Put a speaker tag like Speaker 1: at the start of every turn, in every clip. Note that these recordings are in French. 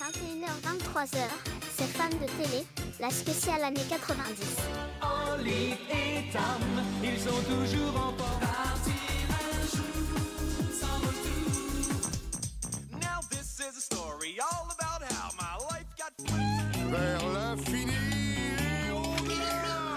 Speaker 1: 21h-23h, c'est fan de télé, la spéciale année 90.
Speaker 2: Olive et Tam, ils sont toujours en forme. Partir un jour sans retour. Now this is a story all about how my life got
Speaker 3: vers l'infini. et au-delà.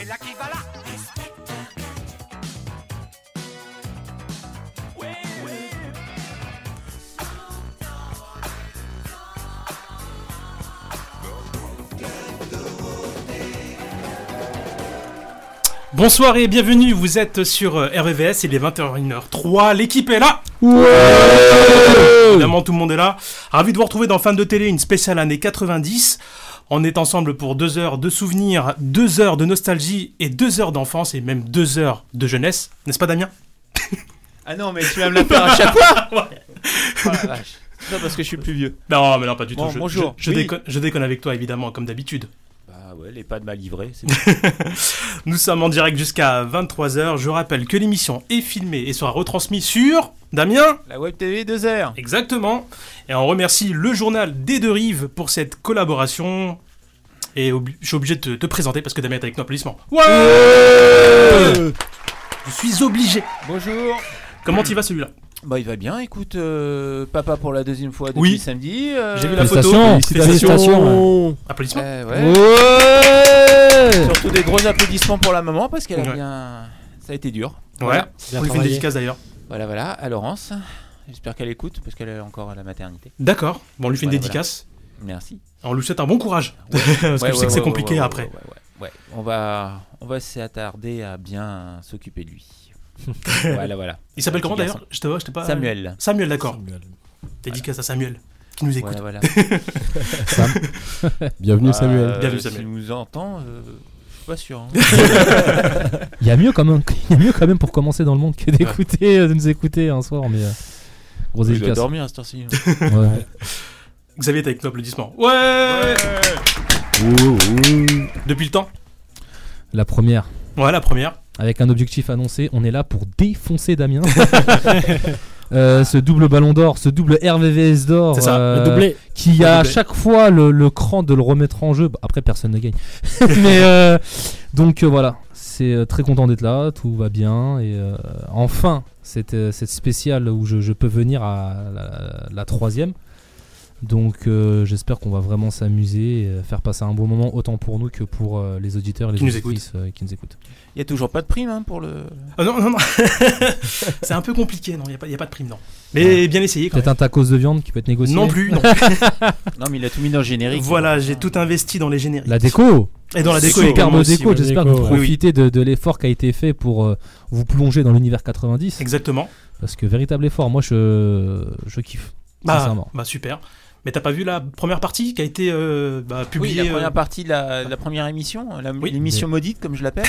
Speaker 2: Et là qui va là Oui, oui.
Speaker 4: Bonsoir et bienvenue, vous êtes sur euh, RVVS, il est 21h03, l'équipe est là Évidemment, tout le monde est là. Ravi de vous retrouver dans Fan de télé, une spéciale année 90. On est ensemble pour deux heures de souvenirs, deux heures de nostalgie et deux heures d'enfance et même deux heures de jeunesse, n'est-ce pas Damien
Speaker 5: Ah non, mais tu vas me la faire à chaque fois Oh la vache. Non, parce que je suis plus vieux.
Speaker 4: Non, mais non, pas du
Speaker 5: Bon,
Speaker 4: tout. Je,
Speaker 5: bonjour.
Speaker 4: je- je
Speaker 5: Oui.
Speaker 4: déconne, je déconne avec toi, évidemment, comme d'habitude.
Speaker 5: Bah ouais, les pas de ma livrée. c'est-
Speaker 4: Nous sommes en direct jusqu'à 23h. Je rappelle que l'émission est filmée et sera retransmise sur... Damien
Speaker 5: La Web TV 2R.
Speaker 4: Exactement. Et on remercie le journal des deux rives pour cette collaboration. Et obli- je suis obligé de te, te présenter parce que Damien est avec nous applaudissements. Euh, Je suis obligé.
Speaker 5: Bonjour.
Speaker 4: Comment il va celui-là
Speaker 5: Bah il va bien, écoute, euh, papa pour la deuxième fois depuis
Speaker 4: Oui.
Speaker 5: samedi. euh,
Speaker 4: J'ai vu la photo.
Speaker 6: Félicitations,
Speaker 4: Félicitations.
Speaker 6: félicitations.
Speaker 4: Applaudissements.
Speaker 5: Euh, ouais.
Speaker 6: Ouais.
Speaker 5: Surtout des gros applaudissements pour la maman parce qu'elle a
Speaker 4: Ouais.
Speaker 5: bien... Ça a été dur.
Speaker 4: Ouais.
Speaker 5: Voilà,
Speaker 6: Bien
Speaker 4: On lui fait une
Speaker 6: travaillé.
Speaker 4: dédicace d'ailleurs.
Speaker 5: voilà, voilà, à Laurence. J'espère qu'elle écoute parce qu'elle est encore à la maternité.
Speaker 4: D'accord. Bon, on lui fait une
Speaker 5: Voilà,
Speaker 4: dédicace.
Speaker 5: Merci.
Speaker 4: On lui souhaite un bon courage.
Speaker 5: Ouais.
Speaker 4: parce que
Speaker 5: Ouais,
Speaker 4: je sais
Speaker 5: ouais,
Speaker 4: que c'est
Speaker 5: ouais,
Speaker 4: compliqué
Speaker 5: ouais, ouais,
Speaker 4: après.
Speaker 5: ouais, ouais, ouais. On va, on va s'attarder à bien s'occuper de lui. voilà, voilà.
Speaker 4: Il s'appelle
Speaker 5: Petit
Speaker 4: comment
Speaker 5: garçon.
Speaker 4: d'ailleurs Je te vois, je t'ai pas.
Speaker 5: Samuel.
Speaker 4: Samuel, d'accord. Dédicace à Samuel qui nous écoute.
Speaker 5: Voilà, voilà.
Speaker 6: Bienvenue
Speaker 5: Ah,
Speaker 6: Samuel.
Speaker 5: euh,
Speaker 4: Bienvenue,
Speaker 5: s'il
Speaker 4: Samuel.
Speaker 5: nous entend, euh, je suis pas sûr. hein.
Speaker 6: Il y a mieux quand même, il y a mieux quand même pour commencer dans le monde que d'écouter, euh, de nous écouter un soir, mais euh, gros
Speaker 5: Je dois
Speaker 6: efficace.
Speaker 5: dormir à cette heure-ci. hein.
Speaker 6: Ouais.
Speaker 4: Xavier est avec nous applaudissements. Ouais, Depuis le temps.
Speaker 6: La première,
Speaker 4: Ouais, la première.
Speaker 6: avec un objectif annoncé, on est là pour défoncer Damien. Euh, ce double ballon d'or, ce double RVVS d'or,
Speaker 4: C'est ça,
Speaker 6: euh,
Speaker 7: doublé.
Speaker 6: qui
Speaker 4: Le
Speaker 6: a à
Speaker 4: doublé.
Speaker 6: chaque fois le, le cran de le remettre en jeu. Bah, après, personne ne gagne. Mais euh, donc euh, voilà, c'est euh, très content d'être là, tout va bien. Et euh, enfin, cette, euh, cette spéciale où je, je peux venir à la, la troisième. Donc euh, j'espère qu'on va vraiment s'amuser, et, euh, faire passer un bon moment autant pour nous que pour euh, les auditeurs, les
Speaker 4: Qui nous
Speaker 6: auditrices, euh, qui nous écoutent.
Speaker 5: Il y a toujours pas de prime hein, pour le.
Speaker 4: Ah non, non, non. c'est un peu compliqué, non, il n'y a, pas- y a pas de prime, non. Mais bien essayé quand
Speaker 6: Peut-être un tacos de viande qui peut être
Speaker 4: même.
Speaker 6: négocié.
Speaker 4: Non plus, non.
Speaker 5: Non, mais il a tout mis dans le générique.
Speaker 4: voilà, j'ai tout investi dans les génériques.
Speaker 6: La déco.
Speaker 4: Et dans la déco.
Speaker 6: Superbe
Speaker 4: également aussi,
Speaker 6: déco.
Speaker 4: ouais.
Speaker 6: J'espère que
Speaker 7: déco,
Speaker 6: vous
Speaker 4: ouais.
Speaker 6: profitez de, de l'effort qui a été fait pour euh, vous plonger dans l'univers 90.
Speaker 4: Exactement.
Speaker 6: Parce que véritable effort, moi je, je kiffe.
Speaker 4: Bah,
Speaker 6: Sincèrement.
Speaker 4: bah, super. Mais t'as pas vu la première partie qui a été euh, bah,
Speaker 5: Oui,
Speaker 4: publiée
Speaker 5: la première
Speaker 4: euh,
Speaker 5: partie de la, de la première émission, la-
Speaker 4: Oui.
Speaker 5: l'émission maudite comme je l'appelle.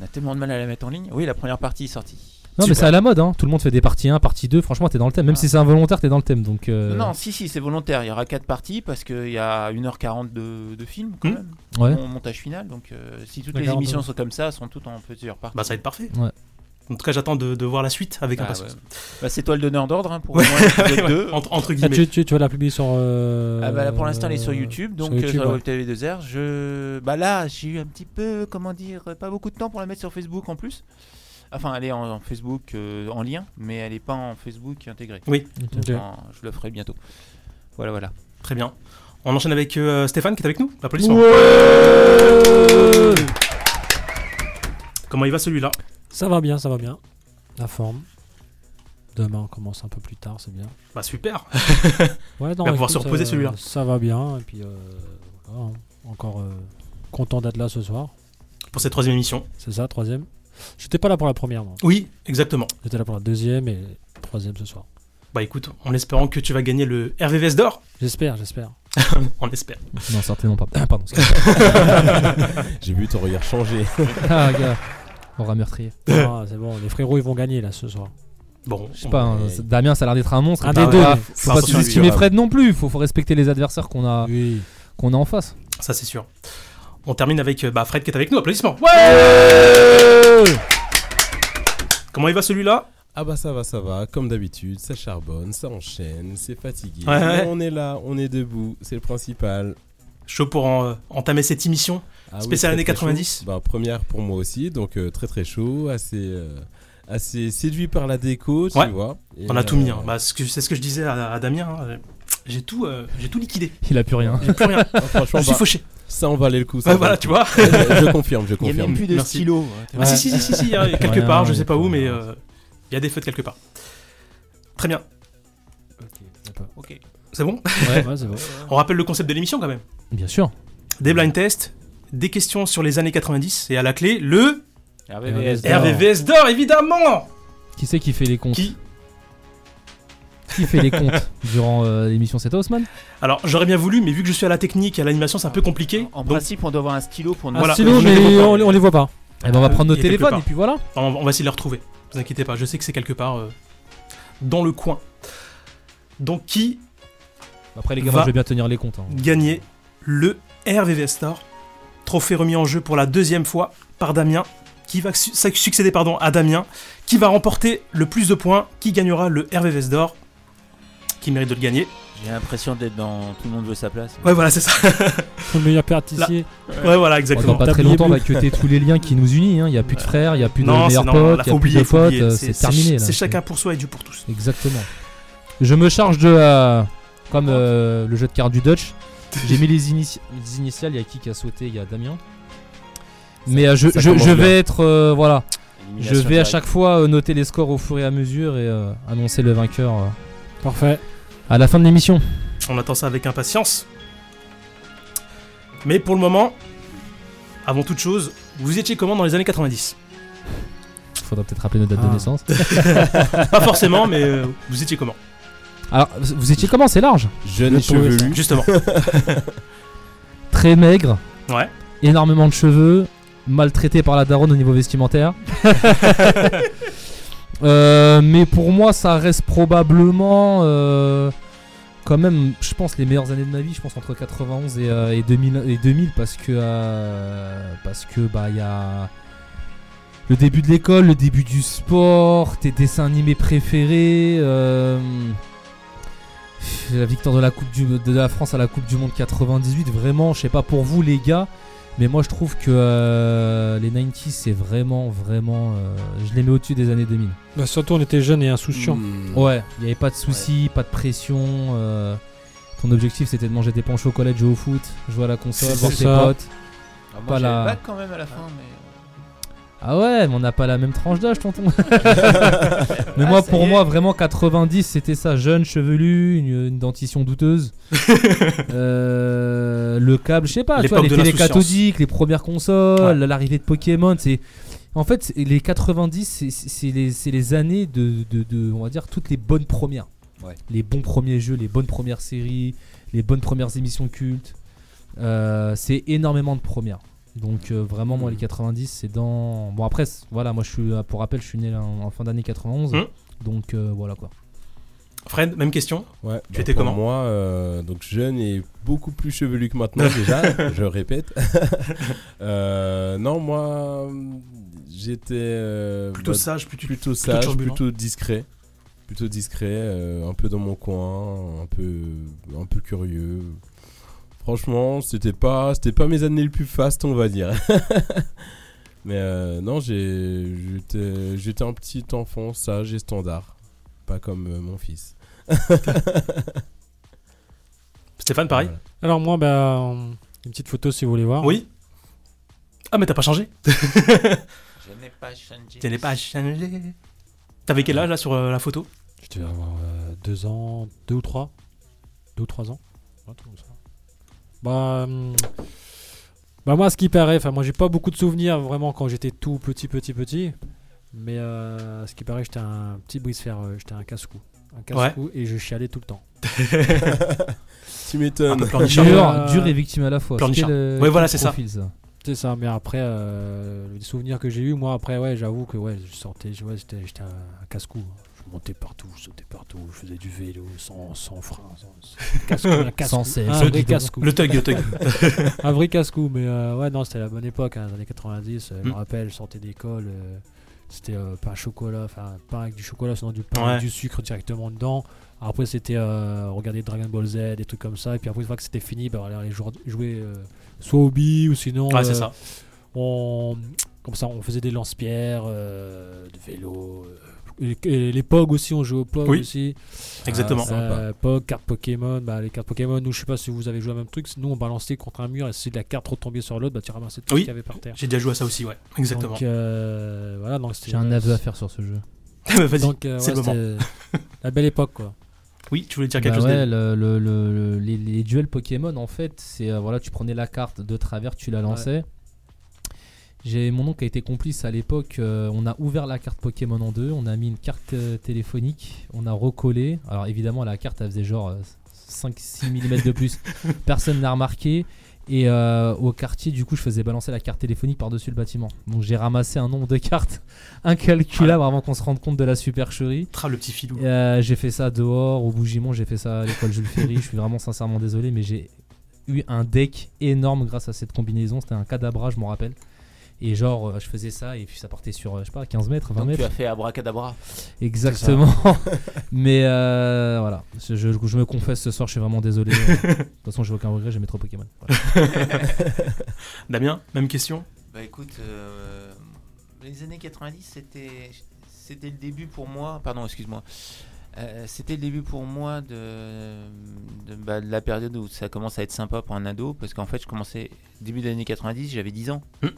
Speaker 5: on a tellement de mal à la mettre en ligne. Oui, la première partie est sortie.
Speaker 6: Non mais
Speaker 4: Super.
Speaker 6: c'est à la mode, hein. tout le monde fait des parties 1, partie 2, franchement t'es dans le thème, même
Speaker 5: Ah.
Speaker 6: si c'est involontaire t'es dans le thème. Donc, euh,
Speaker 5: Non, si, si, c'est volontaire. Il y aura 4 parties parce qu'il y a 1h40 de, de film quand
Speaker 4: Hmm.
Speaker 5: même.
Speaker 6: Ouais.
Speaker 5: En montage final. Donc euh, si toutes les
Speaker 7: 1h40,
Speaker 5: émissions
Speaker 7: ouais.
Speaker 5: sont comme ça, sont toutes en plusieurs parties.
Speaker 4: Bah, ça va être parfait.
Speaker 6: Ouais.
Speaker 4: En tout cas, j'attends de, de voir la suite avec
Speaker 5: Ah,
Speaker 4: impatience.
Speaker 5: ouais. Bah, c'est toi le donneur d'ordre hein, pour
Speaker 4: Ouais.
Speaker 5: moi, l'épisode
Speaker 4: Ouais,
Speaker 5: 2.
Speaker 4: entre, entre
Speaker 7: Ah,
Speaker 4: guillemets.
Speaker 7: tu, tu, tu vas la publier sur. euh,
Speaker 5: Ah bah là, pour l'instant elle est sur YouTube, donc
Speaker 7: sur
Speaker 5: euh,
Speaker 7: YouTube,
Speaker 5: sur la
Speaker 7: ouais.
Speaker 5: Web TV 2R, je bah là j'ai eu un petit peu comment dire pas beaucoup de temps pour la mettre sur Facebook en plus. Enfin elle est en, en Facebook euh, en lien, mais elle est pas en Facebook intégrée.
Speaker 7: Ok.
Speaker 5: En- je le ferai bientôt. Voilà voilà.
Speaker 4: Très bien. On enchaîne avec euh, Stéphane qui est avec nous. Applaudissements. Comment il va celui-là
Speaker 7: Ça va bien, ça va bien. La forme. Demain, on commence un peu plus tard, c'est bien.
Speaker 4: Bah, super. Il
Speaker 7: Ouais, non,
Speaker 4: va pouvoir
Speaker 7: écoute,
Speaker 4: se reposer,
Speaker 7: euh,
Speaker 4: celui-là.
Speaker 7: Ça va bien, et puis euh, voilà, hein. encore euh, content d'être là ce soir.
Speaker 4: Pour cette troisième émission.
Speaker 7: C'est ça, troisième. J'étais pas là pour la première, moi.
Speaker 4: Oui, exactement.
Speaker 7: J'étais là pour la deuxième et troisième ce soir.
Speaker 4: Bah écoute, en espérant que tu vas gagner le RVVS d'or,
Speaker 7: J'espère, j'espère.
Speaker 4: on espère.
Speaker 6: Non certainement pas. Ah, pardon. excuse-moi.
Speaker 8: J'ai vu ton regard changer.
Speaker 6: ah gars, on va meurtrier.
Speaker 7: Ah, c'est bon, les frérots ils vont gagner là ce soir.
Speaker 4: Bon,
Speaker 6: Je sais pas, hein, c'est- Damien ça a l'air d'être un monstre.
Speaker 7: Un
Speaker 6: et
Speaker 7: des
Speaker 6: puis,
Speaker 7: deux.
Speaker 6: voilà,
Speaker 4: Ça,
Speaker 6: Faut pas
Speaker 4: c'est sûr.
Speaker 6: sous-estimer Fred non plus, faut, faut respecter les adversaires qu'on a,
Speaker 7: Oui.
Speaker 6: qu'on a en face.
Speaker 4: Ça c'est sûr. On termine avec euh, bah, Fred qui est avec nous. Applaudissements. Comment il va celui-là
Speaker 8: Ah bah ça va, ça va, comme d'habitude, ça charbonne, ça enchaîne, c'est fatigué.
Speaker 4: Ouais, ouais.
Speaker 8: Mais On est là, on est debout, c'est le principal.
Speaker 4: Chaud pour en- euh, entamer cette émission
Speaker 8: Ah oui,
Speaker 4: Spécial
Speaker 8: très,
Speaker 4: années
Speaker 8: très
Speaker 4: 90.
Speaker 8: chaud. Bah, première pour moi aussi, donc euh, très très chaud, assez, euh, assez séduit par la déco, tu
Speaker 4: Ouais.
Speaker 8: vois. Et,
Speaker 4: On a tout mis.
Speaker 8: euh,
Speaker 4: hein. Bah, ce que- c'est ce que je disais à, à Damien. hein. J'ai tout, euh, j'ai tout liquidé.
Speaker 6: Il a plus rien.
Speaker 4: J'ai plus rien.
Speaker 8: ah, franchement,
Speaker 4: Je suis
Speaker 8: bah,
Speaker 4: fauché.
Speaker 8: ça en valait le coup. ça
Speaker 4: Ouais,
Speaker 8: en
Speaker 4: voilà,
Speaker 8: valait
Speaker 4: tu vois.
Speaker 8: le coup. je, je confirme, je
Speaker 5: Il n'y a
Speaker 8: confirme.
Speaker 5: même plus de
Speaker 4: Merci.
Speaker 5: stylo.
Speaker 4: Ah, si, si, si, si, si, il y a quelque
Speaker 6: Rien,
Speaker 4: part, je
Speaker 6: il y
Speaker 4: sais
Speaker 6: a
Speaker 4: pas où,
Speaker 6: rien.
Speaker 4: mais euh, il y a des feux de quelque part. Très bien.
Speaker 5: Ok.
Speaker 4: C'est bon
Speaker 7: Ouais, ouais, c'est bon.
Speaker 4: On rappelle le concept de l'émission quand même.
Speaker 6: Bien sûr.
Speaker 4: Des blind tests, des questions sur les années 90 et à la clé le
Speaker 5: RVVS.
Speaker 6: D'or.
Speaker 4: RVVS d'or évidemment.
Speaker 6: Qui c'est qui fait les comptes
Speaker 4: Qui
Speaker 6: Qui fait les comptes durant euh, l'émission C'est toi, Haussmann
Speaker 4: Alors j'aurais bien voulu, mais vu que je suis à la technique et à l'animation, c'est un peu compliqué.
Speaker 5: En
Speaker 4: donc
Speaker 5: principe, on doit avoir un stylo pour
Speaker 7: Un
Speaker 5: nous.
Speaker 4: Voilà.
Speaker 7: stylo,
Speaker 4: Je les
Speaker 7: Ah, mais
Speaker 4: vois pas.
Speaker 7: on, on les voit pas.
Speaker 6: Eh ben, on va prendre nos
Speaker 4: Euh, il est quelque
Speaker 6: téléphones
Speaker 4: part.
Speaker 6: et puis voilà.
Speaker 4: on, on va essayer de le retrouver. Vous inquiétez pas, je sais que c'est quelque part euh, dans le coin. Donc qui
Speaker 6: Après, les gars,
Speaker 4: Va.
Speaker 6: moi, je vais bien tenir les comptes. hein.
Speaker 4: gagner le RVVS Store. Trophée remis en jeu pour la deuxième fois par Damien, qui va su- sa- succéder pardon, à Damien, qui va remporter le plus de points, qui gagnera le RVVS d'or, qui mérite de le gagner.
Speaker 5: J'ai l'impression d'être dans Tout le monde veut sa place.
Speaker 4: Ouais, voilà, c'est ça.
Speaker 7: Faut le meilleur pâtissier.
Speaker 4: Ouais, voilà,
Speaker 6: Bon, dans
Speaker 4: Ah, exactement.
Speaker 6: pas
Speaker 7: T'as
Speaker 6: très
Speaker 7: oublié
Speaker 6: longtemps, on va cuter tous les liens qui nous unissent. hein. Il n'y a plus de frères, il n'y a plus de
Speaker 4: Non, c'est
Speaker 6: meilleurs
Speaker 4: non,
Speaker 6: potes,
Speaker 4: là,
Speaker 6: il n'y
Speaker 4: faut
Speaker 6: a plus
Speaker 4: oublier,
Speaker 6: de
Speaker 4: faut
Speaker 6: potes.
Speaker 4: oublier.
Speaker 6: euh, C'est terminé. là.
Speaker 4: C'est chacun pour soi et Dieu pour tous.
Speaker 6: Exactement. Je me charge de la. Comme euh, le jeu de cartes du Dutch, j'ai mis les, initi- les initiales. Il y a qui qui a sauté Il y a Damien. Mais euh, je,
Speaker 8: ça
Speaker 6: je-
Speaker 8: commence
Speaker 6: je
Speaker 8: bien.
Speaker 6: vais être. euh, voilà. Je
Speaker 5: Élimination
Speaker 6: vais à
Speaker 5: directe.
Speaker 6: chaque fois euh, noter les scores au fur et à mesure et euh, annoncer le vainqueur euh,
Speaker 7: Parfait.
Speaker 6: à la fin de l'émission.
Speaker 4: On attend ça avec impatience. Mais pour le moment, avant toute chose, vous étiez comment dans les années 90
Speaker 6: Faudra peut-être rappeler notre date
Speaker 7: Ah.
Speaker 6: de naissance.
Speaker 4: Pas forcément, mais euh, vous étiez comment
Speaker 6: Alors, vous étiez comment C'est large
Speaker 8: Jeune et chevelu.
Speaker 4: Justement.
Speaker 6: Très maigre.
Speaker 4: Ouais.
Speaker 6: Énormément de cheveux. Maltraité par la daronne au niveau vestimentaire. Euh, mais pour moi, ça reste probablement. euh, quand même, je pense les meilleures années de ma vie, je pense entre 91 et, euh, et 2000, et 2000 parce que euh, parce que bah il y a le début de l'école, le début du sport, tes dessins animés préférés, euh, la victoire de la coupe du, de la France à la Coupe du Monde 98. Vraiment, je sais pas pour vous les gars, mais moi je trouve que euh, les 90s c'est vraiment vraiment, euh, je les mets au-dessus des années 2000.
Speaker 7: Bah, surtout, on était jeunes et insouciants.
Speaker 8: Hmm.
Speaker 6: Ouais, il n'y avait pas de soucis, pas de pression. euh, ton objectif c'était de manger des pains au chocolat, de jouer au foot, jouer à la console,
Speaker 7: C'est
Speaker 6: voir ses
Speaker 7: ça.
Speaker 6: potes.
Speaker 5: Ah, Moi,
Speaker 6: Pas
Speaker 5: j'ai
Speaker 6: la-
Speaker 5: le bac quand même à la fin. mais- euh,
Speaker 6: Ah ouais, mais on n'a pas la même tranche d'âge, tonton. mais moi,
Speaker 5: Ah, ça
Speaker 6: pour
Speaker 5: y est.
Speaker 6: moi, vraiment 90, c'était ça, jeune, chevelu, une, une dentition douteuse, Euh, le câble, je sais pas, tu vois,
Speaker 4: L'époque
Speaker 6: les
Speaker 4: de
Speaker 6: télé
Speaker 4: l'insouciance.
Speaker 6: cathodiques, les premières consoles, l'arrivée de Pokémon, c'est en fait c'est- les 90, c'est- c'est les, c'est les années de, de- de- on va dire, toutes les bonnes premières,
Speaker 5: Ouais.
Speaker 6: les bons premiers jeux, les bonnes premières séries, les bonnes premières émissions cultes. Euh, c'est énormément de premières. Donc euh, vraiment moi les 90 c'est dans bon après c'est- voilà moi je suis euh, pour rappel je suis né là en, en fin d'année 91
Speaker 4: Hmm.
Speaker 6: donc euh, voilà quoi.
Speaker 4: Fred, même question
Speaker 8: Ouais,
Speaker 4: Tu
Speaker 8: bah,
Speaker 4: étais
Speaker 8: pour
Speaker 4: comment
Speaker 8: Moi, euh, donc jeune et beaucoup plus chevelu que maintenant déjà, je répète. Euh, non, moi, j'étais euh,
Speaker 4: Plutôt
Speaker 8: bah,
Speaker 4: sage, plutôt,
Speaker 8: plutôt sage, plutôt,
Speaker 4: turbulent.
Speaker 8: discret, plutôt discret, euh, un peu dans mon coin, un peu, un peu curieux. Franchement, c'était pas, c'était pas mes années les plus fastes, on va dire. Mais euh, non, j'ai, j'étais, j'étais un petit enfant sage et standard, pas comme euh, mon fils.
Speaker 4: Stéphane, pareil
Speaker 8: Voilà.
Speaker 7: Alors, moi, bah, on- une petite photo si vous voulez voir.
Speaker 4: Oui Ah, mais t'as pas changé
Speaker 5: Je n'ai pas changé.
Speaker 4: Tu n'es pas changé. T'avais quel âge là sur euh, la photo
Speaker 7: Je devais avoir euh, deux ans, deux ou trois. Deux ou trois ans. Ouais, tout comme ça. Bah, hum, bah moi, à ce qui paraît, enfin, moi, j'ai pas beaucoup de souvenirs vraiment quand j'étais tout petit, petit, petit. Mais euh, à ce qui paraît, j'étais un petit brise-fer, euh, j'étais un casse-cou. Un casse-cou et je chialais tout le temps.
Speaker 8: Tu m'étonnes.
Speaker 4: Un peu Ah,
Speaker 6: Dur,
Speaker 4: pleurnichard.
Speaker 7: Euh,
Speaker 6: dur et victime à la fois.
Speaker 4: Pleurnichard.
Speaker 6: Quel, euh,
Speaker 4: Ouais, voilà,
Speaker 6: quel
Speaker 4: c'est ça.
Speaker 6: profil,
Speaker 7: C'est ça, mais après, euh, les souvenirs que j'ai eu, moi, après, ouais, j'avoue que ouais, je sortais, je- ouais, j'étais j'étais un casse-cou. Je montais partout, je sautais partout, je faisais du vélo sans, sans frein, sans, sans casque, un casque,
Speaker 6: Sans sel,
Speaker 7: un
Speaker 6: sans
Speaker 7: vrai
Speaker 6: guidon.
Speaker 7: casque.
Speaker 4: Le tug, le tug.
Speaker 7: Un vrai casse-cou, mais euh, ouais, non, c'était la bonne époque, hein, les années 90. euh, Je me
Speaker 4: Mm.
Speaker 7: rappelle, je sortais d'école, euh, c'était euh, pain chocolat, enfin pain avec du chocolat, sinon du pain
Speaker 4: Ouais.
Speaker 7: avec du sucre directement dedans. Après, c'était euh, regarder Dragon Ball Z, des trucs comme ça. Et puis après, une fois que c'était fini, bah, on allait jouer, jouer euh, soit au billes ou sinon.
Speaker 4: Ouais, c'est
Speaker 7: euh,
Speaker 4: ça.
Speaker 7: on, comme ça, on faisait des lance-pierres, euh, de vélo. euh, et- et les POG aussi, on jouait aux POG
Speaker 4: Oui.
Speaker 7: aussi.
Speaker 4: Exactement.
Speaker 8: Ah, sympa.
Speaker 7: Euh, POG, cartes Pokémon. Bah, les cartes Pokémon, nous, je sais pas si vous avez joué au même truc. Nous, on balançait contre un mur et si la carte retombait sur l'autre, bah, tu ramassais tout
Speaker 4: Oui.
Speaker 7: ce qu'il y avait par terre.
Speaker 4: J'ai déjà joué à ça aussi, ouais. Exactement.
Speaker 7: Donc, euh, voilà, donc c'était-
Speaker 6: J'ai un aveu à faire sur ce jeu.
Speaker 4: Bah, Vas-y,
Speaker 7: Donc, euh,
Speaker 4: c'est le
Speaker 7: ouais,
Speaker 4: moment.
Speaker 7: c'était la belle époque, quoi.
Speaker 4: Oui, tu voulais dire quelque
Speaker 6: Bah
Speaker 4: chose
Speaker 6: ouais,
Speaker 4: Dave
Speaker 6: le- le- le- le- les, les duels Pokémon, en fait, c'est euh, voilà, tu prenais la carte de travers, tu la lançais. J'ai mon oncle qui a été complice à l'époque. euh, on a ouvert la carte Pokémon en deux, on a mis une carte euh, téléphonique, on a recollé. Alors évidemment, la carte elle faisait genre euh, 5-6 mm de plus. Personne n'a remarqué. Et euh, au quartier, du coup, je faisais balancer la carte téléphonique par-dessus le bâtiment. Donc j'ai ramassé un nombre de cartes
Speaker 5: Ah.
Speaker 6: incalculable avant qu'on se rende compte de la supercherie.
Speaker 4: Tra, le petit filou.
Speaker 6: Euh, j'ai fait ça dehors, au Bougimont, j'ai fait ça à l'école Jules Ferry. Je suis vraiment sincèrement désolé, mais j'ai eu un deck énorme grâce à cette combinaison. C'était un cadabra, je m'en rappelle. Et genre, euh, je faisais ça et puis ça partait sur, euh, je sais pas, 15 mètres, 20
Speaker 5: Donc tu
Speaker 6: mètres.
Speaker 5: as fait abracadabra.
Speaker 6: Exactement. mais euh, voilà, je, je- je me confesse ce soir, je suis vraiment désolé. Euh, De toute façon, j'ai aucun regret, j'aimais trop Pokémon. Voilà.
Speaker 4: Damien, même question
Speaker 5: Bah écoute, euh, les années 90, c'était, c'était le début pour moi. Pardon, excuse-moi. Euh, c'était le début pour moi de, de, bah, de la période où ça commence à être sympa pour un ado. Parce qu'en fait, je commençais début des années 90, j'avais 10 ans.
Speaker 7: Hmm.
Speaker 4: Mm.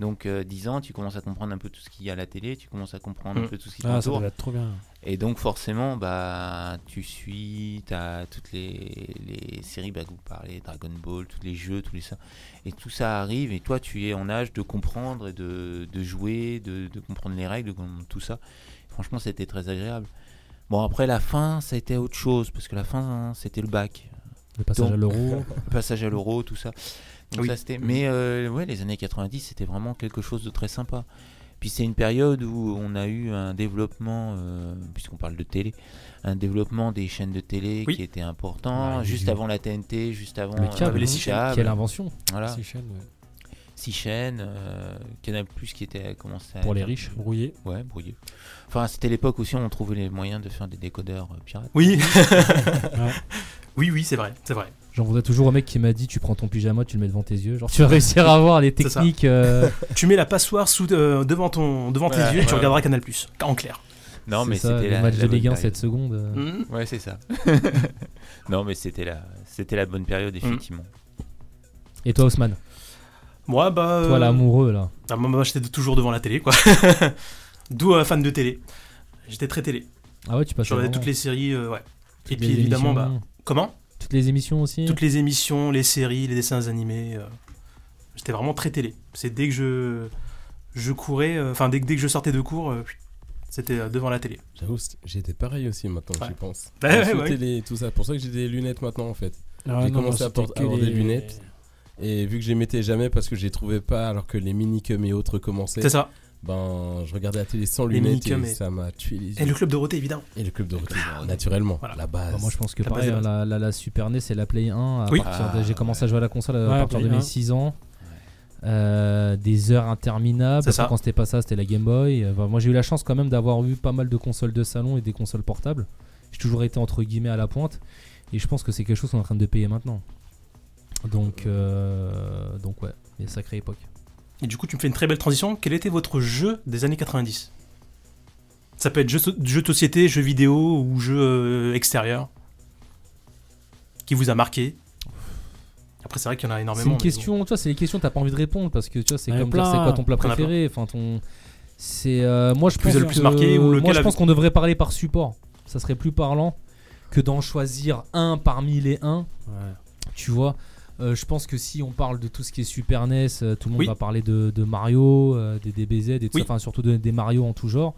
Speaker 5: Donc euh, 10 ans, tu commences à comprendre un peu tout ce qu'il y a à la télé, tu commences à comprendre
Speaker 4: Mm.
Speaker 5: un peu tout ce qui
Speaker 7: Ah, ça
Speaker 5: t'entoure.
Speaker 7: devait être trop bien.
Speaker 5: Et donc forcément, bah, tu suis, tu as toutes les, les séries, bah, que vous parlez, Dragon Ball, tous les jeux, tous les ça. Et tout ça arrive, et toi, tu es en âge de comprendre, et de, de jouer, de, de comprendre les règles, de comprendre tout ça. Franchement, c'était très agréable. Bon, après, la fin, ça a été autre chose, parce que la fin, hein, c'était le bac.
Speaker 6: Le passage
Speaker 5: Donc-
Speaker 6: à l'euro.
Speaker 5: Le passage à l'euro, tout ça. Donc
Speaker 4: Oui.
Speaker 5: ça, c'était- mais euh, ouais, les années 90, c'était vraiment quelque chose de très sympa. Puis c'est une période où on a eu un développement, euh, puisqu'on parle de télé, un développement des chaînes de télé
Speaker 4: Oui.
Speaker 5: qui était important,
Speaker 6: Ouais,
Speaker 5: juste
Speaker 6: du-
Speaker 5: avant la TNT, juste avant
Speaker 6: Le câble,
Speaker 4: les
Speaker 5: les
Speaker 4: six
Speaker 5: six
Speaker 4: chaînes.
Speaker 6: Quelle invention
Speaker 5: voilà,
Speaker 7: Ces chaînes, ouais.
Speaker 5: six chaînes, euh, Canal Plus qui était commencé à
Speaker 6: pour les
Speaker 5: être-
Speaker 6: riches.
Speaker 7: Brouillé.
Speaker 5: ouais, brouillé. Enfin, c'était l'époque aussi où on trouvait les moyens de faire des décodeurs euh, pirates.
Speaker 4: Oui. oui, oui, c'est vrai, c'est vrai.
Speaker 6: J'en voudrais toujours au mec qui m'a dit Tu prends ton pyjama, tu le mets devant tes yeux. Genre, tu vas réussir à voir les
Speaker 4: C'est ça.
Speaker 6: techniques. euh,
Speaker 4: Tu mets la passoire sous, euh, devant, ton, devant tes
Speaker 5: Ouais,
Speaker 4: yeux et tu
Speaker 5: ouais.
Speaker 4: regarderas Canal+, en clair. Mm.
Speaker 5: Non,
Speaker 6: C'est
Speaker 5: mais
Speaker 6: ça,
Speaker 5: c'était
Speaker 6: le
Speaker 5: la,
Speaker 6: match
Speaker 5: la
Speaker 6: de
Speaker 5: bonne
Speaker 6: Ligue 1,
Speaker 5: période.
Speaker 6: 7 secondes. euh,
Speaker 4: Mmh.
Speaker 5: Ouais, c'est ça. non, mais c'était la, c'était la bonne période, effectivement.
Speaker 6: Et toi, Haussmann
Speaker 4: Moi, bah... euh,
Speaker 6: Toi, l'amoureux, là.
Speaker 4: ah, moi, moi, j'étais toujours devant la télé, quoi. D'où euh, fan de télé. J'étais très télé.
Speaker 6: Ah ouais, tu passes
Speaker 4: Je regardais toutes les séries, euh, ouais. Et puis
Speaker 6: les
Speaker 4: évidemment, bah...
Speaker 6: émissions.
Speaker 4: Comment
Speaker 6: Toutes les émissions aussi
Speaker 4: Toutes les émissions, les séries, les dessins animés. euh, j'étais vraiment très télé. C'est dès que je, je courais, euh, enfin dès, que- dès que je sortais de cours, euh, c'était euh, devant la télé.
Speaker 8: J'avoue, c'est- j'étais pareil aussi maintenant, que
Speaker 4: Ouais.
Speaker 8: j'y pense.
Speaker 4: Bah ouais,
Speaker 8: Sous
Speaker 4: ouais.
Speaker 8: télé et tout ça. Pour ça que j'ai des lunettes maintenant en fait.
Speaker 7: Ah,
Speaker 8: J'ai
Speaker 7: non,
Speaker 8: commencé
Speaker 7: non,
Speaker 8: à
Speaker 7: c'était
Speaker 8: porter-
Speaker 7: que
Speaker 8: à avoir des
Speaker 7: les-
Speaker 8: lunettes. Et vu que je les mettais jamais parce que je les trouvais pas alors que les minicums et autres commençaient,
Speaker 4: C'est ça. ben,
Speaker 8: ben je regardais la télé sans
Speaker 4: Les
Speaker 8: lunettes et
Speaker 4: minicums et-
Speaker 8: ça m'a tué les
Speaker 4: Et
Speaker 8: yeux.
Speaker 4: le club Dorothée, évidemment.
Speaker 8: Et le club de retour, naturellement,
Speaker 4: Voilà.
Speaker 8: la base.
Speaker 6: Bah, moi, je pense que
Speaker 4: La
Speaker 6: pareil,
Speaker 4: base
Speaker 6: hein,
Speaker 4: de
Speaker 6: la, la, la Super NES et la Play 1. à
Speaker 4: Oui.
Speaker 6: partir de-
Speaker 5: Ah,
Speaker 6: J'ai commencé à jouer à la console à
Speaker 7: Ouais,
Speaker 6: partir de
Speaker 7: Play
Speaker 6: mes
Speaker 7: 1.
Speaker 6: 6 ans. Euh, des heures interminables.
Speaker 4: C'est ça.
Speaker 6: Après, Quand c'était pas ça, c'était la Game Boy. Euh, bah, moi, j'ai eu la chance quand même d'avoir eu pas mal de consoles de salon et des consoles portables. J'ai toujours été entre guillemets à la pointe. Et je pense que c'est quelque chose qu'on est en train de payer maintenant. Donc, euh, donc ouais, mais sacrée époque.
Speaker 4: Et du coup, tu me fais une très belle transition. Quel était votre jeu des années 90 Ça peut être jeu, so- jeu de société, jeu vidéo ou jeu euh, extérieur qui vous a marqué. Après, c'est vrai qu'il y en a
Speaker 6: C'est
Speaker 4: énormément.
Speaker 6: une
Speaker 4: mais bon.
Speaker 6: question, tu vois, c'est les questions que t'as pas envie de répondre parce que tu vois, c'est
Speaker 7: Il y en a
Speaker 6: comme dire,
Speaker 7: plein.
Speaker 6: c'est quoi ton plat
Speaker 4: Il y en a
Speaker 6: préféré, enfin ton c'est euh, moi je
Speaker 4: Qui vous
Speaker 6: pense
Speaker 4: a le plus marqué
Speaker 6: que-
Speaker 4: ou lequel
Speaker 6: moi je
Speaker 4: a-
Speaker 6: pense qu'on devrait parler par support. Ça serait plus parlant que d'en choisir un parmi les un,
Speaker 7: Ouais.
Speaker 6: tu vois. Euh, je pense que si on parle de tout ce qui est Super NES, euh, tout le monde
Speaker 4: Oui.
Speaker 6: va parler de, de Mario, euh, des DBZ, et tout
Speaker 4: Oui.
Speaker 6: ça, enfin surtout de- des Mario en tout genre.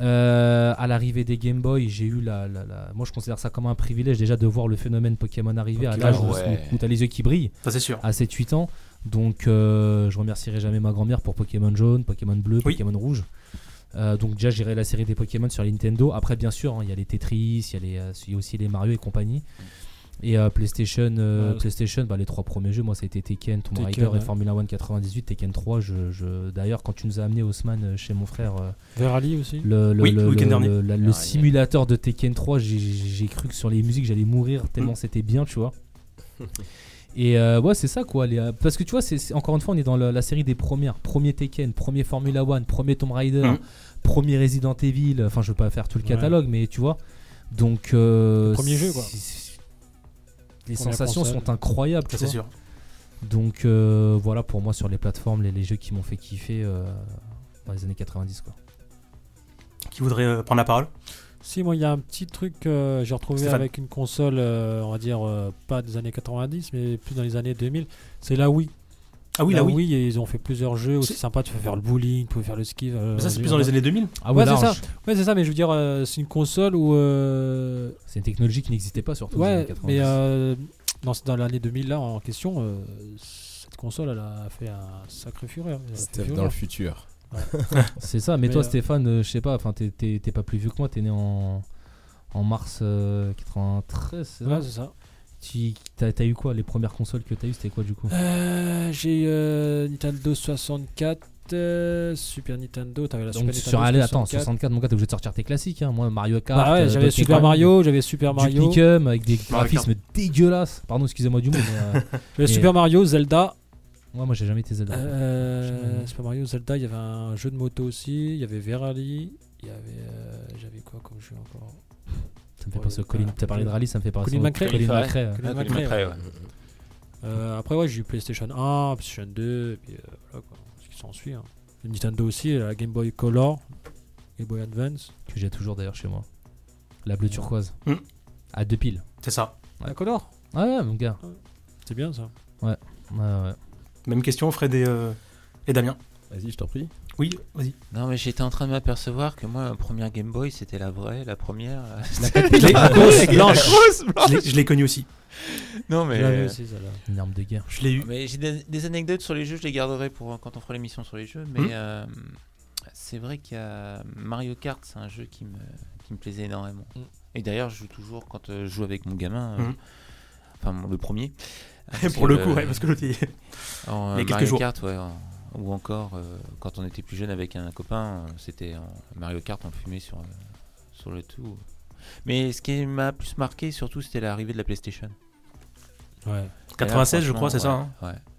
Speaker 6: Euh, à l'arrivée des Game Boy, j'ai eu la, la- la- Moi, je considère ça comme un privilège déjà de voir le phénomène Pokémon arriver à
Speaker 7: Pokémon,
Speaker 6: l'âge où-
Speaker 5: ouais.
Speaker 6: où t'as les yeux qui brillent
Speaker 4: Ça, c'est sûr.
Speaker 6: à 7-8 ans. Donc euh, je remercierai jamais ma grand-mère pour Pokémon jaune, Pokémon bleu,
Speaker 4: Oui.
Speaker 6: Pokémon rouge. Euh, donc déjà j'irai la série des Pokémon sur Nintendo. Après bien sûr hein, il y a les Tetris, il y, a les, euh, il y a aussi les Mario et compagnie. Et euh, PlayStation, euh,
Speaker 7: Ouais.
Speaker 6: PlayStation bah, les trois premiers jeux, moi ça a été Tekken, Tomb
Speaker 7: Tekken,
Speaker 6: Raider
Speaker 7: ouais.
Speaker 6: et Formula One 98, Tekken 3. Je, je- D'ailleurs quand tu nous as amené Haussmann euh, chez mon frère euh,
Speaker 7: Verali aussi.
Speaker 6: le, le,
Speaker 4: Oui,
Speaker 6: le-
Speaker 4: le week-end
Speaker 6: le-
Speaker 4: dernier.
Speaker 6: le- la- le
Speaker 5: Ah,
Speaker 6: simulateur de Tekken 3, j'ai- j'ai j'ai cru que sur les musiques j'allais mourir tellement
Speaker 4: Hmm.
Speaker 6: c'était bien, tu vois. Et euh, ouais, c'est ça quoi. les, euh, parce que tu vois, c'est c'est- encore une fois, on est dans la, la série des premières. Premier Tekken, premier Formula One, premier Tomb Raider,
Speaker 4: Mhm.
Speaker 6: premier Resident Evil. Enfin, je veux pas faire tout le
Speaker 7: Mmh. Ouais.
Speaker 6: catalogue, mais tu vois. Donc. euh,
Speaker 7: Le premier jeu, quoi.
Speaker 6: c'est- Les
Speaker 7: Première
Speaker 6: sensations
Speaker 7: console.
Speaker 6: sont incroyables, tu
Speaker 4: c'est
Speaker 6: vois.
Speaker 4: sûr.
Speaker 6: Donc euh, voilà pour moi sur les plateformes, les, les jeux qui m'ont fait kiffer euh, dans les années 90 quoi.
Speaker 4: Qui voudrait euh, prendre la parole
Speaker 7: Si, moi, il y a un petit truc que j'ai retrouvé
Speaker 4: Stéphane.
Speaker 7: avec une console, euh, on va dire, euh, pas des années 90, mais plus dans les années 2000. C'est la Wii.
Speaker 4: Ah oui, là, oui.
Speaker 7: et ils ont fait plusieurs jeux aussi
Speaker 4: C'est-
Speaker 7: sympa. Tu peux faire le bowling, tu peux faire le ski. euh,
Speaker 4: Mais ça, c'est
Speaker 7: vas-y,
Speaker 4: plus
Speaker 7: on
Speaker 4: dans
Speaker 7: va-
Speaker 4: les années 2000.
Speaker 6: Ah
Speaker 7: ouais, c'est ça. Ouais, c'est ça, mais je veux dire, euh, c'est une console où. euh,
Speaker 6: C'est une technologie qui n'existait pas surtout dans les années
Speaker 7: Ouais,
Speaker 6: 90.
Speaker 7: mais euh, dans, dans l'année 2000 là en question, euh, cette console elle a fait un sacré fureur. Elle a fait
Speaker 8: Steph
Speaker 7: fureur.
Speaker 8: dans le futur.
Speaker 6: C'est ça, mais,
Speaker 7: mais,
Speaker 6: toi
Speaker 7: euh,
Speaker 6: Stéphane, euh, je sais pas, enfin t'es- t'es t'es pas plus vieux que moi, t'es né en, en mars euh, 93, c'est ça
Speaker 7: Ouais, c'est ça.
Speaker 6: Tu- T'as t'as eu quoi Les premières consoles que t'as eu c'était quoi du coup
Speaker 7: Euh, J'ai euh, Nintendo 64, euh, Super Nintendo, t'avais la
Speaker 6: Donc
Speaker 7: Super
Speaker 6: sur allez,
Speaker 7: Nintendo.
Speaker 6: attends, 64 mon gars, t'es obligé de sortir tes classiques, hein. moi Mario Kart,
Speaker 7: Bah
Speaker 6: euh,
Speaker 7: ouais, j'avais
Speaker 6: Donkey
Speaker 7: Super
Speaker 6: Kong,
Speaker 7: Mario, j'avais Super Mario,
Speaker 6: Duplicum avec des
Speaker 4: Mario Kart.
Speaker 6: graphismes dégueulasses. Pardon, excusez-moi du mot, mais euh,
Speaker 7: j'avais
Speaker 6: Et-
Speaker 7: Super Mario, Zelda.
Speaker 6: moi, moi j'ai jamais été Zelda.
Speaker 7: euh,
Speaker 6: J'aime.
Speaker 7: Super Mario, Zelda, il y avait un jeu de moto aussi, il y avait Verali, il y avait euh, j'avais quoi comme jeu encore
Speaker 6: Ça me fait
Speaker 7: Ouais,
Speaker 6: penser au
Speaker 7: ouais.
Speaker 6: Colin. T'as parlé de rallye, ça me fait penser
Speaker 7: euh, Colin
Speaker 6: au
Speaker 7: McRae.
Speaker 6: Colin euh,
Speaker 5: Colin
Speaker 6: McRae,
Speaker 7: Colin
Speaker 6: ouais.
Speaker 5: Ah,
Speaker 7: McRae,
Speaker 5: Colin McRae, ouais.
Speaker 7: Euh, après, ouais, j'ai eu PlayStation 1, PlayStation 2, et puis euh, voilà quoi, ce qui s'ensuit. Hein. Le Nintendo aussi, la Game Boy Color, Game Boy Advance.
Speaker 6: que j'ai toujours d'ailleurs chez moi. La bleue turquoise.
Speaker 4: Hmm.
Speaker 6: À deux piles.
Speaker 4: C'est ça.
Speaker 6: Ouais.
Speaker 7: La Color
Speaker 6: Ouais, ouais, mon gars.
Speaker 7: C'est bien ça.
Speaker 6: Ouais, ouais.
Speaker 4: Même question, Fred et, euh, et Damien.
Speaker 8: Vas-y, je t'en prie.
Speaker 4: Oui, vas-y.
Speaker 5: Non, mais j'étais en train de m'apercevoir que moi, la première Game Boy, c'était la vraie, la première.
Speaker 4: Les-
Speaker 5: grosse,
Speaker 4: blanche.
Speaker 5: grosse, blanche.
Speaker 4: Je l'ai- je l'ai connu aussi.
Speaker 5: Non,
Speaker 7: Je l'avais
Speaker 5: mais. euh,
Speaker 7: aussi, celle-là.
Speaker 6: Une arme de guerre.
Speaker 4: Je l'ai eu.
Speaker 5: Mais j'ai des, des anecdotes sur les jeux, je les garderai pour euh, quand on fera l'émission sur les jeux. Mais
Speaker 4: Mhm.
Speaker 5: euh, c'est vrai qu'il y a Mario Kart, c'est un jeu qui me, qui me plaisait énormément.
Speaker 4: Hmm.
Speaker 7: Mhm.
Speaker 5: Et d'ailleurs, je joue toujours quand euh, je joue avec mon gamin, euh,
Speaker 4: Mhm.
Speaker 5: enfin mon- le premier.
Speaker 4: Pour le coup, ouais, parce que l'autre, il- Il y a
Speaker 5: En, euh,
Speaker 4: quelques
Speaker 5: Mario
Speaker 4: jours.
Speaker 5: Kart, ouais. en- ou encore, euh, quand on était plus jeune avec un copain, euh, c'était en Mario Kart, on le fumait sur, euh, sur le tout. Mais ce qui m'a plus marqué, surtout, c'était l'arrivée de la PlayStation.
Speaker 7: Ouais.
Speaker 4: 96, je crois, c'est ça. hein.
Speaker 5: franchement, ouais,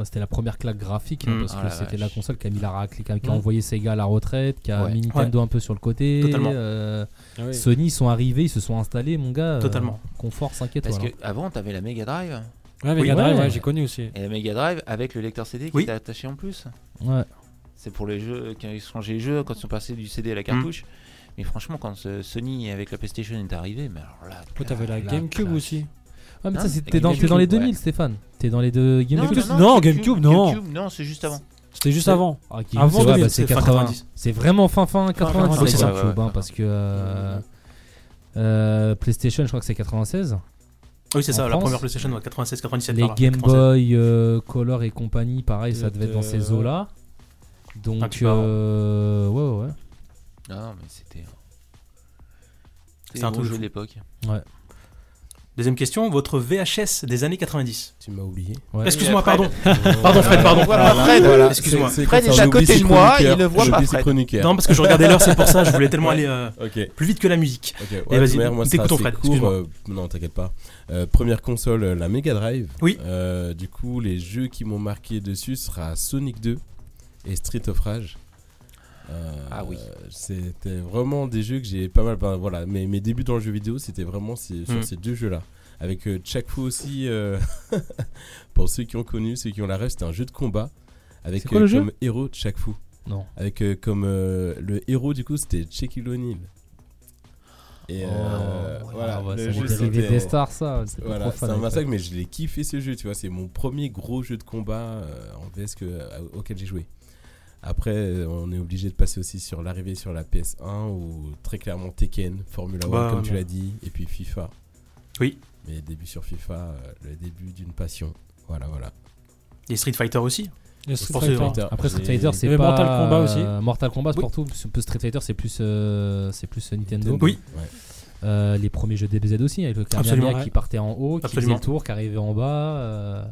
Speaker 6: Ouais, c'était la première claque graphique hein,
Speaker 4: Hmm.
Speaker 6: parce
Speaker 5: Ah
Speaker 6: que
Speaker 5: la
Speaker 6: c'était
Speaker 5: vache.
Speaker 6: la console qui a mis la raclée, qui a, qui a
Speaker 7: Hmm.
Speaker 6: envoyé Sega à la retraite, qui a
Speaker 5: Ouais.
Speaker 6: mis Nintendo un peu sur le côté.
Speaker 4: Totalement.
Speaker 6: euh,
Speaker 7: Ah oui.
Speaker 6: Sony, ils sont arrivés, ils se sont installés, mon gars. euh,
Speaker 4: Totalement.
Speaker 6: confort, 5
Speaker 5: Parce
Speaker 6: étoiles. hein.
Speaker 5: qu'avant, t'avais la Mega Drive.
Speaker 7: Ouais,
Speaker 4: Oui,
Speaker 7: mais Mega Drive,
Speaker 6: ouais.
Speaker 7: ouais, j'ai connu aussi.
Speaker 5: Et la Mega Drive avec le lecteur CD qui
Speaker 4: Oui.
Speaker 5: était attaché en plus.
Speaker 6: Ouais.
Speaker 5: C'est pour les jeux qui ont changé les jeux quand ils sont passés du CD à la
Speaker 4: Mm.
Speaker 5: cartouche. Mais franchement, quand ce- Sony avec la PlayStation est arrivé, mais alors là.
Speaker 7: Toi, t'avais la
Speaker 6: La
Speaker 7: GameCube
Speaker 6: classe.
Speaker 7: aussi.
Speaker 6: Ouais, Ah, mais
Speaker 5: Hein
Speaker 6: ça, c'est- t'es
Speaker 5: Avec
Speaker 6: dans,
Speaker 5: les
Speaker 6: t'es dans les
Speaker 5: GameCube,
Speaker 6: 2000,
Speaker 5: ouais.
Speaker 6: Stéphane. T'es dans les deux GameCube.
Speaker 7: non, GameCube, non.
Speaker 5: GameCube, non, c'est juste avant.
Speaker 7: C'était juste avant.
Speaker 6: Ah, qui-
Speaker 7: Avant
Speaker 6: c'est ouais,
Speaker 7: 2000,
Speaker 6: bah, c'est
Speaker 4: c'est fin
Speaker 6: 80.
Speaker 4: 90.
Speaker 6: C'est vraiment fin fin 90.
Speaker 4: Oui, c'est ça.
Speaker 6: la GameCube,
Speaker 5: Ouais, ouais,
Speaker 6: hein, parce que euh, euh, PlayStation, je crois que c'est 96.
Speaker 4: Oui, c'est
Speaker 6: En
Speaker 4: ça, la
Speaker 6: France,
Speaker 4: première PlayStation, ouais, 96, 97.
Speaker 6: Les
Speaker 4: par là,
Speaker 6: Game
Speaker 4: 96.
Speaker 6: Boy, euh, Color et compagnie, pareil, ça
Speaker 7: Euh,
Speaker 6: devait être dans ces
Speaker 7: euh,
Speaker 6: eaux-là.
Speaker 4: Un
Speaker 6: Donc,
Speaker 4: petit peu avant.
Speaker 6: euh, ouais, ouais, ouais.
Speaker 5: Non, non, Ah, mais c'était.
Speaker 4: C'est un
Speaker 5: gros
Speaker 4: truc de
Speaker 5: jeu
Speaker 4: fou.
Speaker 5: de l'époque.
Speaker 4: Deuxième question, votre VHS des années 90.
Speaker 8: Tu m'as oublié.
Speaker 6: Ouais.
Speaker 4: Excuse-moi,
Speaker 5: Fred. Ah,
Speaker 4: pardon.
Speaker 8: euh,
Speaker 4: Pardon, Fred, pardon.
Speaker 5: voilà.
Speaker 4: Excuse-moi.
Speaker 8: C'est- c'est
Speaker 5: Fred
Speaker 8: comme
Speaker 5: est
Speaker 8: ça,
Speaker 5: à
Speaker 8: j'ai
Speaker 5: côté
Speaker 8: oublié
Speaker 5: de
Speaker 8: ses
Speaker 5: moi,
Speaker 8: chroniqueurs.
Speaker 5: il ne voit
Speaker 8: J'ai
Speaker 5: pas
Speaker 8: oublié ses
Speaker 5: Fred.
Speaker 8: chroniqueurs.
Speaker 4: Non, parce que je regardais l'heure, c'est pour ça, je voulais tellement aller euh,
Speaker 8: Ok.
Speaker 4: plus vite que la musique.
Speaker 8: Ok, ouais,
Speaker 4: Et vas-y,
Speaker 8: première, moi,
Speaker 4: nous
Speaker 8: c'est
Speaker 4: t'écoutons,
Speaker 8: assez
Speaker 4: Fred,
Speaker 8: court,
Speaker 4: excuse-moi.
Speaker 8: euh, non, t'inquiète pas. Euh, première console, euh, la Mega Drive.
Speaker 4: Oui.
Speaker 8: Euh, du coup, les jeux qui m'ont marqué dessus sera Sonic 2 et Street of Rage. Euh,
Speaker 5: Ah oui.
Speaker 8: C'était vraiment des jeux que j'ai pas mal. ben, voilà, mes, mes débuts dans le jeu vidéo, c'était vraiment ces- sur
Speaker 4: Mm.
Speaker 8: ces deux jeux-là. Avec euh, chaque fois aussi, euh, pour ceux qui ont connu, ceux qui ont la rêve, c'était un jeu de combat. Avec euh,
Speaker 6: C'est quoi le jeu
Speaker 8: comme héros chaque fou.
Speaker 6: Non.
Speaker 8: Avec euh, comme euh, le héros du coup c'était Shaquille O'Neal. Et
Speaker 6: Oh,
Speaker 8: euh,
Speaker 6: ouais,
Speaker 8: voilà,
Speaker 6: Ah ouais,
Speaker 8: le
Speaker 6: ça
Speaker 8: jeu,
Speaker 6: me dérive
Speaker 8: c'était-
Speaker 6: des stars, ça. C'est pas
Speaker 8: voilà,
Speaker 6: trop
Speaker 8: c'est
Speaker 6: fan,
Speaker 8: un
Speaker 6: avec
Speaker 8: massacre, mais je l'ai kiffé ce jeu, tu vois. C'est mon premier gros jeu de combat euh, en VS que, à- auquel j'ai joué. Après, euh, on est obligé de passer aussi sur l'arrivée sur la PS1 ou très clairement Tekken, Formula
Speaker 4: Bah,
Speaker 8: 1 comme tu
Speaker 4: non.
Speaker 8: l'as dit, et puis FIFA.
Speaker 4: Oui.
Speaker 8: Mais début sur FIFA, euh, le début d'une passion. Voilà, voilà.
Speaker 4: Et Street Fighter aussi.
Speaker 7: Et Street
Speaker 4: Forcément.
Speaker 7: Fighter.
Speaker 6: Après Street
Speaker 8: J'ai-
Speaker 6: Fighter, c'est
Speaker 7: Mais
Speaker 6: pas
Speaker 7: Mortal Kombat aussi.
Speaker 6: euh, Mortal Kombat, c'est
Speaker 7: Oui.
Speaker 6: pour tout. C'est- peu- Street Fighter, c'est plus, euh, c'est plus euh, Nintendo.
Speaker 4: Oui.
Speaker 8: Ouais.
Speaker 6: Euh, les premiers jeux DBZ aussi, avec le
Speaker 4: Absolument,
Speaker 6: Carmania
Speaker 7: ouais.
Speaker 6: qui partait en haut, qui
Speaker 4: Absolument.
Speaker 6: faisait le tour, qui arrivait en bas. euh,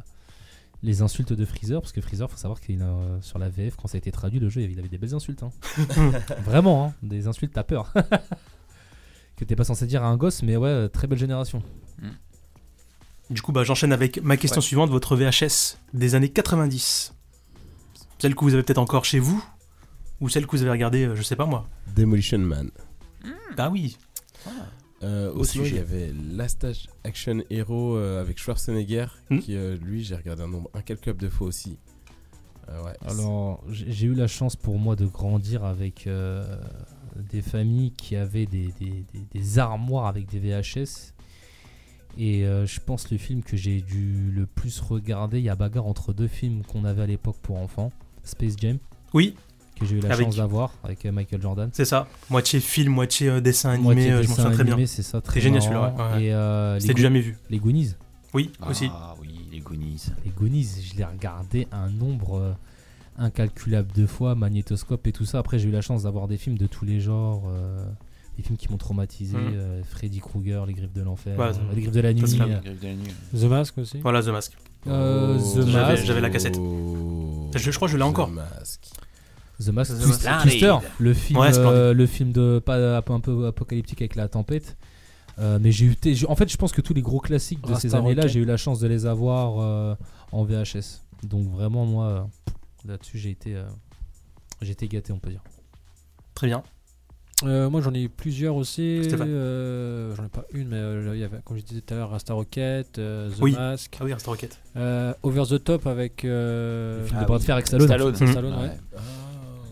Speaker 6: les insultes de Freezer, parce que Freezer, faut savoir qu'il a, euh, sur la VF, quand ça a été traduit, le jeu, il avait des belles insultes. hein. Vraiment, hein, des insultes, t'as peur. que t'es pas censé dire à un gosse, mais ouais, euh, très belle génération.
Speaker 4: Du coup, bah, j'enchaîne avec ma question suivante, votre VHS des années 90. Celle que vous avez peut-être encore chez vous, ou celle que vous avez regardée, euh, je sais pas moi.
Speaker 8: Demolition Man. Hmm.
Speaker 6: Bah
Speaker 4: Ah oui,
Speaker 8: Euh,
Speaker 4: Au
Speaker 8: aussi, il
Speaker 4: sujet.
Speaker 8: y avait Last Ach- Action Hero euh, avec Schwarzenegger,
Speaker 4: Hmm.
Speaker 8: qui euh, lui, j'ai regardé un nombre incalculable de fois aussi. Euh, ouais.
Speaker 6: Alors, j'ai j'ai eu la chance pour moi de grandir avec euh, des familles qui avaient des, des- des- des armoires avec des VHS. Et euh, je pense le film que j'ai dû le plus regarder, il y a bagarre entre deux films qu'on avait à l'époque pour enfants, Space Jam,
Speaker 4: oui,
Speaker 6: que j'ai eu la
Speaker 4: Avec-
Speaker 6: chance d'avoir avec euh, Michael Jordan.
Speaker 4: c'est ça. Moitié film, moitié euh, dessin animé,
Speaker 6: Moitié
Speaker 4: euh, je m'en
Speaker 6: dessin
Speaker 4: souviens très bien.
Speaker 6: animé, C'est ça, très
Speaker 4: génial,
Speaker 6: marrant.
Speaker 4: celui-là, ouais.
Speaker 6: Et euh, les,
Speaker 4: C'était du
Speaker 6: Go-
Speaker 4: jamais vu.
Speaker 6: les Goonies.
Speaker 4: Oui, aussi.
Speaker 5: Ah oui, les Goonies.
Speaker 6: Les Goonies, je l'ai regardé un nombre euh, incalculable de fois, magnétoscope et tout ça. Après, j'ai eu la chance d'avoir des films de tous les genres, euh, des films qui m'ont traumatisé,
Speaker 4: Mhm.
Speaker 6: euh, Freddy Krueger, Les Griffes de l'enfer,
Speaker 4: Ouais,
Speaker 6: euh,
Speaker 4: ça-
Speaker 6: Les Griffes de la
Speaker 4: ça,
Speaker 6: nuit,
Speaker 4: c'est la-
Speaker 6: euh,
Speaker 7: The Mask aussi.
Speaker 4: Voilà The Mask.
Speaker 6: euh, The
Speaker 4: J'avais-
Speaker 6: Mask,
Speaker 4: j'avais la cassette.
Speaker 8: Oh.
Speaker 4: Je- je crois que je l'ai
Speaker 8: The
Speaker 4: encore.
Speaker 8: Mask.
Speaker 6: The Mask,
Speaker 4: The Ah,
Speaker 6: Twist-
Speaker 5: Mask.
Speaker 6: Twister, le film,
Speaker 4: Ouais, splendide.
Speaker 6: euh, le film de pas un peu apocalyptique avec la tempête. Euh, mais j'ai eu, t- j'ai- en fait, je pense que tous les gros classiques de ces
Speaker 7: Rasta
Speaker 6: années-là,
Speaker 7: Rocket.
Speaker 6: j'ai eu la chance de les avoir euh, en VHS. Donc vraiment, moi, euh, là-dessus, j'ai été, euh, j'ai été gâté, on peut dire.
Speaker 4: Très bien.
Speaker 7: Euh, moi j'en ai eu plusieurs aussi.
Speaker 4: Stéphane.
Speaker 7: Euh, j'en ai pas une, mais euh, il y avait, comme je disais tout à l'heure, Rasta Rocket, euh, The
Speaker 4: Oui.
Speaker 7: Mask,
Speaker 4: Ah oui, Rasta Rocket.
Speaker 7: euh, Over the Top avec. euh,
Speaker 6: Le film
Speaker 5: Ah
Speaker 6: de bras de
Speaker 5: oui.
Speaker 6: fer avec Stallone.
Speaker 7: Stallone,
Speaker 4: Mhm.
Speaker 7: Stallone, ouais.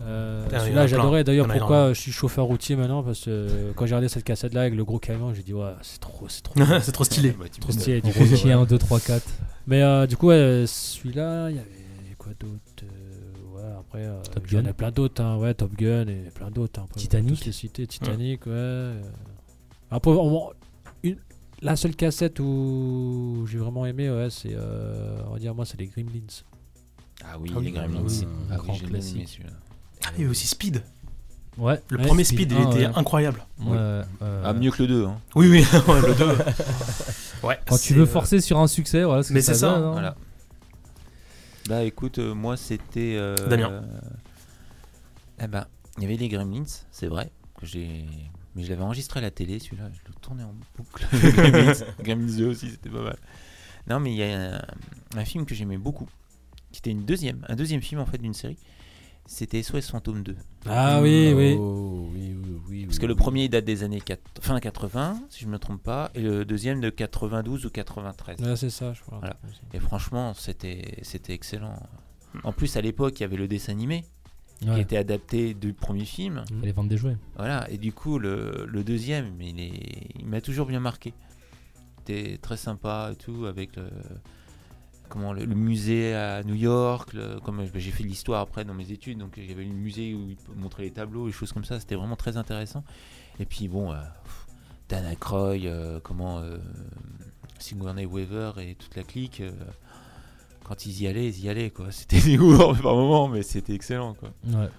Speaker 7: Euh,
Speaker 4: Ah, il y en a
Speaker 7: celui-là
Speaker 4: plein.
Speaker 7: j'adorais
Speaker 4: Il
Speaker 7: d'ailleurs
Speaker 4: y en a
Speaker 7: pourquoi
Speaker 4: énormément.
Speaker 7: euh, je suis chauffeur routier maintenant parce que euh, quand j'ai regardé cette cassette là avec le gros camion j'ai dit ouais c'est trop c'est trop
Speaker 4: c'est trop stylé.
Speaker 7: trop stylé du coup,
Speaker 6: Rocky
Speaker 7: ouais.
Speaker 6: 1, 2, 3, 4.
Speaker 7: mais euh, du coup ouais, euh, celui-là il y avait quoi d'autre Euh, ouais après euh,
Speaker 6: Top
Speaker 7: j'en
Speaker 6: Gun.
Speaker 7: ai plein d'autres hein. ouais Top Gun et plein d'autres hein. Après, on peut
Speaker 6: Titanic.
Speaker 7: tous les citer Titanic ouais, euh. Après, on- une- la seule cassette où j'ai vraiment aimé ouais c'est euh, on va dire moi c'est les Gremlins
Speaker 5: Ah oui,
Speaker 4: Ah oui,
Speaker 5: les Gremlins.
Speaker 8: oui,
Speaker 5: Ah
Speaker 6: un
Speaker 5: oui,
Speaker 6: grand
Speaker 5: j'ai bien aimé
Speaker 6: classique.
Speaker 5: celui-là.
Speaker 4: Ah, mais aussi Speed.
Speaker 6: Ouais.
Speaker 4: Le
Speaker 7: Ouais,
Speaker 4: premier
Speaker 6: Speed
Speaker 4: Speed, il
Speaker 6: un,
Speaker 4: était
Speaker 6: ouais.
Speaker 4: incroyable.
Speaker 6: ouais, euh,
Speaker 5: Ah, mieux que le 2. Hein.
Speaker 4: Oui, oui, le 2. Ouais,
Speaker 6: Quand
Speaker 4: c'est,
Speaker 6: tu veux
Speaker 4: euh,
Speaker 6: forcer sur un succès, voilà ce que
Speaker 4: mais c'est ça,
Speaker 6: donne, hein.
Speaker 5: Voilà. Bah écoute, euh, moi c'était. euh,
Speaker 4: Damien.
Speaker 5: euh, eh ben, il y avait les Gremlins, c'est vrai. Que j'ai... Mais je l'avais enregistré à la télé, celui-là, je le tournais en boucle. le Gremlins, Gremlins 2 aussi, c'était pas mal. Non, mais il y a un, un film que j'aimais beaucoup, qui était une deuxième, un deuxième film en fait d'une série. C'était SOS Fantôme 2.
Speaker 7: ah oui oui
Speaker 8: Oh, oui, oui, oui,
Speaker 5: Parce
Speaker 8: oui,
Speaker 5: que le
Speaker 8: oui.
Speaker 5: premier il date des années 4 fin 80, si je ne me trompe pas, et le deuxième de 92 ou 93.
Speaker 7: Ouais, c'est ça je crois
Speaker 5: Voilà. Et franchement, c'était c'était excellent. En plus, à l'époque, il y avait le dessin animé qui
Speaker 6: Ouais.
Speaker 5: était adapté du premier film.
Speaker 7: Mm.
Speaker 4: Hmm.
Speaker 6: Fallait vendre des jouets.
Speaker 5: Voilà, et du coup, le, le deuxième, mais il, est- il m'a toujours bien marqué. C'était très sympa et tout, avec le, comment, le, le musée à New York. le- comme euh, bah, j'ai fait de l'histoire après dans mes études, donc il y avait le musée où ils montraient les tableaux et choses comme ça. C'était vraiment très intéressant. Et puis bon, euh, pff, Dan Aykroyd, euh, comment, euh, Sigourney Weaver et toute la clique. euh, quand ils y allaient, ils y allaient quoi. C'était des lourds par moment, mais c'était excellent quoi.
Speaker 6: Ouais.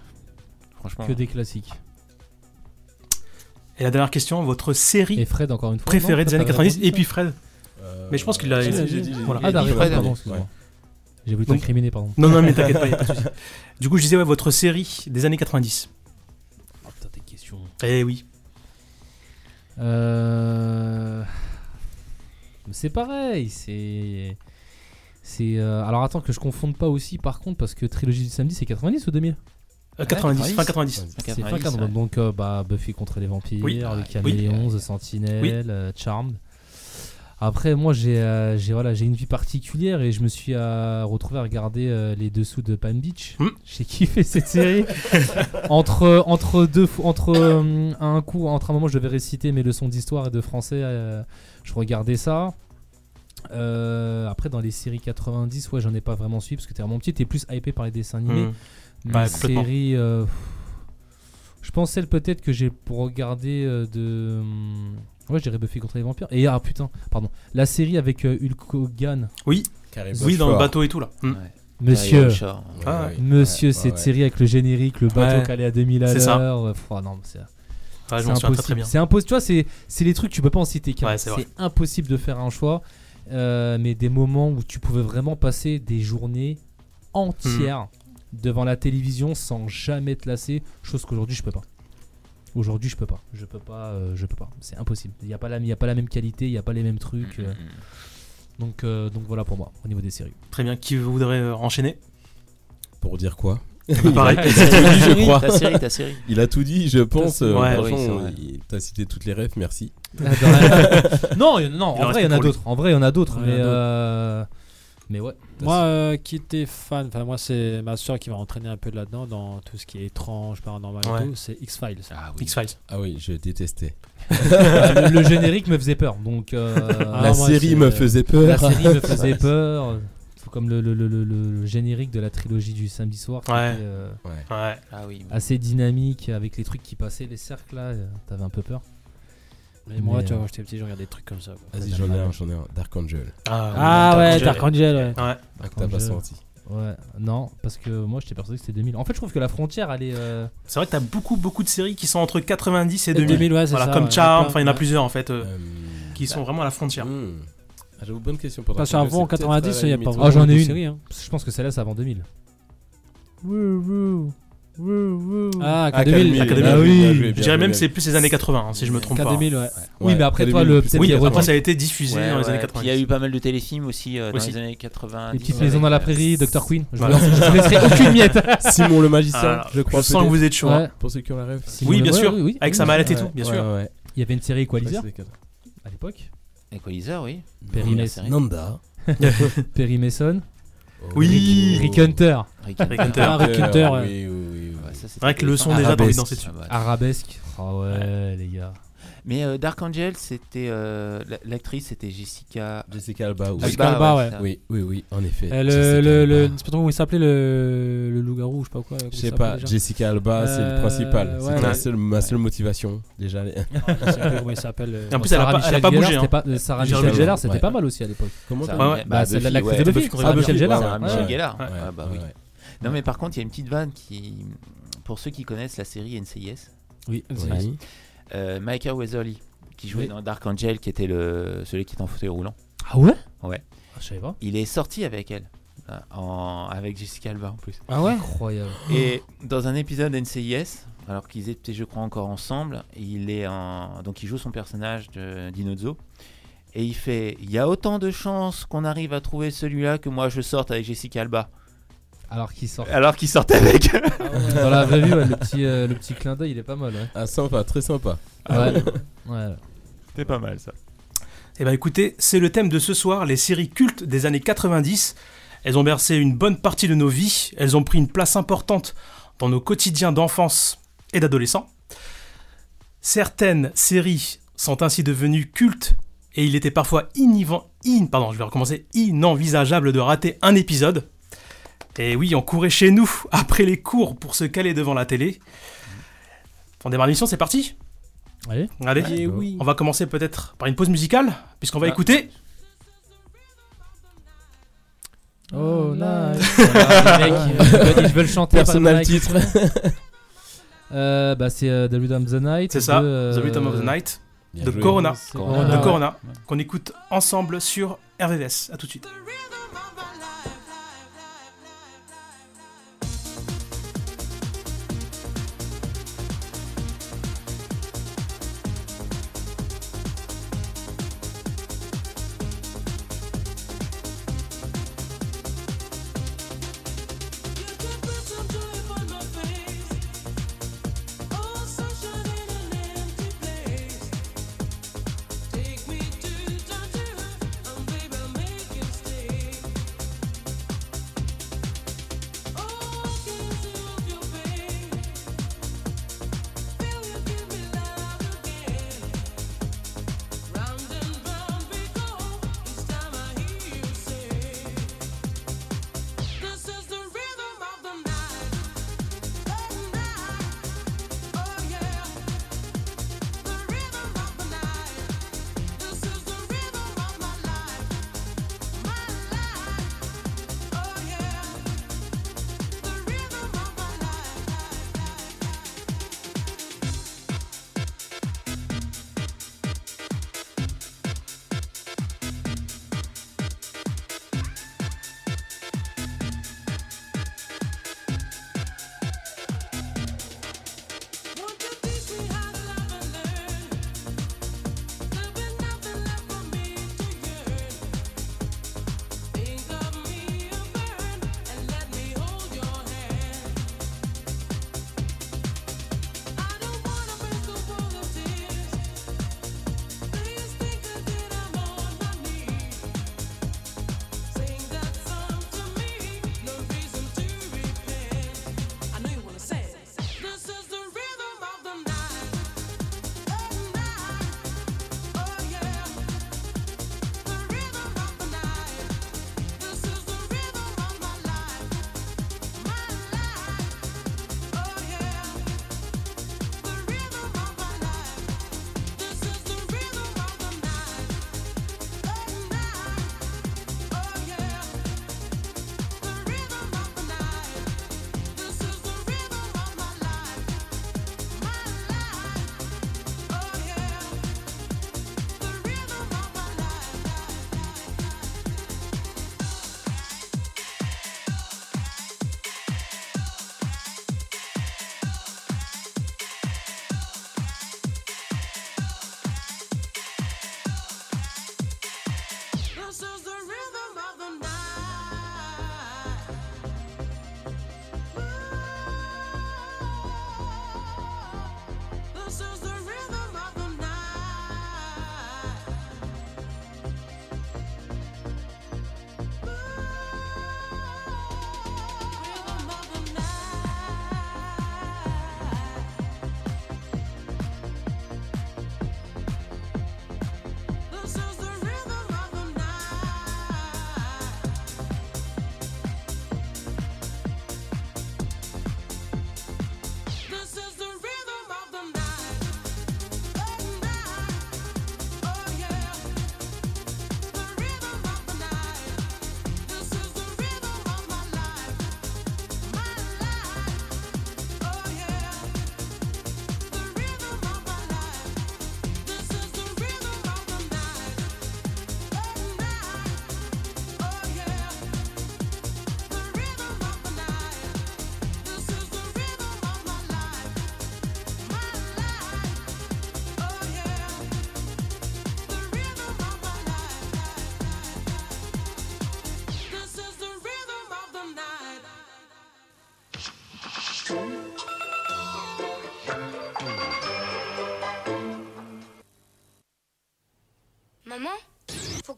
Speaker 5: Franchement.
Speaker 6: Que des classiques.
Speaker 4: Et la dernière question, votre série
Speaker 6: Et Fred, encore une fois.
Speaker 4: préférée
Speaker 6: non,
Speaker 4: des années
Speaker 6: t'as pas
Speaker 4: 90
Speaker 6: répondu
Speaker 4: Et puis Fred.
Speaker 8: Euh,
Speaker 4: Mais je pense qu'il l'a-
Speaker 8: si,
Speaker 4: il-
Speaker 8: j'ai dit, j'ai
Speaker 4: voilà.
Speaker 8: dit.
Speaker 6: Ah,
Speaker 5: Fred,
Speaker 6: David,
Speaker 5: Fred,
Speaker 6: pardon,
Speaker 5: ouais.
Speaker 6: excuse-moi. J'ai voulu
Speaker 4: Donc-
Speaker 6: t'incriminer, pardon.
Speaker 4: Non, non, mais t'inquiète pas, y a pas de souci. Du coup, je disais, ouais, votre série des années 90.
Speaker 6: Oh, putain, tes questions.
Speaker 4: Eh oui.
Speaker 6: Euh... C'est pareil, c'est. C'est. euh, Alors attends que je confonde pas aussi par contre parce que Trilogie du samedi c'est 90 ou 2000
Speaker 4: Euh, 90, fin 90.
Speaker 6: C'est fin
Speaker 5: 90,
Speaker 6: 80,
Speaker 5: ouais.
Speaker 6: donc euh, bah, Buffy contre les vampires,
Speaker 4: Oui.
Speaker 6: les
Speaker 5: Ah,
Speaker 4: oui.
Speaker 6: caméléons, The Sentinel, euh, Charmed. Après, moi, j'ai euh, j'ai voilà, j'ai une vie particulière et je me suis euh, retrouvé à regarder euh, les dessous de Palm Beach.
Speaker 4: Hmm.
Speaker 6: J'ai kiffé cette série. entre euh, entre deux fou- entre euh, un coup, entre un moment, je devais réciter mes leçons d'histoire et de français. euh, je regardais ça. Euh, après, dans les séries 90, ouais, j'en ai pas vraiment suivi parce que t'es vraiment petit, t'es plus hypé par les dessins animés.
Speaker 4: Mmh.
Speaker 6: Une
Speaker 4: Ouais, complètement.
Speaker 6: série. euh, pff, je pense celle peut-être que j'ai pour regarder euh, de. hum, Ouais, je dirais Buffy contre les vampires. Et ah putain, pardon. La série avec euh, Hulk Hogan.
Speaker 4: Oui,
Speaker 8: Carrie
Speaker 4: oui, dans le
Speaker 8: Bradshaw.
Speaker 4: bateau et tout là. Mmh.
Speaker 5: Ouais.
Speaker 6: Monsieur,
Speaker 4: Ah,
Speaker 8: ouais,
Speaker 6: monsieur,
Speaker 8: ouais,
Speaker 6: cette
Speaker 8: ouais.
Speaker 6: série avec le générique, le bateau
Speaker 4: Ouais.
Speaker 6: calé à 2000 à
Speaker 4: C'est ça.
Speaker 6: l'heure. euh, pff, ah non, mais c'est
Speaker 4: Ouais, je
Speaker 6: c'est
Speaker 4: m'en souviens
Speaker 6: impossible.
Speaker 4: très très bien.
Speaker 6: C'est impossible. Tu vois, c'est c'est les trucs que tu peux pas en citer. qu'un.
Speaker 4: Ouais, c'est
Speaker 6: c'est
Speaker 4: vrai.
Speaker 6: impossible de faire un choix. Euh, mais des moments où tu pouvais vraiment passer des journées entières devant la télévision sans jamais te lasser, chose qu'aujourd'hui je peux pas. Aujourd'hui je peux pas. Je peux pas. euh, je peux pas. C'est impossible. Il y a pas la, il y a pas la même qualité. Il y a pas les mêmes trucs.
Speaker 4: Mmh,
Speaker 6: euh. donc euh, donc voilà pour moi au niveau des séries.
Speaker 4: Très bien. Qui voudrait euh, enchaîner
Speaker 8: Pour dire quoi
Speaker 6: Ah,
Speaker 4: Bah, Pareil.
Speaker 8: je crois.
Speaker 5: Ta série, ta série.
Speaker 8: Il a tout dit, je pense.
Speaker 4: Ouais,
Speaker 8: euh,
Speaker 4: oui,
Speaker 8: franchement,
Speaker 5: c'est vrai.
Speaker 8: il- T'as cité toutes les rêves, merci.
Speaker 6: Ah, non il y en- non.
Speaker 4: Il en
Speaker 6: en vrai il y
Speaker 4: reste pour
Speaker 6: en a
Speaker 4: lui.
Speaker 6: d'autres. En vrai il y en a d'autres.
Speaker 7: Ouais, il y en a
Speaker 6: Mais
Speaker 7: d'autres.
Speaker 6: euh, mais ouais.
Speaker 7: Moi, euh, qui était fan, enfin moi c'est ma soeur qui m'a entraîné un peu là-dedans dans tout ce qui est étrange, paranormal, et
Speaker 4: Ouais.
Speaker 7: tout, c'est X Files.
Speaker 5: Ah oui.
Speaker 4: X-Files.
Speaker 8: Ah oui, je détestais.
Speaker 6: Bah, le, le générique me faisait peur. Donc euh,
Speaker 7: Ah,
Speaker 8: la
Speaker 7: moi,
Speaker 8: série
Speaker 7: c'est-
Speaker 8: me faisait peur.
Speaker 6: la série me faisait peur. euh, Tout comme le, le- le- le- le générique de la trilogie du samedi soir. qui
Speaker 4: Ouais.
Speaker 6: était, euh,
Speaker 8: Ouais.
Speaker 4: Ouais.
Speaker 5: Ah oui.
Speaker 6: assez dynamique avec les trucs qui passaient, les cercles là. euh, T'avais un peu peur.
Speaker 7: Mais moi,
Speaker 6: Mais,
Speaker 7: tu vois,
Speaker 6: euh,
Speaker 7: quand j'étais petit, je regardais des trucs comme ça. quoi.
Speaker 8: Vas-y, j'en ai un, j'en ai un. Dark Angel.
Speaker 4: Ah,
Speaker 7: Ah
Speaker 4: oui,
Speaker 7: ouais,
Speaker 4: Dark
Speaker 7: Dark Angel, ouais.
Speaker 4: Angel. Ouais.
Speaker 8: Ah, que t'as pas
Speaker 6: Angel.
Speaker 8: sorti.
Speaker 6: Ouais. Non, parce que moi j'étais persuadé que c'était 2000. En fait, je trouve que la frontière elle est. euh,
Speaker 4: C'est vrai que t'as beaucoup beaucoup de séries qui sont entre 90 et
Speaker 7: 2000,
Speaker 4: 2000.
Speaker 7: ouais, c'est
Speaker 4: Voilà,
Speaker 7: ça.
Speaker 4: comme
Speaker 7: ouais.
Speaker 4: Charm.
Speaker 7: plein,
Speaker 4: Enfin, il y en a
Speaker 7: ouais.
Speaker 4: plusieurs en fait euh,
Speaker 8: Euh,
Speaker 4: qui
Speaker 6: bah.
Speaker 4: sont vraiment à la frontière.
Speaker 8: hmm. Ah, J'avoue, bonne question pour
Speaker 7: Parce
Speaker 8: Dark Angel,
Speaker 7: qu'avant, en
Speaker 8: c'est peut-être
Speaker 7: 90,
Speaker 8: à la
Speaker 7: il y a
Speaker 8: limite.
Speaker 7: pas
Speaker 6: Ah, j'en ai
Speaker 7: beaucoup de
Speaker 6: une.
Speaker 7: séries, hein.
Speaker 6: Je pense que celle-là c'est avant 2000.
Speaker 8: Ah,
Speaker 7: Ah, K2000.
Speaker 6: Bah
Speaker 8: K2000,
Speaker 4: Academy.
Speaker 8: bien
Speaker 4: Ah
Speaker 8: joué,
Speaker 4: oui.
Speaker 8: bien joué,
Speaker 4: Je
Speaker 8: bien
Speaker 4: dirais
Speaker 8: joué,
Speaker 4: même
Speaker 8: bien
Speaker 4: que c'est plus les années 80 hein, si je me trompe pas.
Speaker 7: K2000, ouais.
Speaker 8: joué.
Speaker 6: Oui,
Speaker 8: Ouais,
Speaker 6: mais après, toi,
Speaker 8: 2000,
Speaker 6: le-
Speaker 8: plus
Speaker 6: peut-être
Speaker 8: années
Speaker 4: Oui,
Speaker 6: qu'il y a-
Speaker 4: après
Speaker 8: 80.
Speaker 4: ça a été diffusé
Speaker 5: Ouais,
Speaker 4: dans les
Speaker 5: ouais,
Speaker 4: années
Speaker 5: puis
Speaker 4: 80.
Speaker 5: Il y a eu pas mal de téléfilms aussi euh, dans
Speaker 4: Aussi.
Speaker 5: les années euh, 80.
Speaker 6: Les petites maisons dans la prairie, Docteur Queen. Je vous
Speaker 4: Voilà.
Speaker 6: je vous laisserai aucune miette.
Speaker 8: Simon le magicien,
Speaker 4: Ah,
Speaker 8: je crois.
Speaker 4: sens que
Speaker 8: peut-être.
Speaker 4: vous êtes chaud. hein.
Speaker 6: Ouais.
Speaker 8: Pour ceux qui ont la rêve.
Speaker 6: Si
Speaker 4: Oui,
Speaker 6: vous-
Speaker 4: bien
Speaker 6: ouais,
Speaker 4: sûr.
Speaker 6: oui, oui.
Speaker 4: Avec sa mallette et tout, bien sûr.
Speaker 6: Il y avait une série Equalizer
Speaker 8: sûr.
Speaker 6: à l'époque.
Speaker 5: Equalizer, oui.
Speaker 6: Perry
Speaker 5: La
Speaker 6: Mason.
Speaker 5: série.
Speaker 8: Nanda.
Speaker 6: Perry Mason.
Speaker 4: Oui.
Speaker 6: Rick Hunter.
Speaker 5: Rick
Speaker 4: Rick
Speaker 5: and-
Speaker 4: Hunter.
Speaker 7: Ah, Rick Hunter, ouais.
Speaker 8: Oui, oui, oui.
Speaker 5: Ouais, ça, c'était
Speaker 4: C'est vrai que le son déjà,
Speaker 5: intéressant.
Speaker 4: t'as
Speaker 8: Arabesque.
Speaker 4: envie de danser dessus.
Speaker 5: Ah, bah,
Speaker 6: Arabesque. Ah ouais, les gars.
Speaker 5: Mais euh, Dark Angel, c'était euh, la- l'actrice, c'était Jessica.
Speaker 8: Jessica Alba, oui.
Speaker 7: Jessica Alba, ouais.
Speaker 5: c'est ça.
Speaker 8: Oui, oui, oui, en effet.
Speaker 5: Ah,
Speaker 7: Euh,
Speaker 8: Jessica
Speaker 7: le, le, le,
Speaker 8: Alba.
Speaker 7: c'est pas trop comment il s'appelait le, le loup-garou, je sais pas quoi. comment
Speaker 8: Je
Speaker 7: il
Speaker 8: sais
Speaker 7: s'appelait
Speaker 8: pas,
Speaker 7: déjà.
Speaker 8: Jessica Alba, c'est le
Speaker 7: Euh,
Speaker 8: principal.
Speaker 7: ouais,
Speaker 8: c'est ma
Speaker 4: ouais.
Speaker 8: seule, ma seule motivation, déjà. les-
Speaker 7: Je sais plus comment il s'appelle. euh.
Speaker 4: Et En plus, elle
Speaker 6: Sarah
Speaker 4: a pas, elle a
Speaker 6: Michelle
Speaker 4: pas
Speaker 6: Gellar,
Speaker 4: bougé. hein.
Speaker 6: c'était pas- euh, Sarah
Speaker 4: Michelle
Speaker 6: Michelle
Speaker 8: Gellar,
Speaker 6: Gellar, c'était
Speaker 8: ouais.
Speaker 6: pas mal aussi à l'époque.
Speaker 8: Comment
Speaker 5: Ça,
Speaker 8: t'as-
Speaker 4: Ouais, ouais.
Speaker 6: Bah, celle-là,
Speaker 5: Buffy,
Speaker 6: la-
Speaker 5: ouais.
Speaker 6: c'était Buffy.
Speaker 4: Buffy,
Speaker 6: Sarah Michelle
Speaker 8: Ah, Buffy,
Speaker 6: Gellar.
Speaker 8: Sarah
Speaker 6: ouais.
Speaker 8: Michelle
Speaker 6: Ouais.
Speaker 5: Gellar.
Speaker 4: Ouais.
Speaker 5: Ah, bah oui.
Speaker 8: ouais.
Speaker 5: Non, mais par contre, il y a une petite vanne qui. Pour ceux qui connaissent la série NCIS,
Speaker 7: Oui, c'est-
Speaker 8: Oui.
Speaker 5: euh, Michael Weatherly, qui jouait
Speaker 6: Oui.
Speaker 5: dans Dark Angel, qui était le, celui qui est en fauteuil roulant,
Speaker 6: Ah ouais
Speaker 5: Ouais.
Speaker 6: Ah, Je savais pas.
Speaker 5: il est sorti avec elle. euh, En, avec Jessica Alba en plus.
Speaker 7: Ah ouais
Speaker 6: Incroyable.
Speaker 5: Et dans un épisode NCIS, alors qu'ils étaient, je crois, encore ensemble, il est en... donc il joue son personnage de d'Inozzo. Et il fait Il y a autant de chances qu'on arrive à trouver celui-là que moi je sorte avec Jessica Alba.
Speaker 6: Alors qu'il sort.
Speaker 5: Alors qu'il sortait
Speaker 4: Ah
Speaker 5: avec.
Speaker 6: Dans la vraie vie, Ah ouais, le petit, euh, le petit clin d'œil, il est pas mal. Ouais.
Speaker 8: Ah, sympa, très sympa.
Speaker 6: Ah ouais. Ouais.
Speaker 5: C'était pas mal ça.
Speaker 4: Eh ben écoutez, c'est le thème de ce soir, les séries cultes des années 90. Elles ont bercé une bonne partie de nos vies, elles ont pris une place importante dans nos quotidiens d'enfance et d'adolescents. Certaines séries sont ainsi devenues cultes et il était parfois inivan- in- pardon, je vais recommencer, inenvisageable de rater un épisode. Et oui, on courait chez nous après les cours pour se caler devant la télé. On démarre l'émission, c'est parti
Speaker 6: Allez.
Speaker 4: Allez
Speaker 8: Eh oui.
Speaker 4: on va commencer peut-être par une pause musicale, puisqu'on va
Speaker 5: Ah.
Speaker 4: écouter.
Speaker 6: Oh nice.
Speaker 7: Ah,
Speaker 6: Voilà, les mecs, euh, ils veulent chanter.
Speaker 8: Personne n'a
Speaker 6: pas
Speaker 8: le
Speaker 6: de mic.
Speaker 8: titre.
Speaker 6: Euh, bah, c'est euh, The Rhythm of the Night.
Speaker 4: C'est ça,
Speaker 6: de, euh,
Speaker 4: The Rhythm of the Night
Speaker 8: Bien
Speaker 4: de
Speaker 8: joué.
Speaker 4: Corona,
Speaker 6: c'est-
Speaker 5: Corona.
Speaker 4: de
Speaker 5: Ah ouais.
Speaker 4: Corona, qu'on écoute ensemble sur RVVS. À tout de suite.
Speaker 9: Take me to Dr. and baby, make it stay.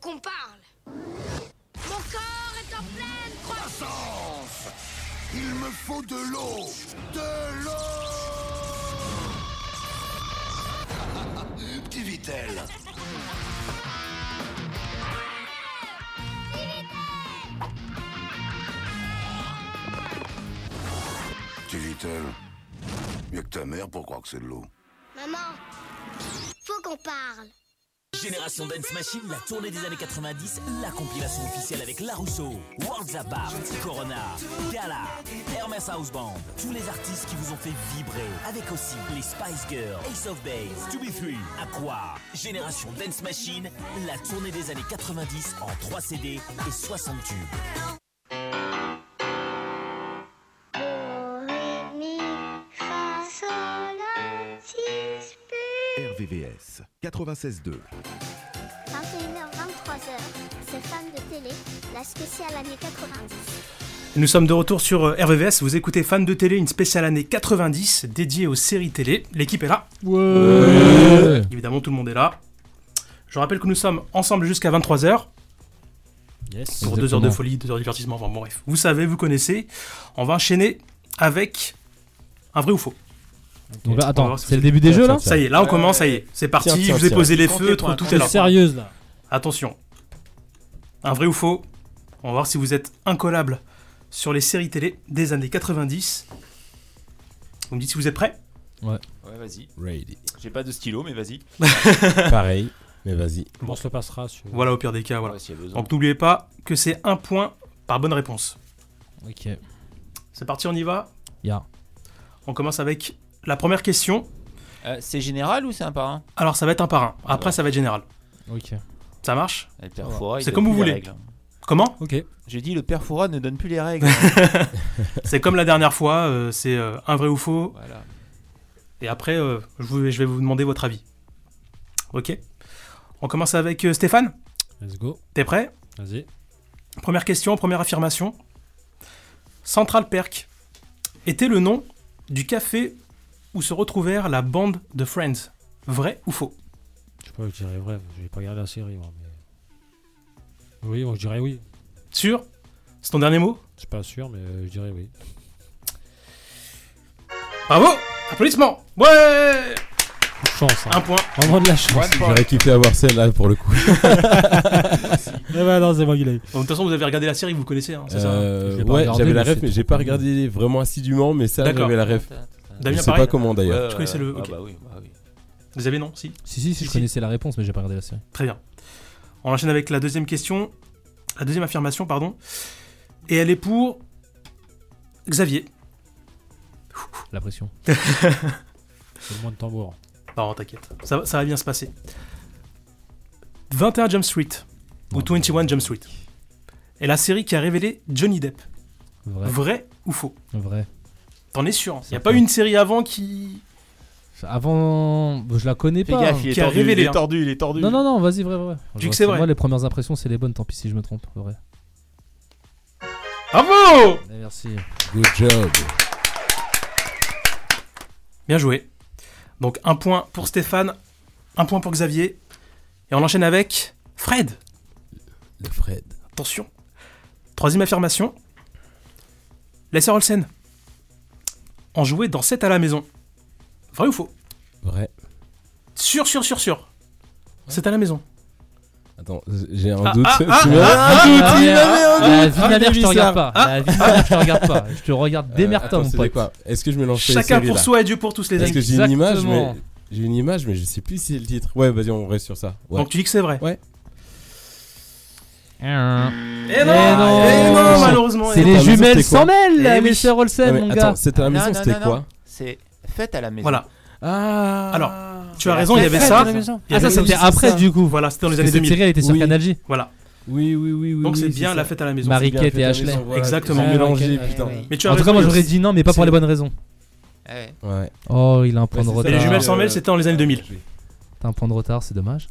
Speaker 9: qu'on parle. Mon corps est en pleine
Speaker 4: Ah,
Speaker 9: croissance.
Speaker 3: Sens Il me faut de l'eau De l'eau Petit Vitel Petit Vitel Mieux que ta mère pour croire que c'est de l'eau.
Speaker 1: Maman, faut qu'on parle.
Speaker 10: Génération Dance Machine, la tournée des années 90, la compilation officielle avec Larousseau, World Zabar, Corona, Gala, Hermès House Band, tous les artistes qui vous ont fait vibrer, avec aussi les Spice Girls, Ace of Base, To Be Free, Aqua. Génération Dance Machine, la tournée des années 90 en 3 CD et 60 tubes.
Speaker 11: RVVS 96.2.
Speaker 1: 21h, 23h, c'est Femme de télé, la spéciale année 90.
Speaker 4: Nous sommes de retour sur euh, RVVS, vous écoutez Fan de télé, une spéciale année 90 dédiée aux séries télé. L'équipe est là.
Speaker 6: Ouais.
Speaker 4: Évidemment, tout le monde est là. Je rappelle que nous sommes ensemble jusqu'à 23h
Speaker 7: Yes.
Speaker 4: pour
Speaker 6: Exactement.
Speaker 4: 2 heures de folie, 2 heures de divertissement. Enfin bon, bref, vous savez, vous connaissez. On va enchaîner avec un vrai ou faux.
Speaker 6: Donc là,
Speaker 4: On va
Speaker 6: attends,
Speaker 4: voir si
Speaker 6: c'est
Speaker 4: vous
Speaker 6: le début des jeux là
Speaker 4: Ça y est, là on
Speaker 8: Ouais.
Speaker 4: commence, ça y est, c'est parti,
Speaker 8: Tiens, tiens,
Speaker 4: je vous ai
Speaker 8: tiens.
Speaker 4: posé les
Speaker 8: Compte les
Speaker 4: feutres,
Speaker 8: points,
Speaker 4: tout
Speaker 8: compte
Speaker 4: est
Speaker 7: Elle
Speaker 4: là.
Speaker 7: est sérieuse là.
Speaker 4: Attention. Un vrai ou faux On va voir si vous êtes incollable sur les séries télé des années 90. Vous me dites si vous êtes prêts
Speaker 5: Ouais, vas-y.
Speaker 8: Ready.
Speaker 5: J'ai pas de stylo, mais vas-y.
Speaker 8: Pareil, mais vas-y.
Speaker 7: On se le passera. si tu veux.
Speaker 4: Voilà, au pire des cas, voilà.
Speaker 5: Ouais, s'il y a besoin.
Speaker 4: Donc n'oubliez pas que c'est un point par bonne réponse.
Speaker 6: Ok.
Speaker 4: C'est parti, on y va
Speaker 6: Ya.
Speaker 4: On commence avec la première question.
Speaker 5: Euh, c'est général ou c'est un par un
Speaker 4: Alors ça va être un par un, après
Speaker 5: Ouais.
Speaker 4: ça va être général.
Speaker 6: Ok.
Speaker 4: Ça marche
Speaker 5: Le père Fourat, il
Speaker 4: C'est
Speaker 5: donne
Speaker 4: comme
Speaker 5: plus
Speaker 4: vous
Speaker 5: les
Speaker 4: voulez.
Speaker 5: règles.
Speaker 4: Comment
Speaker 7: Ok.
Speaker 5: J'ai dit le père Fourat ne donne plus les règles.
Speaker 4: C'est comme la dernière fois, euh, c'est euh, un vrai ou faux,
Speaker 5: voilà.
Speaker 4: Et après, euh, je, vous- je vais vous demander votre avis. Ok On commence avec euh, Stéphane.
Speaker 7: Let's go.
Speaker 4: T'es prêt
Speaker 7: Vas-y.
Speaker 4: Première question, première affirmation. Central Perk était le nom du café où se retrouvèrent la bande de Friends. Vrai ou faux
Speaker 7: Je sais pas, je dirais vrai. J'ai pas regardé la série. moi, mais... Oui, moi, je dirais oui.
Speaker 4: Sûr C'est ton dernier mot
Speaker 7: Je suis pas sûr, mais euh, je dirais oui.
Speaker 4: Bravo Applaudissements Ouais
Speaker 7: Chance.
Speaker 4: Un
Speaker 7: Hein.
Speaker 4: point.
Speaker 7: Vraiment de la chance.
Speaker 8: J'aurais kiffé avoir celle-là pour le coup. Euh,
Speaker 7: Eh ben non, c'est moi qui l'ai eu.
Speaker 4: Bon, De toute façon, vous avez regardé la série, vous connaissez, hein, c'est ça
Speaker 8: Euh,
Speaker 6: Je l'ai pas
Speaker 8: ouais,
Speaker 6: regardé,
Speaker 8: j'avais la
Speaker 6: mais
Speaker 8: ref,
Speaker 6: c'était-
Speaker 8: mais j'ai pas regardé vraiment assidûment, mais ça,
Speaker 4: D'accord.
Speaker 8: j'avais la ref. Je
Speaker 4: Damien,
Speaker 8: sais
Speaker 4: pareil
Speaker 8: pas comment d'ailleurs.
Speaker 5: Ouais,
Speaker 4: Tu connaissais
Speaker 5: ouais,
Speaker 4: le-
Speaker 5: ouais.
Speaker 4: ok.
Speaker 5: Ah bah oui, bah oui.
Speaker 4: Vous avez non Si
Speaker 6: Si, si, si,
Speaker 4: Si,
Speaker 6: je
Speaker 4: si.
Speaker 6: connaissais la réponse, mais j'ai pas regardé la série.
Speaker 4: Très bien. On enchaîne avec la deuxième question, la deuxième affirmation, pardon. Et elle est pour Xavier.
Speaker 6: La pression.
Speaker 7: C'est le moins de tambour.
Speaker 4: Non, t'inquiète, ça, va- ça va bien se passer. 21 Jump Street, ou 21 Jump Street, est la série qui a révélé Johnny Depp.
Speaker 6: Vrai.
Speaker 4: Vrai ou faux
Speaker 6: Vrai.
Speaker 4: T'en es sûr hein. Il n'y a
Speaker 6: Certain.
Speaker 4: pas eu une série avant qui...
Speaker 6: Avant, bon, je la connais
Speaker 5: Fais
Speaker 6: pas.
Speaker 5: gaffe,
Speaker 6: hein.
Speaker 5: il est
Speaker 4: Qui a
Speaker 5: tordu,
Speaker 4: révélé,
Speaker 5: il
Speaker 4: hein.
Speaker 5: est tordu, il est tordu.
Speaker 6: Non, non, non, vas-y, vrai, vrai. vrai.
Speaker 4: Vu
Speaker 6: Je-
Speaker 4: que c'est vrai.
Speaker 6: Moi, les premières impressions, c'est les bonnes, tant pis si je me trompe. Vrai.
Speaker 4: Bravo
Speaker 6: Eh, Merci.
Speaker 8: Good job.
Speaker 4: Bien joué. Donc un point pour Stéphane, un point pour Xavier. Et on enchaîne avec Fred.
Speaker 8: Le Fred.
Speaker 4: Attention. Troisième affirmation. Les sœurs Olsen ont joué dans 7 à la maison. Vrai ou faux
Speaker 8: Vrai.
Speaker 4: Sûr, sûr, sûr, sûr. C'est à la maison.
Speaker 8: Attends, j'ai un
Speaker 4: Ah,
Speaker 8: doute.
Speaker 4: ah, ah,
Speaker 8: Tu vois
Speaker 6: Ah,
Speaker 8: il
Speaker 6: merde.
Speaker 8: avait un
Speaker 6: La
Speaker 8: doute.
Speaker 6: vie de
Speaker 8: Ah,
Speaker 6: ma mère, je te
Speaker 8: Denis,
Speaker 6: regarde
Speaker 8: ça.
Speaker 6: pas. La vie de ma mère, je te regarde pas. Je te regarde démerde-toi,
Speaker 8: Euh,
Speaker 6: mon
Speaker 8: attends,
Speaker 6: pote.
Speaker 8: c'était quoi Est-ce que je mélange pas les
Speaker 4: Chacun
Speaker 8: séries,
Speaker 4: pour
Speaker 8: là
Speaker 4: soi et Dieu pour tous les
Speaker 8: Parce
Speaker 4: amis.
Speaker 8: que j'ai une image, mais
Speaker 6: Exactement.
Speaker 8: j'ai une image, mais je sais plus si c'est le titre. Ouais, vas-y, on reste sur ça. Ouais.
Speaker 4: Donc tu dis que c'est vrai.
Speaker 6: Hein.
Speaker 4: Eh
Speaker 6: non,
Speaker 4: eh non,
Speaker 6: non.
Speaker 4: malheureusement. eh
Speaker 6: C'est
Speaker 4: non.
Speaker 6: les
Speaker 8: ta maison,
Speaker 6: jumelles
Speaker 8: c'était quoi
Speaker 6: sans
Speaker 4: Eh
Speaker 6: mêle,
Speaker 4: oui.
Speaker 6: mes sœurs
Speaker 8: Ah,
Speaker 6: Olsen,
Speaker 8: mais
Speaker 6: mon
Speaker 8: attends,
Speaker 6: gars.
Speaker 8: c'était à la
Speaker 5: Non,
Speaker 8: maison,
Speaker 5: non,
Speaker 8: c'était
Speaker 5: non,
Speaker 8: quoi
Speaker 5: C'est fête à la maison.
Speaker 4: Voilà.
Speaker 8: Ah
Speaker 4: Alors, Tu as raison, il y avait ça. Il y avait
Speaker 6: Ah, ça,
Speaker 4: aussi
Speaker 6: c'était après,
Speaker 4: ça.
Speaker 6: du coup.
Speaker 4: Voilà, c'était dans les
Speaker 6: Parce que
Speaker 4: années 2000.
Speaker 6: cette série, elle était sur
Speaker 8: Oui.
Speaker 6: Canal J.
Speaker 4: Voilà.
Speaker 8: Oui, oui, oui, oui.
Speaker 4: Donc c'est
Speaker 8: oui,
Speaker 4: bien la fête à la maison. Ah,
Speaker 8: C'est bien,
Speaker 6: Mariquette
Speaker 8: fête
Speaker 6: et
Speaker 8: à la
Speaker 6: Ashley.
Speaker 8: maison, voilà,
Speaker 4: Exactement.
Speaker 8: c'est Mélangé,
Speaker 6: Ouais,
Speaker 8: putain.
Speaker 4: Mais tu as
Speaker 6: En tout
Speaker 4: raison.
Speaker 6: cas, moi, j'aurais dit non, mais pas pour les bonnes raisons.
Speaker 5: Ah ouais.
Speaker 8: Ouais.
Speaker 6: Oh, il a un point de
Speaker 8: Ouais, c'est ça.
Speaker 4: Et
Speaker 6: retard.
Speaker 4: les jumelles sans
Speaker 8: Euh,
Speaker 4: mêle, c'était dans les années 2000.
Speaker 6: T'as un point de retard, c'est dommage.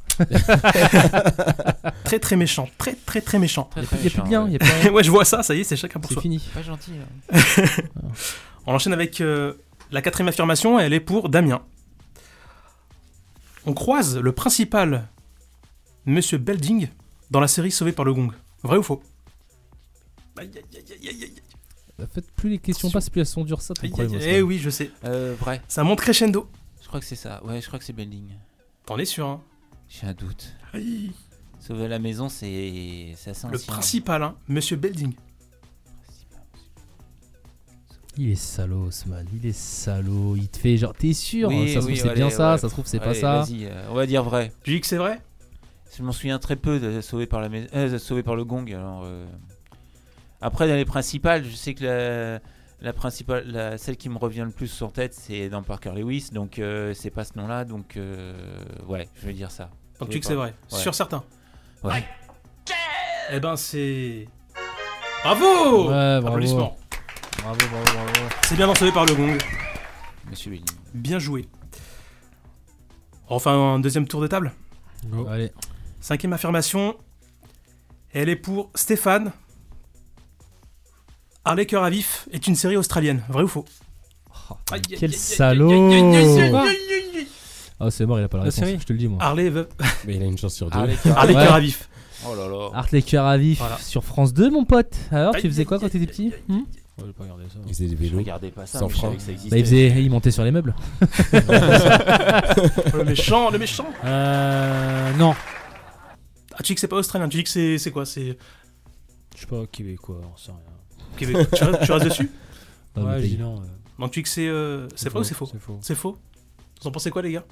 Speaker 4: Très très méchant. Très très très méchant.
Speaker 5: Très,
Speaker 6: Il
Speaker 5: très
Speaker 6: n'y a plus de
Speaker 5: méchant,
Speaker 6: lien,
Speaker 5: ouais.
Speaker 6: y a plus rien.
Speaker 4: Ouais, je vois ça, ça y est, c'est chacun pour
Speaker 6: C'est
Speaker 4: soi.
Speaker 6: fini.
Speaker 5: Pas gentil. hein.
Speaker 4: On enchaîne avec euh, la quatrième affirmation, et elle est pour Damien. On croise le principal, Monsieur Belding, dans la série Sauvé par le Gong Vrai ou faux
Speaker 6: Faites plus les questions passent, plus elles sont dures, ça, ton problème,
Speaker 4: Eh
Speaker 6: ça.
Speaker 4: oui, je sais.
Speaker 5: Euh, vrai.
Speaker 4: Ça monte crescendo.
Speaker 5: Je crois que c'est ça. Ouais, je crois que c'est Belding.
Speaker 4: T'en es sûr, hein
Speaker 5: J'ai un doute. Sauver la maison, c'est c'est assez
Speaker 4: Le
Speaker 5: ancien.
Speaker 4: principal, hein, Monsieur Belding.
Speaker 6: Il est salaud, ce man. Il est salaud. Il te fait genre, t'es sûr hein,
Speaker 5: Oui,
Speaker 6: Ça se
Speaker 5: oui,
Speaker 6: trouve, c'est
Speaker 5: allez,
Speaker 6: bien ça.
Speaker 5: ouais.
Speaker 6: Ça se trouve, c'est pas
Speaker 5: Allez,
Speaker 6: ça.
Speaker 5: Vas-y, euh, on va dire vrai.
Speaker 4: Tu dis que c'est vrai
Speaker 5: Je m'en souviens très peu de Sauvé par, la mais- euh, Sauvé par le Gong. Alors, euh. Après, dans les principales, je sais que la, la principale, la- celle qui me revient le plus en tête, c'est dans Parker Lewis. Donc, euh, c'est pas ce nom-là. Donc, euh, ouais, je vais dire ça.
Speaker 4: Donc
Speaker 5: Sauvé
Speaker 4: tu dis que
Speaker 5: par-
Speaker 4: c'est vrai.
Speaker 5: Ouais.
Speaker 4: Sur certains.
Speaker 5: Ouais.
Speaker 4: Eh ben c'est. Bravo
Speaker 6: Ouais, bravo.
Speaker 4: Applaudissements.
Speaker 6: Bravo, bravo, bravo.
Speaker 4: C'est bien lancé par le gong.
Speaker 5: Monsieur Belding.
Speaker 4: Bien joué. Enfin, un deuxième tour de table.
Speaker 7: Go.
Speaker 6: Allez.
Speaker 4: Cinquième affirmation. Elle est pour Stéphane. Harley Cœur à vif est une série australienne. Vrai ou faux
Speaker 6: Oh. Quel salaud Ah, c'est mort, il a pas la
Speaker 7: La
Speaker 6: réponse.
Speaker 7: série
Speaker 6: Je te le dis, moi.
Speaker 4: Harley, ve-
Speaker 8: Mais il a une chance sur deux.
Speaker 5: Harley
Speaker 4: Harley
Speaker 6: Ouais.
Speaker 4: Cœur à vif.
Speaker 5: Oh là là.
Speaker 6: Art les cœurs à vif
Speaker 4: Voilà.
Speaker 6: sur France 2, mon pote. Alors, tu faisais quoi quand t'étais petit hmm
Speaker 7: Ouais, j'ai pas regardé ça.
Speaker 8: Il faisait des
Speaker 5: Je
Speaker 8: vélos.
Speaker 5: regardais pas ça,
Speaker 8: Sans
Speaker 5: mais je savais
Speaker 8: frein.
Speaker 5: que ça
Speaker 6: Bah,
Speaker 5: existait.
Speaker 6: il, faisait, il montait sur les meubles.
Speaker 4: Le méchant, le méchant.
Speaker 7: Euh. Non.
Speaker 4: Ah, tu dis que c'est pas australien. Tu dis que c'est, c'est quoi C'est
Speaker 7: Je sais pas, québécois, on sait rien.
Speaker 4: Québec. tu, restes, tu restes dessus
Speaker 6: Dans mon
Speaker 7: ouais, je
Speaker 6: pays.
Speaker 7: dis non. euh,
Speaker 4: Donc tu dis que c'est. euh, C'est vrai ou c'est faux
Speaker 7: C'est faux.
Speaker 4: C'est faux. Vous en pensez quoi, les gars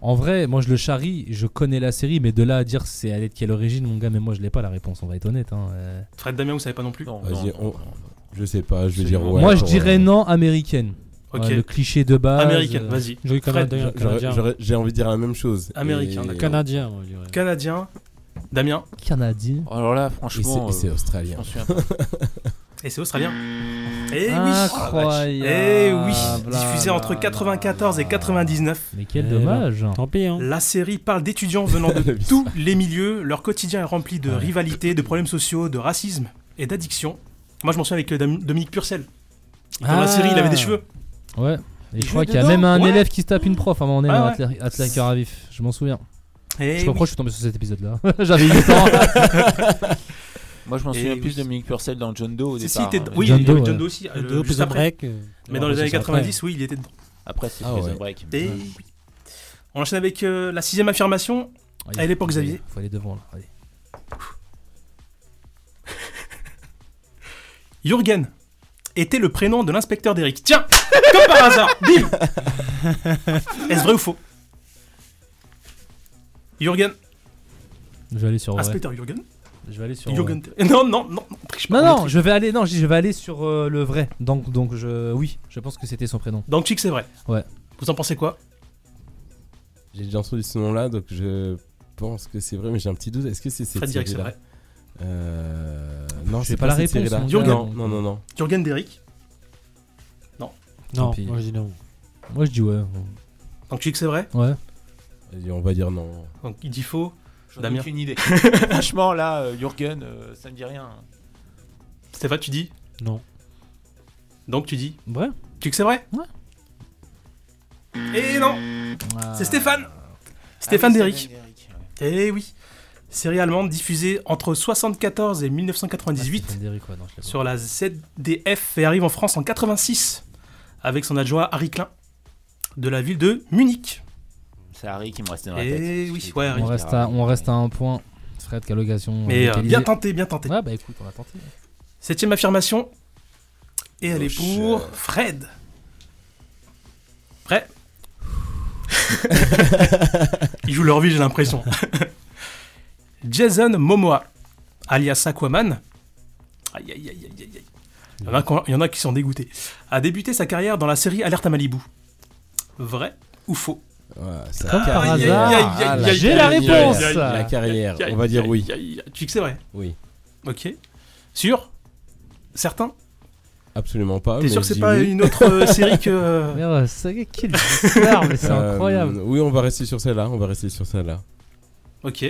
Speaker 6: En vrai, moi je le charrie, je connais la série, mais de là à dire c'est elle est de quelle origine, mon gars, mais moi je l'ai pas la réponse, on va être honnête. hein, euh.
Speaker 4: Fred Damien, vous savez pas non plus
Speaker 5: Non,
Speaker 8: Vas-y,
Speaker 5: non,
Speaker 8: on-
Speaker 5: non, non.
Speaker 8: Je sais pas, je vais dire
Speaker 5: Absolument.
Speaker 8: ouais.
Speaker 6: moi je
Speaker 8: pour,
Speaker 6: dirais
Speaker 8: euh,
Speaker 6: non américaine.
Speaker 4: Ok.
Speaker 6: Ouais, le cliché de base.
Speaker 4: Américaine,
Speaker 6: euh,
Speaker 4: vas-y.
Speaker 7: J'aurais canadien.
Speaker 8: j'aurais-
Speaker 7: Canadien.
Speaker 8: j'aurais- J'ai envie de dire la même chose.
Speaker 4: Américain,
Speaker 8: Et-
Speaker 4: d'accord.
Speaker 7: Canadien, moi, je dirais.
Speaker 4: Canadien. Damien.
Speaker 6: Canadien.
Speaker 5: Oh, Alors là,
Speaker 8: Et c'est-
Speaker 5: franchement,
Speaker 8: et c'est
Speaker 5: euh, je
Speaker 8: australien.
Speaker 5: m'en souviens pas.
Speaker 4: Et c'est australien. Eh oui
Speaker 6: Incroyable.
Speaker 4: Eh oui
Speaker 6: Bla,
Speaker 4: Diffusée
Speaker 6: bla,
Speaker 4: entre
Speaker 6: bla,
Speaker 4: 94 et
Speaker 6: bla.
Speaker 4: 99,
Speaker 6: Mais quel
Speaker 7: Eh
Speaker 6: dommage.
Speaker 7: Tant pis, hein.
Speaker 4: la série parle d'étudiants venant de
Speaker 8: Le bizarre.
Speaker 4: tous les milieux. Leur quotidien est rempli de
Speaker 6: Ouais.
Speaker 4: rivalités, de problèmes sociaux, de racisme et d'addiction. Moi, je m'en souviens avec euh, Dam- Dominique Purcell. Dans
Speaker 7: Ah.
Speaker 4: la série, il avait des cheveux.
Speaker 6: Ah. Ouais. Et
Speaker 4: Il
Speaker 6: je crois
Speaker 4: joue
Speaker 6: qu'il y a
Speaker 4: dedans
Speaker 6: même un
Speaker 4: Ouais.
Speaker 6: élève qui se tape une prof à un moment donné
Speaker 4: Ouais,
Speaker 6: dans
Speaker 4: ouais.
Speaker 6: Atla- Atlac à vif, je m'en souviens.
Speaker 4: Eh
Speaker 6: je sais pas
Speaker 4: oui.
Speaker 6: pourquoi je suis tombé sur cet épisode là. J'avais 8 ans.
Speaker 5: Moi, je m'en
Speaker 4: Et
Speaker 5: souviens
Speaker 4: Eh oui.
Speaker 5: plus de Dominique Purcell dans John Doe au
Speaker 4: Si, si,
Speaker 5: départ.
Speaker 4: il était-
Speaker 5: hein,
Speaker 4: oui,
Speaker 5: mais-
Speaker 4: il
Speaker 6: John
Speaker 4: y avait
Speaker 6: Doe,
Speaker 4: John
Speaker 6: ouais.
Speaker 4: Doe aussi. euh,
Speaker 7: Deux
Speaker 4: juste
Speaker 7: Prison
Speaker 4: après.
Speaker 7: Break. euh,
Speaker 4: Mais
Speaker 7: on
Speaker 4: dans
Speaker 7: va
Speaker 4: les années
Speaker 7: passer après.
Speaker 4: 90, oui, il était dedans.
Speaker 5: Après, c'est
Speaker 8: Ah
Speaker 5: Prison
Speaker 8: ouais.
Speaker 5: Break.
Speaker 4: Et oui. On enchaîne avec euh, la sixième affirmation. Elle est pour Xavier.
Speaker 6: Ah, Faut aller devant là. allez.
Speaker 4: Jürgen était le prénom de l'inspecteur d'Eric. Tiens Comme par hasard Bim Est-ce vrai ou faux Jürgen,
Speaker 6: Je vais aller sur vrai.
Speaker 4: inspecteur Jürgen
Speaker 6: Je vais aller sur euh,
Speaker 4: Jürgen. Eh, Non, non, non, non, triche pas,
Speaker 6: Non,
Speaker 4: on
Speaker 6: non,
Speaker 4: triche.
Speaker 6: je vais aller, non, je dis, je vais aller sur euh, le vrai. Donc, donc je, oui, je pense que c'était son prénom.
Speaker 4: Donc, Chick, c'est vrai.
Speaker 6: Ouais.
Speaker 4: Vous en pensez quoi
Speaker 8: J'ai déjà entendu ce nom-là, donc je pense que c'est vrai, mais j'ai un petit doute. Est-ce que c'est cette
Speaker 4: Fred dirait que c'est
Speaker 8: série-là
Speaker 4: vrai.
Speaker 8: Euh, Non,
Speaker 6: J'ai
Speaker 8: c'est
Speaker 6: pas
Speaker 8: pas,
Speaker 6: la
Speaker 8: cette
Speaker 6: réponse,
Speaker 8: série-là.
Speaker 6: mon gars.
Speaker 8: Non, non, non, non.
Speaker 4: Jürgen d'Eric.
Speaker 7: Non,
Speaker 6: Tant pis.
Speaker 7: moi je dis non.
Speaker 6: Moi, je dis ouais.
Speaker 4: Donc, Chick, c'est vrai.
Speaker 6: Ouais.
Speaker 8: Vas-y, on va dire non.
Speaker 4: Donc, il dit faux.
Speaker 5: J'en ai
Speaker 4: Damien.
Speaker 5: aucune idée. Franchement, là, euh, Jürgen, euh, ça me dit rien.
Speaker 4: Stéphane, tu dis
Speaker 7: Non.
Speaker 4: Donc, tu dis
Speaker 6: Vrai
Speaker 4: Chick, c'est vrai
Speaker 6: Ouais.
Speaker 4: Et non
Speaker 6: Ah.
Speaker 4: C'est Stéphane Stéphane
Speaker 5: Ah oui,
Speaker 4: d'Eric.
Speaker 5: Stéphane Derrick, ouais.
Speaker 4: Eh oui Série allemande diffusée entre 74 et
Speaker 6: Ah,
Speaker 4: 1998.
Speaker 6: Stéphane Derrick, ouais, non, je l'ai pas.
Speaker 4: sur la ZDF et arrive en France en 86 avec son adjoint Harry Klein de la ville de Munich.
Speaker 5: C'est Harry qui me restait dans la
Speaker 4: Eh
Speaker 5: tête.
Speaker 4: oui,
Speaker 5: Parce que
Speaker 4: ouais, Harry.
Speaker 6: On reste à, on reste à un point. Fred, qu'à l'occasion.
Speaker 4: Mais euh,
Speaker 6: localisée.
Speaker 4: bien tenté, bien tenté.
Speaker 6: Ouais, bah écoute, on va tenter.
Speaker 4: Septième affirmation. Et elle est
Speaker 8: Oh,
Speaker 4: pour
Speaker 8: cher.
Speaker 4: Fred. Fred Ils jouent leur vie, j'ai l'impression. Jason Momoa, alias Aquaman. Aïe, aïe, aïe, aïe, aïe, aïe. Il y en a qui- il y en a qui sont dégoûtés. A débuté sa carrière dans la série Alerte à Malibu. Vrai ou faux
Speaker 8: Ouais, ça-
Speaker 6: Comme par
Speaker 4: Aïe, aïe,
Speaker 6: hasard.
Speaker 4: aïe, aïe,
Speaker 8: Ah,
Speaker 4: aïe,
Speaker 6: J'ai
Speaker 4: aïe,
Speaker 6: la
Speaker 4: aïe,
Speaker 6: réponse.
Speaker 4: aïe, aïe, aïe,
Speaker 8: La carrière,
Speaker 4: aïe,
Speaker 8: on va dire
Speaker 4: aïe,
Speaker 8: oui.
Speaker 4: aïe, aïe, aïe. Tu dis que c'est vrai
Speaker 8: Oui,
Speaker 4: Ok. Sûr Certain
Speaker 8: absolument pas.
Speaker 4: T'es
Speaker 8: mais
Speaker 4: sûr que
Speaker 8: je
Speaker 4: c'est
Speaker 8: dis
Speaker 4: pas
Speaker 8: oui.
Speaker 4: une autre euh, série que.
Speaker 6: Mais euh, ça, quel bizarre, Ah, mais c'est
Speaker 8: Euh,
Speaker 6: incroyable.
Speaker 8: Oui, on va rester sur celle-là, on va rester sur celle-là.
Speaker 4: Ok.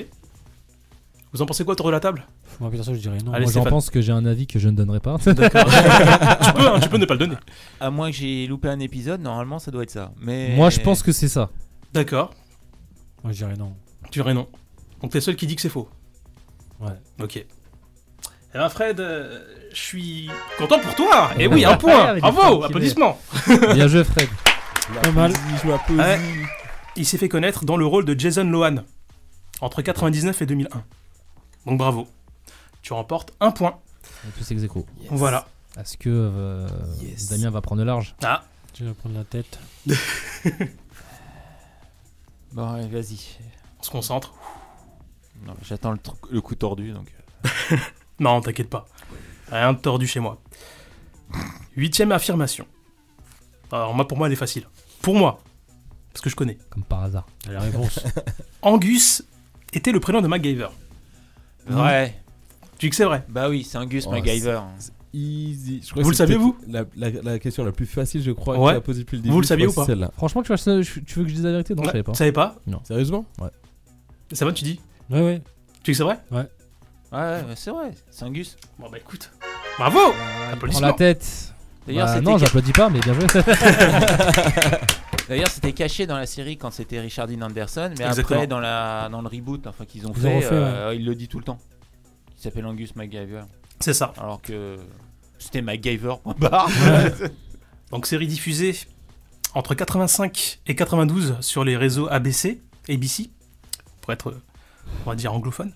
Speaker 4: Vous en pensez quoi autour de la table
Speaker 7: Moi, perso, je dirais non.
Speaker 4: Allez,
Speaker 6: Moi, j'en
Speaker 4: Stéphane.
Speaker 6: pense que j'ai un avis que je ne donnerai pas.
Speaker 4: tu, peux, hein, tu peux ne pas le donner.
Speaker 5: À moins que j'ai loupé un épisode, normalement, ça doit être ça. Mais
Speaker 6: Moi, je pense que c'est ça.
Speaker 4: D'accord,
Speaker 7: Moi, je dirais non.
Speaker 4: tu dirais non. Donc t'es le seul qui dit que c'est faux.
Speaker 7: Ouais.
Speaker 4: Ok. Eh ben Fred, euh, je suis content pour toi. Et oui, un point. Bravo, applaudissements.
Speaker 6: Bien joué, Fred.
Speaker 7: Pas mal.
Speaker 4: Ouais. Il s'est fait connaître dans le rôle de Jason Lohan entre 99 et 2001. Donc bravo. Tu remportes un point.
Speaker 6: Et Tous ex aequo.
Speaker 4: Voilà.
Speaker 6: Est-ce que euh, Damien va prendre le large
Speaker 4: Ah,
Speaker 7: Tu vas prendre la tête.
Speaker 5: Bon, allez, vas-y.
Speaker 4: on se concentre.
Speaker 5: Non, mais J'attends le, truc- le coup tordu, donc. euh.
Speaker 4: Non, t'inquiète pas. Rien de tordu chez moi. Huitième affirmation. Alors moi, pour moi, elle est facile. Pour moi, parce que je connais.
Speaker 6: Comme par hasard.
Speaker 7: T'as la réponse.
Speaker 4: Angus était le prénom de MacGyver.
Speaker 5: Ouais.
Speaker 4: Tu dis que c'est vrai
Speaker 5: Bah oui, c'est Angus
Speaker 8: Oh,
Speaker 5: MacGyver.
Speaker 8: Easy. Je crois
Speaker 4: Vous
Speaker 8: que c'est
Speaker 4: le saviez,
Speaker 8: peut-être
Speaker 4: vous
Speaker 8: la, la- la question la plus facile, je crois,
Speaker 4: Ouais.
Speaker 8: que tu as posée depuis le début.
Speaker 4: Vous le
Speaker 8: je
Speaker 4: saviez
Speaker 8: crois
Speaker 4: ou
Speaker 8: que c'est Celle-là.
Speaker 6: Franchement, tu, vois, ça- je- tu veux que je dise la vérité Non, je savais pas.
Speaker 4: Tu savais pas
Speaker 8: Sérieusement
Speaker 4: Ça va, tu dis
Speaker 7: Ouais, ouais.
Speaker 4: Tu dis que c'est vrai
Speaker 5: Ouais, ouais, ouais, c'est vrai, c'est Angus.
Speaker 4: Bon bah écoute. Bravo
Speaker 6: Prends
Speaker 4: Applaudissements.
Speaker 6: la tête.
Speaker 5: D'ailleurs,
Speaker 6: Bah,
Speaker 5: c'était
Speaker 6: non,
Speaker 5: ca-
Speaker 6: j'applaudis pas, mais bien joué.
Speaker 5: D'ailleurs, c'était caché dans la série quand c'était Richard Dean Anderson, mais
Speaker 4: Exactement.
Speaker 5: après, dans, la, dans le reboot enfin, qu'ils ont
Speaker 7: Ils
Speaker 5: fait,
Speaker 7: ont refait,
Speaker 5: euh, il le dit tout le temps. Il s'appelle Angus MacGyver.
Speaker 4: C'est ça.
Speaker 5: Alors que c'était MacGyver, point barre.
Speaker 4: Donc série diffusée entre 85 et 92 sur les réseaux ABC, ABC, pour être, euh, on va dire, anglophone.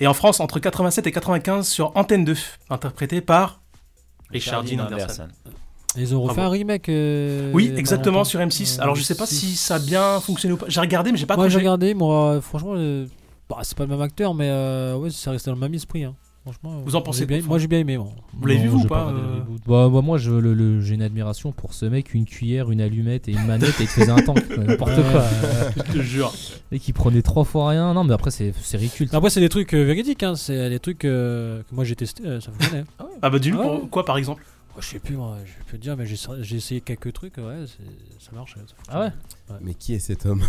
Speaker 4: Et en France, entre 87 et 95 sur Antenne 2, interprétée par Richard Dean Anderson.
Speaker 7: Ils ont refait
Speaker 4: Bravo.
Speaker 7: un remake. euh, il y
Speaker 4: Oui,
Speaker 7: a pas
Speaker 4: exactement,
Speaker 7: longtemps.
Speaker 4: sur M6.
Speaker 7: Euh,
Speaker 4: Alors je sais pas si ça a bien fonctionné ou pas. J'ai regardé, mais j'ai pas
Speaker 7: Moi j'ai
Speaker 4: accroché.
Speaker 7: regardé, moi, euh, franchement, euh, bah, c'est pas le même acteur, mais euh, ouais, ça restait dans le même esprit. hein. Franchement,
Speaker 4: Vous en pensez
Speaker 7: j'ai bien-
Speaker 4: quoi,
Speaker 7: Moi j'ai bien aimé. Moi.
Speaker 4: Vous l'avez
Speaker 6: Non,
Speaker 4: vu, vous,
Speaker 6: j'ai
Speaker 4: ou pas,
Speaker 6: regardé le
Speaker 4: euh
Speaker 6: reboot. Bah, bah, moi, je- le- le- j'ai une admiration pour ce mec, une cuillère, une allumette et une manette, et il te faisait un tank, quoi, n'importe
Speaker 7: Ouais.
Speaker 6: quoi.
Speaker 4: Je te jure.
Speaker 6: Et qui prenait trois fois rien. Non, mais après, c'est c'est ridicule.
Speaker 7: Après, c'est des trucs euh, véridiques, hein, c'est des trucs euh, que moi j'ai testé, euh, ça fonctionnait.
Speaker 4: Ah bah dis-nous
Speaker 7: Ah
Speaker 4: pour-
Speaker 7: ouais.
Speaker 4: quoi par exemple
Speaker 7: Oh, je sais plus, moi, je peux te dire, mais j'ai j'ai essayé quelques trucs, ouais, c'est- ça marche. ça fonctionne.
Speaker 6: Ah ouais
Speaker 8: Mais qui est cet homme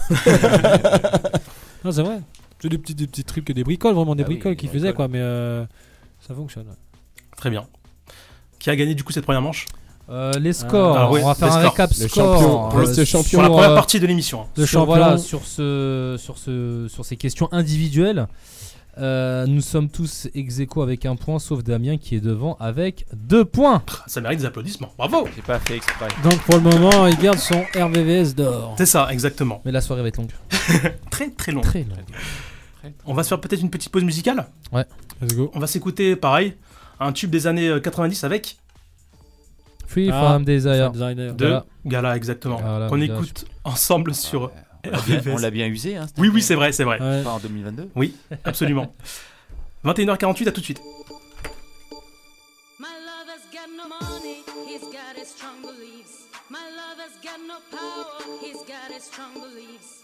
Speaker 7: Non, c'est vrai. C'est des petits, des petits trucs, des bricoles, vraiment des
Speaker 5: Ah oui,
Speaker 7: bricoles
Speaker 5: des
Speaker 7: qu'ils
Speaker 5: bricoles.
Speaker 7: faisaient, quoi, mais euh, ça fonctionne. ouais.
Speaker 4: Très bien. Qui a gagné du coup cette première manche
Speaker 6: Euh, les scores,
Speaker 4: Ah oui,
Speaker 6: on va faire
Speaker 4: les
Speaker 6: un
Speaker 4: scores.
Speaker 6: récap
Speaker 8: Le
Speaker 6: score.
Speaker 8: champion, pour le- ce champion.
Speaker 4: Sur la
Speaker 6: euh,
Speaker 4: première partie de l'émission. hein.
Speaker 7: Le
Speaker 6: sur,
Speaker 7: champion.
Speaker 6: voilà, sur, ce, sur, ce, sur ces questions individuelles, euh, nous sommes tous ex aequo avec un point, sauf Damien qui est devant avec deux points.
Speaker 4: Ça mérite des applaudissements. Bravo
Speaker 5: J'ai pas fait exprès.
Speaker 7: Donc pour le moment, il garde son RVVS d'or.
Speaker 4: C'est ça, Ah, exactement.
Speaker 6: Mais la soirée va être longue.
Speaker 4: Très très long.
Speaker 6: Très longue.
Speaker 4: On va se faire peut-être une petite pause musicale
Speaker 7: Let's go.
Speaker 4: On va s'écouter, pareil, un tube des années euh, 90 avec
Speaker 6: Free
Speaker 7: Ah,
Speaker 6: from Desire.
Speaker 7: Designer.
Speaker 4: deux
Speaker 6: Gala.
Speaker 4: Gala, exactement.
Speaker 8: Ah,
Speaker 6: Gala,
Speaker 4: Qu'on
Speaker 6: Gala,
Speaker 4: écoute ensemble sur
Speaker 5: On l'a bien-
Speaker 4: RVVS.
Speaker 5: On l'a bien usé, hein. cette
Speaker 4: Oui,
Speaker 5: année.
Speaker 4: oui, c'est vrai, c'est vrai.
Speaker 7: Ouais.
Speaker 5: Pas en 2022.
Speaker 4: Oui, absolument. 21h48, à tout de suite.
Speaker 9: My lover's got no money, he's got his strong beliefs. My lover's got no power, he's got his strong beliefs.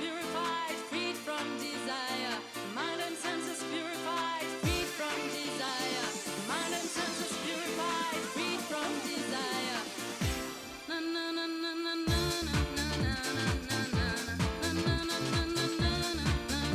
Speaker 9: purified. Freed from desire, mind and senses purified. Freed from desire, mind and senses purified. Freed from desire. Na na na na na na na na na na na na na na na na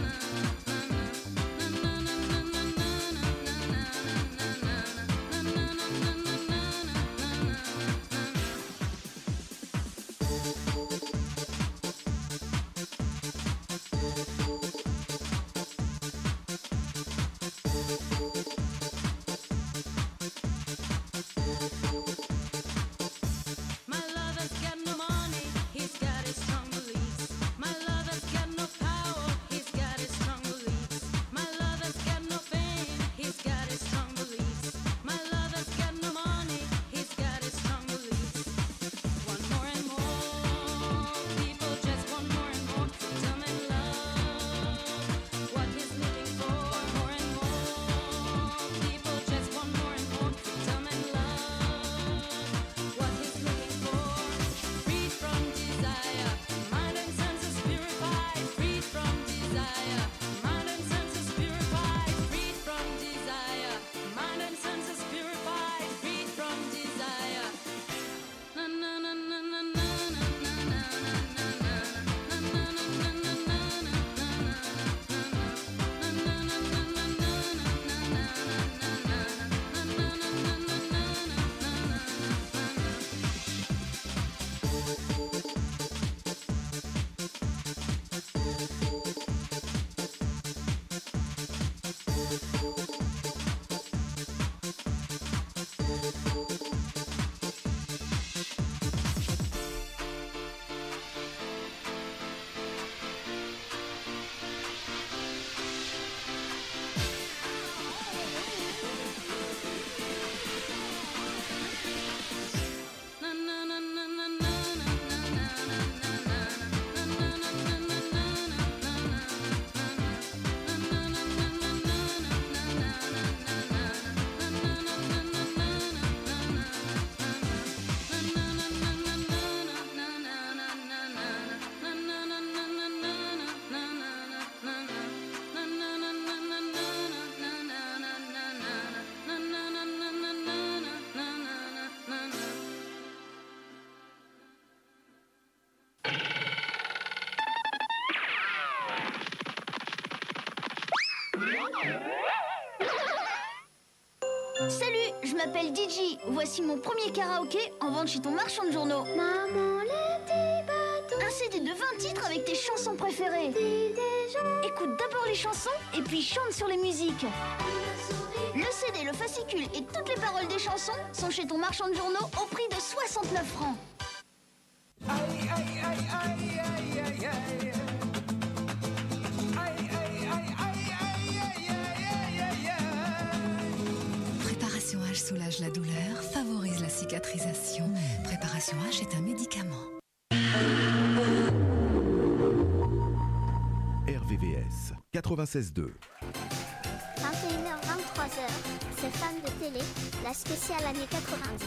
Speaker 9: My lover's got no money, he's got his strong beliefs. My lover's got no power, he's got his strong beliefs. My lover's got no fame, he's got his strong beliefs. My lover's got no money, he's got his strong beliefs. One more and more
Speaker 12: Salut, je m'appelle Digi. Voici mon premier karaoké en vente chez ton marchand de journaux. Maman, le petit bateau. Un CD de 20 titres avec tes chansons préférées. Écoute d'abord les chansons et puis chante sur les musiques. Le CD, le fascicule et toutes les paroles des chansons sont chez ton marchand de journaux au prix de 69 francs.
Speaker 13: Préparation H soulage la douleur, favorise la cicatrisation. Préparation H est un médicament.
Speaker 11: RVVS 96.2.
Speaker 1: 21h-23h, c'est Femmes de télé, la spéciale année 90.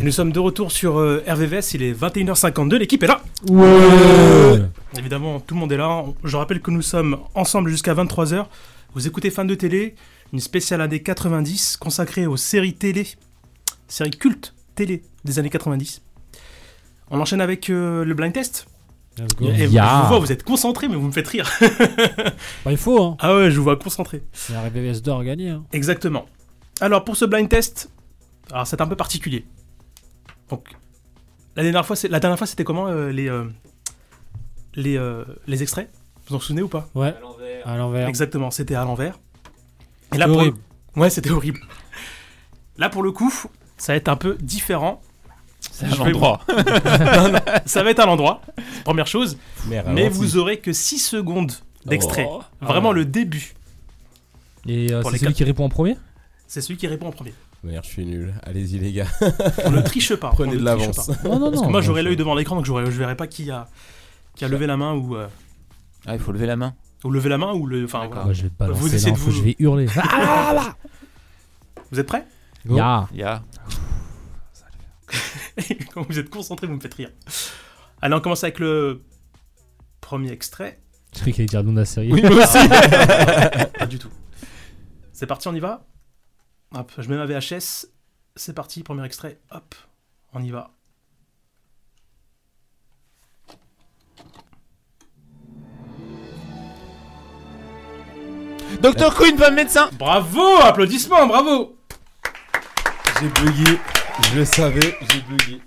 Speaker 4: Et nous sommes de retour sur euh, RVVS, il est 21h52, l'équipe est là
Speaker 6: Ouais.
Speaker 4: Évidemment, tout le monde est là. On- Je rappelle que nous sommes ensemble jusqu'à 23h. Vous écoutez Fan de télé, une spéciale année 90 consacrée aux séries télé, séries cultes télé des années 90. On enchaîne avec euh, le blind test.
Speaker 7: Let's go.
Speaker 4: Et
Speaker 7: Yeah.
Speaker 4: Je vous vois, vous êtes concentré, mais vous me faites rire.
Speaker 7: Bah, il faut, hein.
Speaker 4: Ah ouais, je vous vois concentré.
Speaker 7: C'est la RVVS d'or gagné. Hein.
Speaker 4: Exactement. Alors pour ce blind test, alors c'est un peu particulier. Donc la dernière fois, c'est- la dernière fois c'était comment euh, les euh, les euh, les extraits Vous en souvenez ou pas
Speaker 7: Ouais. À l'envers. À l'envers.
Speaker 4: Exactement, c'était à l'envers. Et
Speaker 7: C'était
Speaker 4: pour le-
Speaker 7: horrible.
Speaker 4: Ouais, c'était horrible. Là pour le coup, ça va être un peu différent.
Speaker 5: C'est à
Speaker 4: Je vais-
Speaker 5: l'endroit.
Speaker 4: Non, non, ça va être à l'endroit. Première chose.
Speaker 5: Merde,
Speaker 4: mais
Speaker 5: ralentis.
Speaker 4: vous aurez que 6 secondes d'extrait.
Speaker 5: Oh.
Speaker 4: Vraiment
Speaker 5: Ah ouais.
Speaker 4: le début.
Speaker 6: Et euh,
Speaker 4: Pour
Speaker 6: c'est
Speaker 4: les
Speaker 6: celui
Speaker 4: quatre-
Speaker 6: qui répond en premier
Speaker 4: C'est celui qui répond en premier.
Speaker 8: Merde, je suis nul. Allez-y, les gars.
Speaker 4: On ne triche pas.
Speaker 8: Prenez
Speaker 4: on
Speaker 8: de
Speaker 4: ne triche
Speaker 8: l'avance.
Speaker 4: pas. Parce que moi j'aurais l'œil devant l'écran donc j'aurais- je verrais pas qui a, qui a levé la main ou. euh,
Speaker 5: Ah, il faut lever la main.
Speaker 4: ou lever la main ou le. Enfin, voilà.
Speaker 5: Moi, je vais te balancer
Speaker 4: vous essayez de
Speaker 5: l'info,
Speaker 4: vous.
Speaker 5: je vais
Speaker 6: hurler.
Speaker 4: Ah, là vous êtes prêts
Speaker 6: Go. Ya.
Speaker 5: Ya.
Speaker 4: Quand vous êtes concentrés, vous me faites rire. Allez, on commence avec le premier extrait.
Speaker 6: Je croyais qu'il allait dire ah, non à série.
Speaker 4: Pas du tout. C'est parti, on y va Hop, je mets ma VHS. C'est parti, premier extrait. Hop, on y va.
Speaker 5: Docteur Queen, va médecin
Speaker 4: Bravo Applaudissements, bravo
Speaker 8: J'ai bugué. Je le savais, j'ai bugué.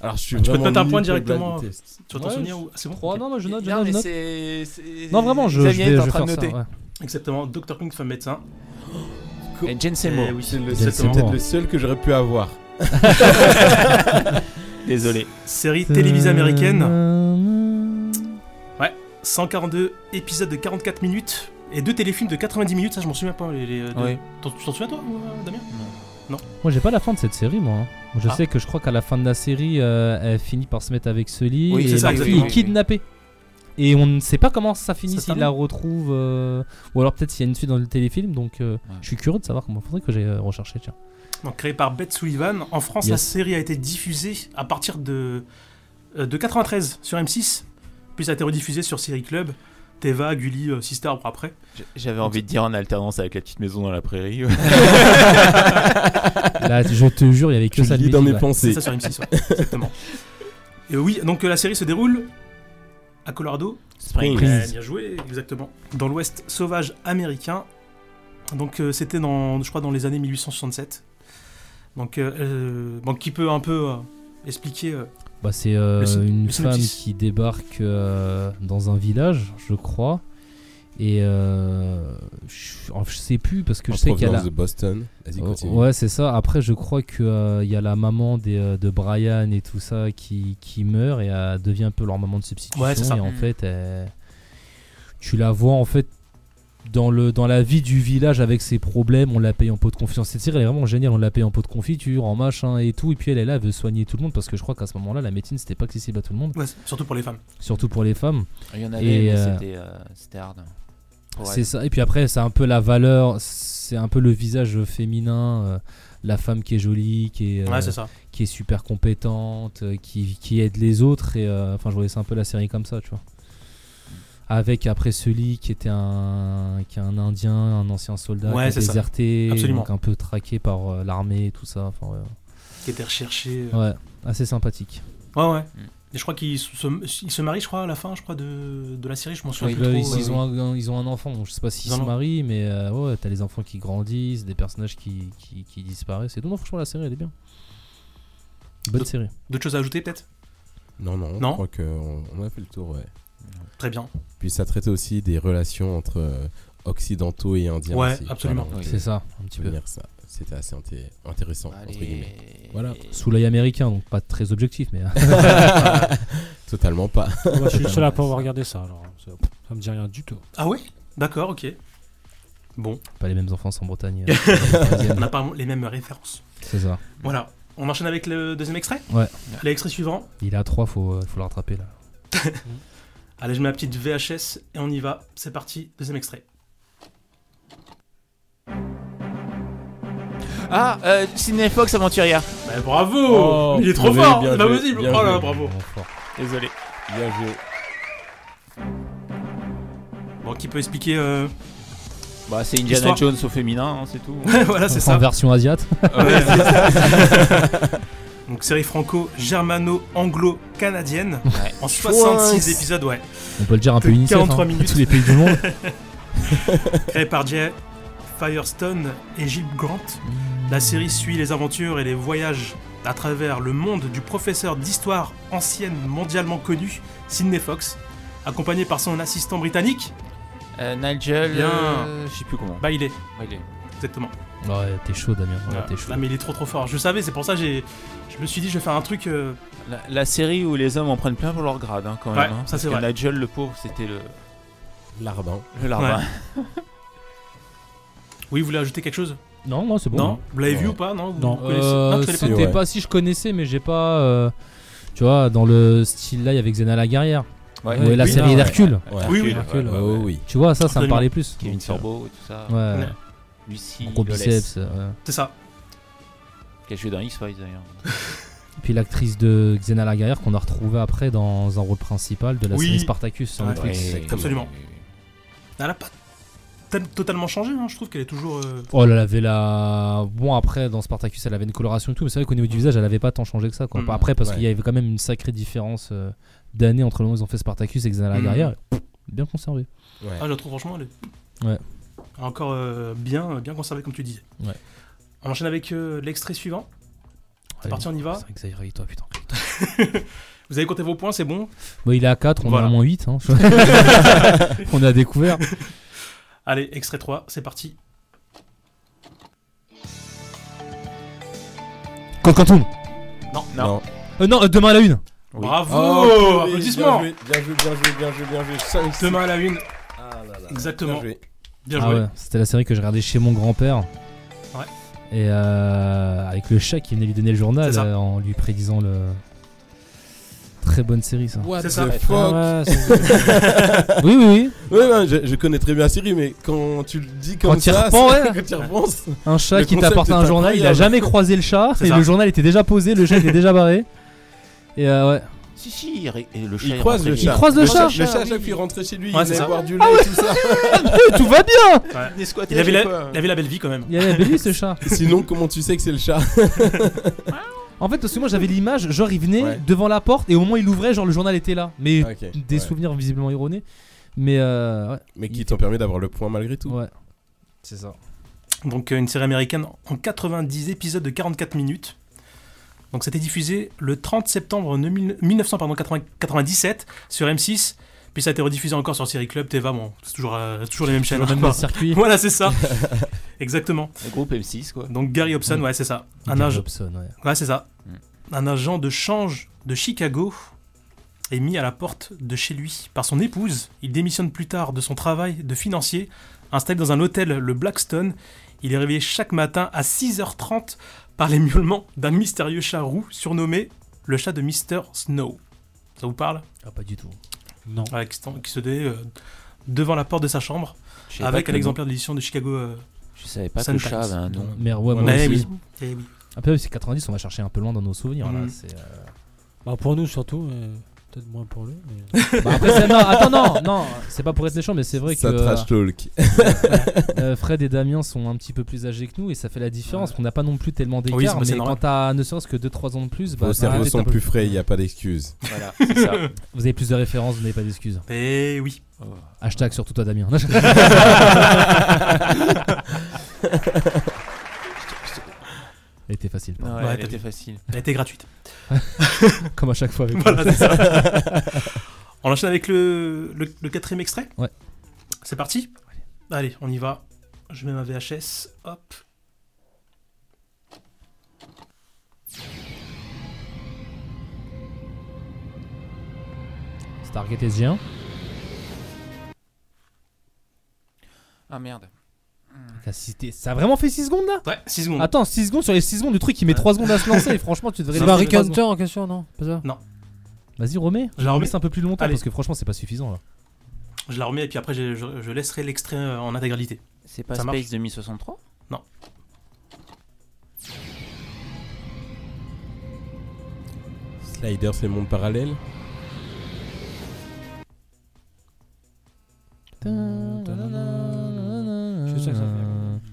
Speaker 8: Alors, je suis
Speaker 4: Ah, Tu peux
Speaker 8: vraiment
Speaker 4: te mettre un
Speaker 8: nul
Speaker 4: point
Speaker 8: pour le blind
Speaker 4: directement. hein. Tu
Speaker 8: test.
Speaker 4: vas t'en
Speaker 6: Ouais,
Speaker 4: souvenir ou- C'est bon
Speaker 6: Trois, non, mais je note, je
Speaker 5: Non,
Speaker 6: note, je
Speaker 5: mais
Speaker 6: note.
Speaker 5: c'est. c'est-
Speaker 6: Non, vraiment, je, je
Speaker 5: Xavier
Speaker 6: vais,
Speaker 5: est
Speaker 6: je
Speaker 5: en
Speaker 6: vais
Speaker 5: train de
Speaker 6: faire ça,
Speaker 5: noter.
Speaker 6: ouais.
Speaker 4: Exactement, Dr. King, femme médecin.
Speaker 5: Et Jane Seymour.
Speaker 4: Eh oui,
Speaker 8: C'est le-
Speaker 4: Jane
Speaker 8: c'est peut-être
Speaker 4: Seymour.
Speaker 8: le seul que j'aurais pu avoir.
Speaker 5: Désolé.
Speaker 4: Série télévisée
Speaker 8: Euh,
Speaker 4: américaine. Ouais, 142 épisodes de 44 minutes et deux téléfilms de 90 minutes, ça je m'en souviens pas. Les, les- de-
Speaker 5: Ouais.
Speaker 4: T'en- Tu t'en souviens toi, euh, Damien
Speaker 6: Moi, j'ai pas la fin de cette série, moi. Je
Speaker 4: Ah.
Speaker 6: sais que je crois qu'à la fin de la série, euh, elle finit par se mettre avec Sully
Speaker 5: Oui,
Speaker 6: et
Speaker 5: c'est ça,
Speaker 6: la
Speaker 5: exactement,
Speaker 6: fille
Speaker 5: oui, oui.
Speaker 6: kidnappée. Et on ne sait pas comment ça finit,
Speaker 4: Ça
Speaker 6: s'il
Speaker 4: termine
Speaker 6: la retrouve, euh, ou alors peut-être s'il y a une suite dans le téléfilm. Donc, euh, je suis curieux de savoir comment faudrait que j'ai euh, recherché. Tiens.
Speaker 4: Donc créé par Beth Sullivan. En France,
Speaker 6: Yes.
Speaker 4: la série a été diffusée à partir de, euh, de 93 sur M6, puis ça a été rediffusé sur Série Club, Teva, Gulli, euh, Sister pour après.
Speaker 5: J- J'avais envie de dire en alternance avec la petite maison dans la prairie.
Speaker 6: Là, je te jure, il y avait que
Speaker 8: Je
Speaker 6: ça. de
Speaker 8: lis dans
Speaker 6: musique,
Speaker 8: mes
Speaker 6: ouais.
Speaker 8: pensées.
Speaker 4: C'est ça sur M6, ouais, exactement. Et oui, donc euh, la série se déroule à Colorado,
Speaker 5: Spring.
Speaker 4: Ouais,
Speaker 6: Prise.
Speaker 4: bien joué, exactement. Dans l'Ouest sauvage américain. Donc euh, c'était dans, je crois, dans les années 1867. Donc, euh, euh, bon, qui peut un peu euh, expliquer euh,
Speaker 6: Bah, c'est euh,
Speaker 4: Le syn-
Speaker 6: une
Speaker 4: le
Speaker 6: femme
Speaker 4: synopsis.
Speaker 6: qui débarque euh, dans un village, je crois. Et euh, je, oh, je sais plus parce que
Speaker 8: En
Speaker 6: je sais qu'elle a.
Speaker 8: provenance de Boston. Vas-y,
Speaker 6: Oh,
Speaker 8: continue.
Speaker 6: Ouais, c'est ça. Après, je crois qu'il y a la maman des, euh, de Brian et tout ça qui, qui meurt et euh, devient un peu leur maman de substitution.
Speaker 4: Ouais, c'est ça.
Speaker 6: Et en
Speaker 4: Mm.
Speaker 6: fait, elle- tu la vois en fait dans, le, dans la vie du village avec ses problèmes. On la paye en pot de confiture. Cette série elle est vraiment géniale. On la paye en pot de confiture, en machin et tout. Et puis elle est là, elle veut soigner tout le monde parce que je crois qu'à ce moment-là, la médecine c'était pas accessible à tout le monde.
Speaker 4: Ouais, surtout pour les femmes.
Speaker 6: Surtout pour les femmes.
Speaker 5: Il y en avait,
Speaker 6: Et,
Speaker 5: mais
Speaker 6: euh,
Speaker 5: c'était, euh, c'était hard. Pour
Speaker 6: c'est
Speaker 5: elle.
Speaker 6: ça. Et puis après, c'est un peu la valeur, c'est un peu le visage féminin, euh, la femme qui est jolie, qui est, euh,
Speaker 4: Ouais, c'est ça.
Speaker 6: qui est super compétente, euh, qui, qui aide les autres. Et euh, enfin, je voyais ça un peu la série comme ça, tu vois. Avec après Sully qui était un, qui est un Indien, un ancien soldat,
Speaker 4: Ouais,
Speaker 6: qui a
Speaker 4: c'est ça.
Speaker 6: déserté,
Speaker 4: Absolument.
Speaker 6: donc un peu traqué par euh, l'armée et tout ça. Enfin, ouais.
Speaker 4: Qui était euh. recherchée.
Speaker 6: ouais, assez sympathique.
Speaker 4: Ouais, ouais.
Speaker 6: Mm.
Speaker 4: Et je crois qu'ils se, se- ils se marient, je crois, à la fin, je crois, de, de la série. Je m'en souviens
Speaker 6: Ils,
Speaker 4: plus trop.
Speaker 6: ils
Speaker 4: euh,
Speaker 6: ont
Speaker 7: hein,
Speaker 6: un, ils ont un enfant, donc je sais pas s'ils
Speaker 4: Ils en
Speaker 6: se
Speaker 4: ont-
Speaker 6: marient, mais euh, ouais, t'as les enfants qui grandissent, des personnages qui, qui, qui disparaissent. Et donc, non, franchement, la série, elle est bien. Bonne
Speaker 4: D'autres-
Speaker 6: série.
Speaker 4: D'autres choses à ajouter, peut-être
Speaker 8: Non, non,
Speaker 4: Non
Speaker 8: je crois qu'on on a fait le tour, ouais.
Speaker 4: Très bien.
Speaker 8: Puis ça traite aussi des relations entre euh, occidentaux et indiens.
Speaker 4: Ouais,
Speaker 8: aussi.
Speaker 4: absolument.
Speaker 8: Voilà, on
Speaker 6: Oui.
Speaker 8: peut-
Speaker 6: C'est ça, un
Speaker 8: on
Speaker 6: petit
Speaker 8: peut
Speaker 6: peu.
Speaker 8: dire ça. C'était assez inté- intéressant, entre guillemets. Voilà.
Speaker 6: Sous l'œil américain, donc pas très objectif, mais. euh,
Speaker 8: Totalement pas.
Speaker 7: Ouais, Ah, bah, je suis le seul à pas avoir regardé ça, alors ça, ça me dit rien du tout.
Speaker 4: Ah oui D'accord, ok. Bon.
Speaker 6: Pas les mêmes enfants en Bretagne. euh,
Speaker 4: on n'a pas les mêmes références.
Speaker 6: C'est ça.
Speaker 4: Voilà. On enchaîne avec le deuxième extrait
Speaker 6: Ouais.
Speaker 4: L'extrait suivant.
Speaker 6: Il est à 3, faut, euh, faut le rattraper là.
Speaker 4: Allez, je mets ma petite VHS et on y va. C'est parti, deuxième extrait.
Speaker 5: Ah, euh, Sydney Fox aventurière.
Speaker 4: Bah, bravo
Speaker 8: Oh,
Speaker 4: Il est trop
Speaker 8: bien
Speaker 4: fort
Speaker 8: joué,
Speaker 4: C'est pas
Speaker 8: bien
Speaker 4: possible
Speaker 8: joué,
Speaker 4: Oh là
Speaker 8: bien joué.
Speaker 4: là, bravo
Speaker 5: Désolé.
Speaker 8: Bien joué.
Speaker 4: Bon, qui peut expliquer. euh,
Speaker 5: Bah, c'est Indiana
Speaker 4: Histoire.
Speaker 5: Jones au féminin, hein, c'est tout.
Speaker 4: voilà, c'est
Speaker 6: Enfin,
Speaker 4: ça.
Speaker 6: En version asiate.
Speaker 4: Ouais, c'est ça. Donc, série franco-germano-anglo-canadienne.
Speaker 5: Ouais.
Speaker 4: En 66 épisodes, ouais.
Speaker 6: On peut le dire un peu
Speaker 4: De
Speaker 6: unicef.
Speaker 4: 43
Speaker 6: hein,
Speaker 4: minutes.
Speaker 6: Tous les pays du monde.
Speaker 4: Créée par Jay Firestone et Gil Grant, la série suit les aventures et les voyages à travers le monde du professeur d'histoire ancienne mondialement connu, Sidney Fox, accompagné par son assistant britannique,
Speaker 5: Euh, Nigel.
Speaker 4: Bien.
Speaker 5: euh, je sais plus comment.
Speaker 4: Bailey.
Speaker 5: Bailey.
Speaker 4: Exactement.
Speaker 6: Ouais, t'es chaud, Damien. Ouais,
Speaker 4: Voilà.
Speaker 6: t'es chaud.
Speaker 4: Ah, mais il est trop trop fort. Je savais, c'est pour ça que j'ai- je me suis dit je vais faire un truc. euh,
Speaker 5: La, la série où les hommes en prennent plein pour leur grade, hein, quand même.
Speaker 4: Ouais,
Speaker 5: hein,
Speaker 4: ça, c'est
Speaker 5: parce que
Speaker 4: vrai.
Speaker 5: Nigel, le pauvre, c'était le,
Speaker 8: L'arbin.
Speaker 5: le larbin.
Speaker 4: Oui, vous voulez ajouter quelque chose
Speaker 6: Non, non, c'est bon.
Speaker 4: Non Vous l'avez vu
Speaker 8: Ouais.
Speaker 4: ou pas Non. Vous
Speaker 7: Non.
Speaker 4: vous connaissez
Speaker 6: Euh,
Speaker 4: Non, tu connais pas
Speaker 6: C'était
Speaker 8: Ouais.
Speaker 6: pas si je connaissais, mais j'ai pas. euh, tu vois, dans le style là, il y avait Xena la guerrière.
Speaker 5: Ouais,
Speaker 6: Ouais, la
Speaker 4: oui,
Speaker 6: série
Speaker 8: ouais.
Speaker 6: d'Hercule.
Speaker 8: Ouais.
Speaker 4: Oui, oui.
Speaker 8: Ouais, ouais, ouais, oui.
Speaker 6: Tu vois, ça, ça me
Speaker 4: Absolument.
Speaker 6: parlait plus.
Speaker 5: Kevin
Speaker 6: Donc,
Speaker 5: Sorbo et tout ça.
Speaker 6: euh, Ouais.
Speaker 4: Ouais.
Speaker 5: Lucie.
Speaker 6: Gros
Speaker 5: Lawless,
Speaker 6: biceps. ouais.
Speaker 4: C'est ça.
Speaker 5: Qui a joué dans X-Files d'ailleurs.
Speaker 6: Et Puis l'actrice de Xena la guerrière qu'on a retrouvée après dans un rôle principal de la
Speaker 4: Oui.
Speaker 6: série Spartacus sur
Speaker 5: hein,
Speaker 4: Ouais.
Speaker 6: Netflix.
Speaker 4: exactement. Absolument. Elle a pas tel- totalement changé. hein. Je trouve qu'elle est toujours. euh,
Speaker 6: Oh là, elle avait la. Bon, après, dans Spartacus, elle avait une coloration et tout, mais c'est vrai qu'au niveau du visage, elle avait pas tant changé que ça. Quoi.
Speaker 4: Mm.
Speaker 6: Après, parce
Speaker 8: Ouais.
Speaker 6: qu'il y avait quand même une sacrée différence euh, d'années entre le moment où ils ont fait Spartacus et Xena la
Speaker 4: Mm.
Speaker 6: guerrière. Pff, Bien conservé.
Speaker 8: Ouais.
Speaker 4: Ah, je la trouve franchement, elle est.
Speaker 6: Ouais.
Speaker 4: elle est Encore euh, bien, bien conservée, comme tu disais.
Speaker 6: Ouais.
Speaker 4: On enchaîne avec euh, l'extrait suivant. C'est
Speaker 6: Allez,
Speaker 4: parti, on y va.
Speaker 6: C'est vrai que ça irait, toi, putain.
Speaker 4: Vous avez compté vos points, c'est bon.
Speaker 6: Bon, il est à 4, on
Speaker 4: Voilà.
Speaker 6: est à moins 8. Hein. on a découvert.
Speaker 4: Allez, extrait 3, c'est parti.
Speaker 6: Cancantoum
Speaker 5: Non.
Speaker 6: euh, Non, euh, demain à la une
Speaker 5: Oui.
Speaker 4: Bravo
Speaker 8: Oh, oui,
Speaker 4: Applaudissements
Speaker 8: Bien joué, bien joué, bien joué, bien joué. Cinq, six.
Speaker 4: Demain à la une,
Speaker 8: Ah là là.
Speaker 4: exactement.
Speaker 8: Bien joué.
Speaker 4: Bien
Speaker 6: Ah
Speaker 4: joué.
Speaker 6: ouais, c'était la série que je regardais chez mon grand-père.
Speaker 4: Ouais.
Speaker 6: Et euh, avec le chat qui venait lui donner le
Speaker 4: C'est
Speaker 6: journal
Speaker 4: ça.
Speaker 6: euh, en lui prédisant le. Très bonne série ça.
Speaker 8: What
Speaker 4: C'est
Speaker 8: the
Speaker 4: ça.
Speaker 8: fuck
Speaker 7: Ah ouais, c'est-
Speaker 6: Oui, oui, oui.
Speaker 8: Ouais, non, je, je connais très bien la série, mais quand tu le dis comme
Speaker 6: Quand tu y
Speaker 8: ça,
Speaker 6: reprends,
Speaker 8: c'est-
Speaker 6: ouais.
Speaker 8: quand tu y repenses,
Speaker 6: Un chat
Speaker 8: Le
Speaker 6: qui
Speaker 8: concept
Speaker 6: t'apporte
Speaker 8: est
Speaker 6: un journal, il a
Speaker 8: incroyable.
Speaker 6: jamais croisé le chat,
Speaker 4: C'est
Speaker 6: et
Speaker 4: ça.
Speaker 6: le journal était déjà posé, le chat était déjà barré. Et euh, ouais.
Speaker 5: Si, si, il, ré- et le chat
Speaker 8: il
Speaker 5: est
Speaker 8: croise le
Speaker 5: rentré.
Speaker 8: chat.
Speaker 6: Il croise le chat.
Speaker 8: Le chat, à chaque
Speaker 5: oui.
Speaker 8: fois, il rentrait chez lui,
Speaker 4: Ouais,
Speaker 8: il
Speaker 4: c'est
Speaker 8: allait
Speaker 4: ça.
Speaker 8: boire du lait et tout ça.
Speaker 6: Eh, Ah tout va bien
Speaker 5: Il est squatté,
Speaker 4: Il avait,
Speaker 5: je sais
Speaker 4: la...
Speaker 5: pas.
Speaker 4: il avait la belle vie quand même.
Speaker 6: Il y avait Billy ce chat.
Speaker 8: Sinon, comment tu sais que c'est le chat
Speaker 6: En fait, parce que moi j'avais l'image, genre il venait
Speaker 8: Ouais.
Speaker 6: devant la porte, et au moment où il l'ouvrait, genre le journal était là. Mais
Speaker 8: Ah, ok.
Speaker 6: des
Speaker 8: Ouais.
Speaker 6: souvenirs visiblement erronés. Mais euh, ouais.
Speaker 8: Mais qui t'ont permis d'avoir le point malgré tout.
Speaker 6: ouais. C'est ça.
Speaker 4: Donc euh, une série américaine en 90 épisodes de 44 minutes. Donc c'était diffusé le 30 septembre 1997 sur M6. Puis ça a été rediffusé encore sur Série Club, Teva, bon, c'est toujours, euh, toujours les mêmes chaînes.
Speaker 6: Toujours le
Speaker 4: hein,
Speaker 6: même
Speaker 4: quoi.
Speaker 6: circuit.
Speaker 4: voilà, c'est ça. Exactement.
Speaker 5: Le groupe M6, quoi.
Speaker 4: Donc Gary Hobson,
Speaker 6: Mm.
Speaker 4: ouais, c'est ça.
Speaker 6: Gary
Speaker 4: ag-
Speaker 6: Hobson, ouais.
Speaker 4: Ouais, c'est ça.
Speaker 5: Mm.
Speaker 4: Un agent de change de Chicago est mis à la porte de chez lui par son épouse. Il démissionne plus tard de son travail de financier, installé dans un hôtel, le Blackstone. Il est réveillé chaque matin à 6h30 par les miaulements d'un mystérieux chat roux surnommé le chat de Mr. Snow. Ça vous parle
Speaker 6: Ah, pas du tout.
Speaker 7: Non.
Speaker 4: Qui s'en- qui se dé euh, devant la porte de sa chambre
Speaker 5: Je savais pas
Speaker 4: avec
Speaker 5: que
Speaker 4: un
Speaker 5: le
Speaker 4: exemplaire de l'édition de Chicago. euh,
Speaker 5: Je savais pas que le
Speaker 4: Sun Times.
Speaker 5: chat avait
Speaker 8: Ah,
Speaker 5: un nom.
Speaker 6: Mais ouais, moi
Speaker 4: Eh
Speaker 6: aussi.
Speaker 4: oui. Eh oui.
Speaker 6: Après, c'est 90, on va chercher un peu loin dans nos souvenirs. Là,
Speaker 8: Mm.
Speaker 4: Mhm.
Speaker 6: c'est, euh,
Speaker 7: Bah, pour nous surtout, mais peut-être moins pour lui. mais-
Speaker 6: Bah, après, c'est- non, attends, non, non, c'est pas pour être méchant, mais c'est vrai
Speaker 8: Ça
Speaker 6: que.
Speaker 8: trash talk.
Speaker 6: euh, Fred et Damien sont un petit peu plus âgés que nous et ça fait la différence. On n'a pas non plus tellement
Speaker 4: Oui,
Speaker 6: d'écart,
Speaker 4: bah, c'est
Speaker 6: mais quand
Speaker 4: normal.
Speaker 6: t'as ne serait-ce que 2-3 ans de plus, bah.
Speaker 8: Vos
Speaker 6: ça
Speaker 8: cerveaux
Speaker 6: fait un
Speaker 8: sont
Speaker 6: peu-
Speaker 8: plus frais, il n'y a pas d'excuse.
Speaker 5: Voilà, c'est ça.
Speaker 6: Vous avez plus de références, vous n'avez pas d'excuses. Oh.
Speaker 4: Eh oui.
Speaker 6: Hashtag surtout toi, Damien. Elle était facile. pardon.
Speaker 5: Ouais,
Speaker 4: Ouais,
Speaker 5: elle
Speaker 4: t'as
Speaker 5: était
Speaker 4: vu.
Speaker 5: facile.
Speaker 4: Elle était gratuite.
Speaker 6: Comme à chaque fois avec
Speaker 4: Voilà,
Speaker 6: toi.
Speaker 4: c'est ça. On enchaîne avec le, le, le quatrième extrait
Speaker 6: Ouais.
Speaker 4: C'est parti Allez, on y va. Je mets ma VHS. Hop.
Speaker 6: Stargate SG1.
Speaker 5: Ah merde.
Speaker 6: T'as cité- Ça a vraiment fait 6 secondes là
Speaker 4: Ouais, 6 secondes.
Speaker 6: Attends, 6 secondes sur les 6 secondes, le truc il met 3 secondes à se lancer et franchement tu devrais
Speaker 7: C'est
Speaker 6: laisser
Speaker 7: Barry
Speaker 6: trois secondes.
Speaker 7: Hunter en question, non Pas ça
Speaker 4: Non,
Speaker 6: Vas-y, remets.
Speaker 4: Je la remets.
Speaker 6: Remets ça un peu plus longtemps
Speaker 4: Allez.
Speaker 6: parce que franchement c'est pas suffisant là.
Speaker 4: je la remets et puis après je, je- je laisserai l'extrait euh, en intégralité.
Speaker 5: C'est pas
Speaker 4: Ça marche
Speaker 5: Space 2063
Speaker 4: Non.
Speaker 8: Slider, c'est monde parallèle.
Speaker 7: Je suis sûr que ça fait.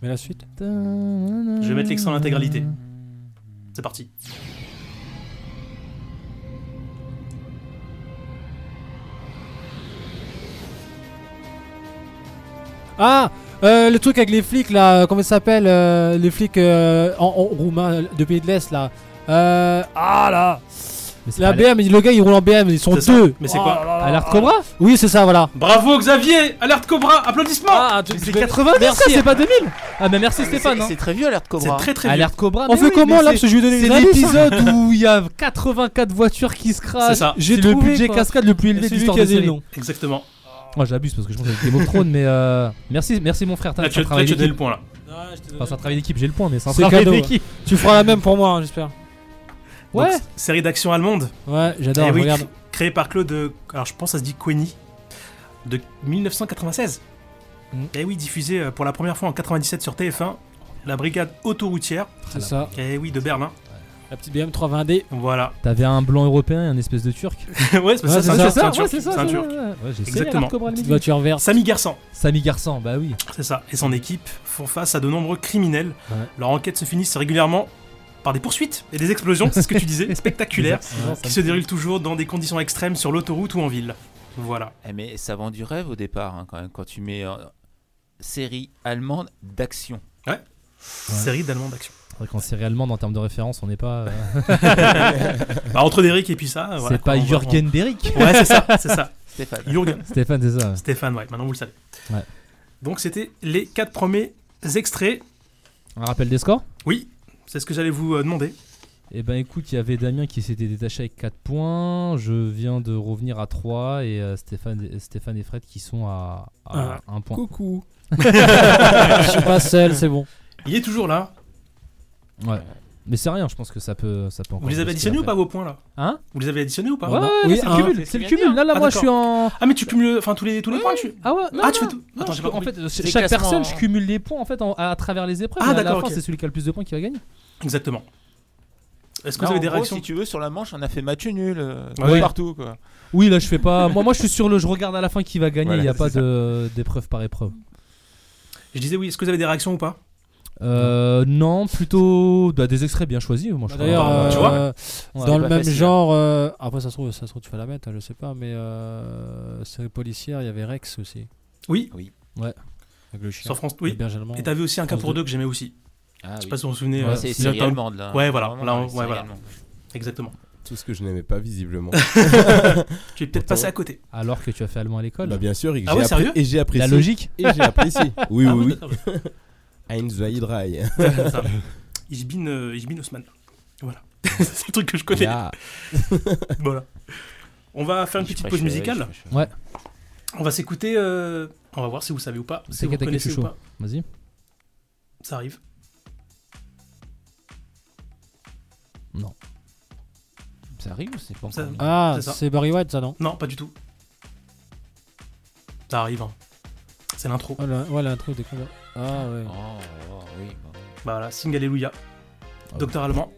Speaker 7: Mais la suite
Speaker 4: Euh. Je vais mettre l'extrait en intégralité. C'est parti.
Speaker 7: Ah euh, Le truc avec les flics là, euh, comment ça s'appelle euh, Les flics euh, en, en roumain de Pays de l'Est là. Euh, ah là
Speaker 6: Mais c'est
Speaker 7: La
Speaker 6: pas
Speaker 7: BM, le gars il roule en BM, ils sont
Speaker 4: C'est ça.
Speaker 7: deux Oh
Speaker 4: Mais c'est quoi
Speaker 6: Alerte Cobra
Speaker 7: Oui, c'est ça, voilà.
Speaker 4: Bravo Xavier Alerte Cobra Applaudissements
Speaker 7: Ah, tu-
Speaker 4: Mais
Speaker 7: tu-
Speaker 4: C'est 80
Speaker 6: Merci, ça, c'est pas 2000 Ah, mais merci Stéphane hein.
Speaker 5: C'est très vieux Alerte
Speaker 4: C'est
Speaker 5: Cobra.
Speaker 4: très très bien.
Speaker 6: Alerte Cobra
Speaker 7: On
Speaker 6: mais
Speaker 7: fait
Speaker 6: oui,
Speaker 7: comment
Speaker 6: mais
Speaker 7: là
Speaker 6: c'est-
Speaker 7: Parce que je lui ai donné les
Speaker 6: C'est
Speaker 7: indices, hein.
Speaker 6: l'épisode où il y a 84 voitures qui se crachent.
Speaker 4: C'est ça.
Speaker 6: J'ai
Speaker 7: C'est
Speaker 6: le
Speaker 7: Ah, trouvé,
Speaker 6: budget
Speaker 7: quoi.
Speaker 6: cascade le plus élevé
Speaker 7: C'est
Speaker 6: de
Speaker 7: celui
Speaker 6: l'histoire
Speaker 7: qui a
Speaker 6: de
Speaker 7: des
Speaker 6: série.
Speaker 7: noms.
Speaker 4: Exactement.
Speaker 6: Moi j'abuse parce que je pense que c'est Game of Thrones, mais euh, merci, merci mon frère. t'as-
Speaker 4: Là
Speaker 6: t'as
Speaker 4: tu,
Speaker 6: travaillé
Speaker 4: là, tu as donné le
Speaker 6: d'équipe.
Speaker 4: point là.
Speaker 6: Enfin, c'est un travail d'équipe, j'ai le point, mais c'est un
Speaker 7: C'est
Speaker 6: travail
Speaker 7: cadeau, ouais.
Speaker 6: d'équipe.
Speaker 7: Tu feras la même pour moi, hein, j'espère.
Speaker 4: Donc,
Speaker 6: Ouais.
Speaker 4: série d'action allemande.
Speaker 7: Ouais, j'adore,
Speaker 4: Eh oui,
Speaker 7: regarde.
Speaker 4: cré- créée par Claude. euh, Alors je pense que ça se dit Queni. De 1996.
Speaker 7: Mm.
Speaker 4: Eh oui, diffusée euh, pour la première fois en 97 sur TF1. La brigade autoroutière.
Speaker 7: C'est ça.
Speaker 4: Eh oui, de Berlin.
Speaker 7: La petite BM 320D.
Speaker 4: Voilà.
Speaker 6: T'avais un blanc européen et un espèce de turc.
Speaker 4: ouais, c'est
Speaker 7: Ouais,
Speaker 4: parce que
Speaker 7: c'est ça,
Speaker 4: c'est un
Speaker 6: ouais,
Speaker 4: turc. C'est un turc.
Speaker 6: ouais, ouais. Ouais, j'ai essayé
Speaker 4: Exactement.
Speaker 6: Alerte Cobra le
Speaker 7: Petite
Speaker 6: midi.
Speaker 7: voiture verte.
Speaker 4: Sami Garçon,
Speaker 6: Sami Garçon, bah oui.
Speaker 4: c'est ça, et son équipe font face à de nombreux criminels.
Speaker 6: Ouais.
Speaker 4: Leur enquête se finissent régulièrement par des poursuites et des explosions, c'est ce que tu disais, spectaculaires,
Speaker 6: Ouais,
Speaker 4: qui se déroulent toujours dans des conditions extrêmes sur l'autoroute ou en ville. Voilà.
Speaker 5: Eh, mais ça vend du rêve au départ hein, quand même quand tu mets euh, série allemande d'action.
Speaker 4: Série d'Allemands d'action.
Speaker 6: C'est vrai qu'en série allemande, en termes de référence, on n'est pas. euh,
Speaker 4: Bah, entre Derrick et puis ça. voilà,
Speaker 6: c'est pas
Speaker 4: on va-
Speaker 6: Jürgen Derrick.
Speaker 4: on- Ouais, c'est ça, c'est ça.
Speaker 5: Stéphane.
Speaker 4: Jürgen.
Speaker 6: Stéphane, c'est ça.
Speaker 4: Stéphane, ouais, maintenant vous le savez.
Speaker 6: Ouais.
Speaker 4: Donc, c'était les quatre premiers extraits.
Speaker 6: Un rappel des scores
Speaker 4: Oui, c'est ce que j'allais vous euh, demander.
Speaker 6: Eh ben écoute, il y avait Damien qui s'était détaché avec 4 points. Je viens de revenir à 3 et euh, Stéphane, Stéphane et Fred qui sont à,
Speaker 4: Ah.
Speaker 6: à 1 point.
Speaker 7: Coucou. je suis pas seul, c'est bon.
Speaker 4: Il est toujours là.
Speaker 6: Ouais. Mais c'est rien, je pense que ça peut, ça peut encore
Speaker 4: Vous les avez
Speaker 6: booster
Speaker 4: additionnés ou
Speaker 6: après.
Speaker 4: pas vos points là
Speaker 6: Hein
Speaker 4: Vous les avez additionnés ou pas
Speaker 6: Ouais, ouais,
Speaker 7: Oui,
Speaker 6: là, c'est
Speaker 7: un.
Speaker 6: le cumul. C'est le cumul. Là, là,
Speaker 4: Ah,
Speaker 6: moi, je suis en.
Speaker 4: Ah, mais tu cumules enfin tous les, tous les points tu...
Speaker 6: Ah ouais.
Speaker 4: Ah,
Speaker 6: non,
Speaker 4: tu fais
Speaker 6: non.
Speaker 4: tout-
Speaker 6: Non,
Speaker 4: Attends,
Speaker 6: je-
Speaker 4: j'ai pas
Speaker 6: en
Speaker 4: compris.
Speaker 6: fait, euh,
Speaker 5: C'est
Speaker 6: chaque
Speaker 5: classement,
Speaker 6: personne,
Speaker 5: hein.
Speaker 6: je cumule les points en fait en- à, à travers les épreuves.
Speaker 4: Ah,
Speaker 6: et à la
Speaker 4: d'accord,
Speaker 6: fin,
Speaker 4: ok.
Speaker 6: c'est celui qui a le plus de points qui va gagner.
Speaker 4: Exactement. Est-ce que
Speaker 5: Non,
Speaker 4: vous avez
Speaker 5: en
Speaker 4: des
Speaker 5: gros,
Speaker 4: réactions
Speaker 5: Si tu veux, sur la manche, on a fait match nul euh,
Speaker 4: Ah
Speaker 6: Oui.
Speaker 5: partout. Quoi.
Speaker 6: Oui, là, je fais pas. moi, moi, je suis sur le. Je regarde à la fin qui va gagner. Il
Speaker 5: Voilà,
Speaker 6: n'y a
Speaker 5: c'est
Speaker 6: pas
Speaker 5: ça.
Speaker 6: de- d'épreuve par épreuve.
Speaker 4: Je disais oui, est-ce que vous avez des réactions ou pas
Speaker 6: Euh, non, plutôt bah, des extraits bien choisis. Moi, je
Speaker 7: D'ailleurs,
Speaker 5: Bah,
Speaker 6: crois.
Speaker 7: euh,
Speaker 4: tu
Speaker 5: Ouais,
Speaker 7: dans
Speaker 5: c'est
Speaker 7: le
Speaker 5: pas
Speaker 7: même
Speaker 5: facile. hein.
Speaker 7: genre, euh, après ça se trouve, ça se trouve, tu vas la mettre, hein, je sais pas, mais euh, série policière, il y avait Rex aussi,
Speaker 4: Oui,
Speaker 7: avec le chien.
Speaker 4: sur France,
Speaker 7: Le
Speaker 4: oui.
Speaker 7: berger allemand.
Speaker 4: Et t'avais aussi un cas
Speaker 7: France
Speaker 4: pour
Speaker 7: deux.
Speaker 4: deux que j'aimais aussi.
Speaker 5: Ah
Speaker 4: je sais
Speaker 5: oui.
Speaker 4: pas si vous vous souvenez.
Speaker 5: Ouais,
Speaker 4: euh,
Speaker 5: c'est
Speaker 4: si
Speaker 5: série
Speaker 4: j'entends-
Speaker 5: allemande, là.
Speaker 4: Ouais, voilà.
Speaker 5: Vraiment,
Speaker 4: là, on-
Speaker 5: série
Speaker 4: ouais, voilà.
Speaker 5: allemande.
Speaker 4: Exactement.
Speaker 8: Tout ce que je n'aimais pas visiblement.
Speaker 4: Tu es peut-être passé à côté.
Speaker 6: Alors que tu as fait allemand à l'école
Speaker 8: Bah bien sûr, et que
Speaker 4: Ah ouais,
Speaker 8: j'ai appris-
Speaker 4: sérieux
Speaker 8: et j'ai apprécié.
Speaker 6: La logique
Speaker 8: Et j'ai apprécié. Oui,
Speaker 4: Ah oui,
Speaker 8: oui,
Speaker 4: d'accord,
Speaker 8: oui. Heinz Weidrei.
Speaker 4: Ça. Ich bin, euh, ich bin Haussmann. Voilà. c'est le truc que je connais.
Speaker 8: Yeah.
Speaker 4: voilà. On va faire une
Speaker 5: Ich
Speaker 4: petite pause
Speaker 5: spreche,
Speaker 4: musicale.
Speaker 5: ich
Speaker 6: Ouais.
Speaker 4: On va s'écouter. euh, on va voir si vous savez ou pas. Si vous
Speaker 6: Taka Taka
Speaker 4: connaissez ou
Speaker 6: Chucho.
Speaker 4: pas.
Speaker 6: Vas-y.
Speaker 4: Ça arrive.
Speaker 5: Ça arrive ou c'est pas
Speaker 4: Ça-
Speaker 5: encore mis
Speaker 7: Ah,
Speaker 4: C'est ça.
Speaker 7: c'est Barry White, ça, non
Speaker 4: Non, pas du tout. Ça arrive. hein. C'est l'intro.
Speaker 7: Oh Ouais, la- ouais, l'intro des combats. Ah, ouais.
Speaker 5: Oh, oh, oui, bah oui. Ah
Speaker 4: Bah voilà, Sing Alléluia. Docteur Allemand.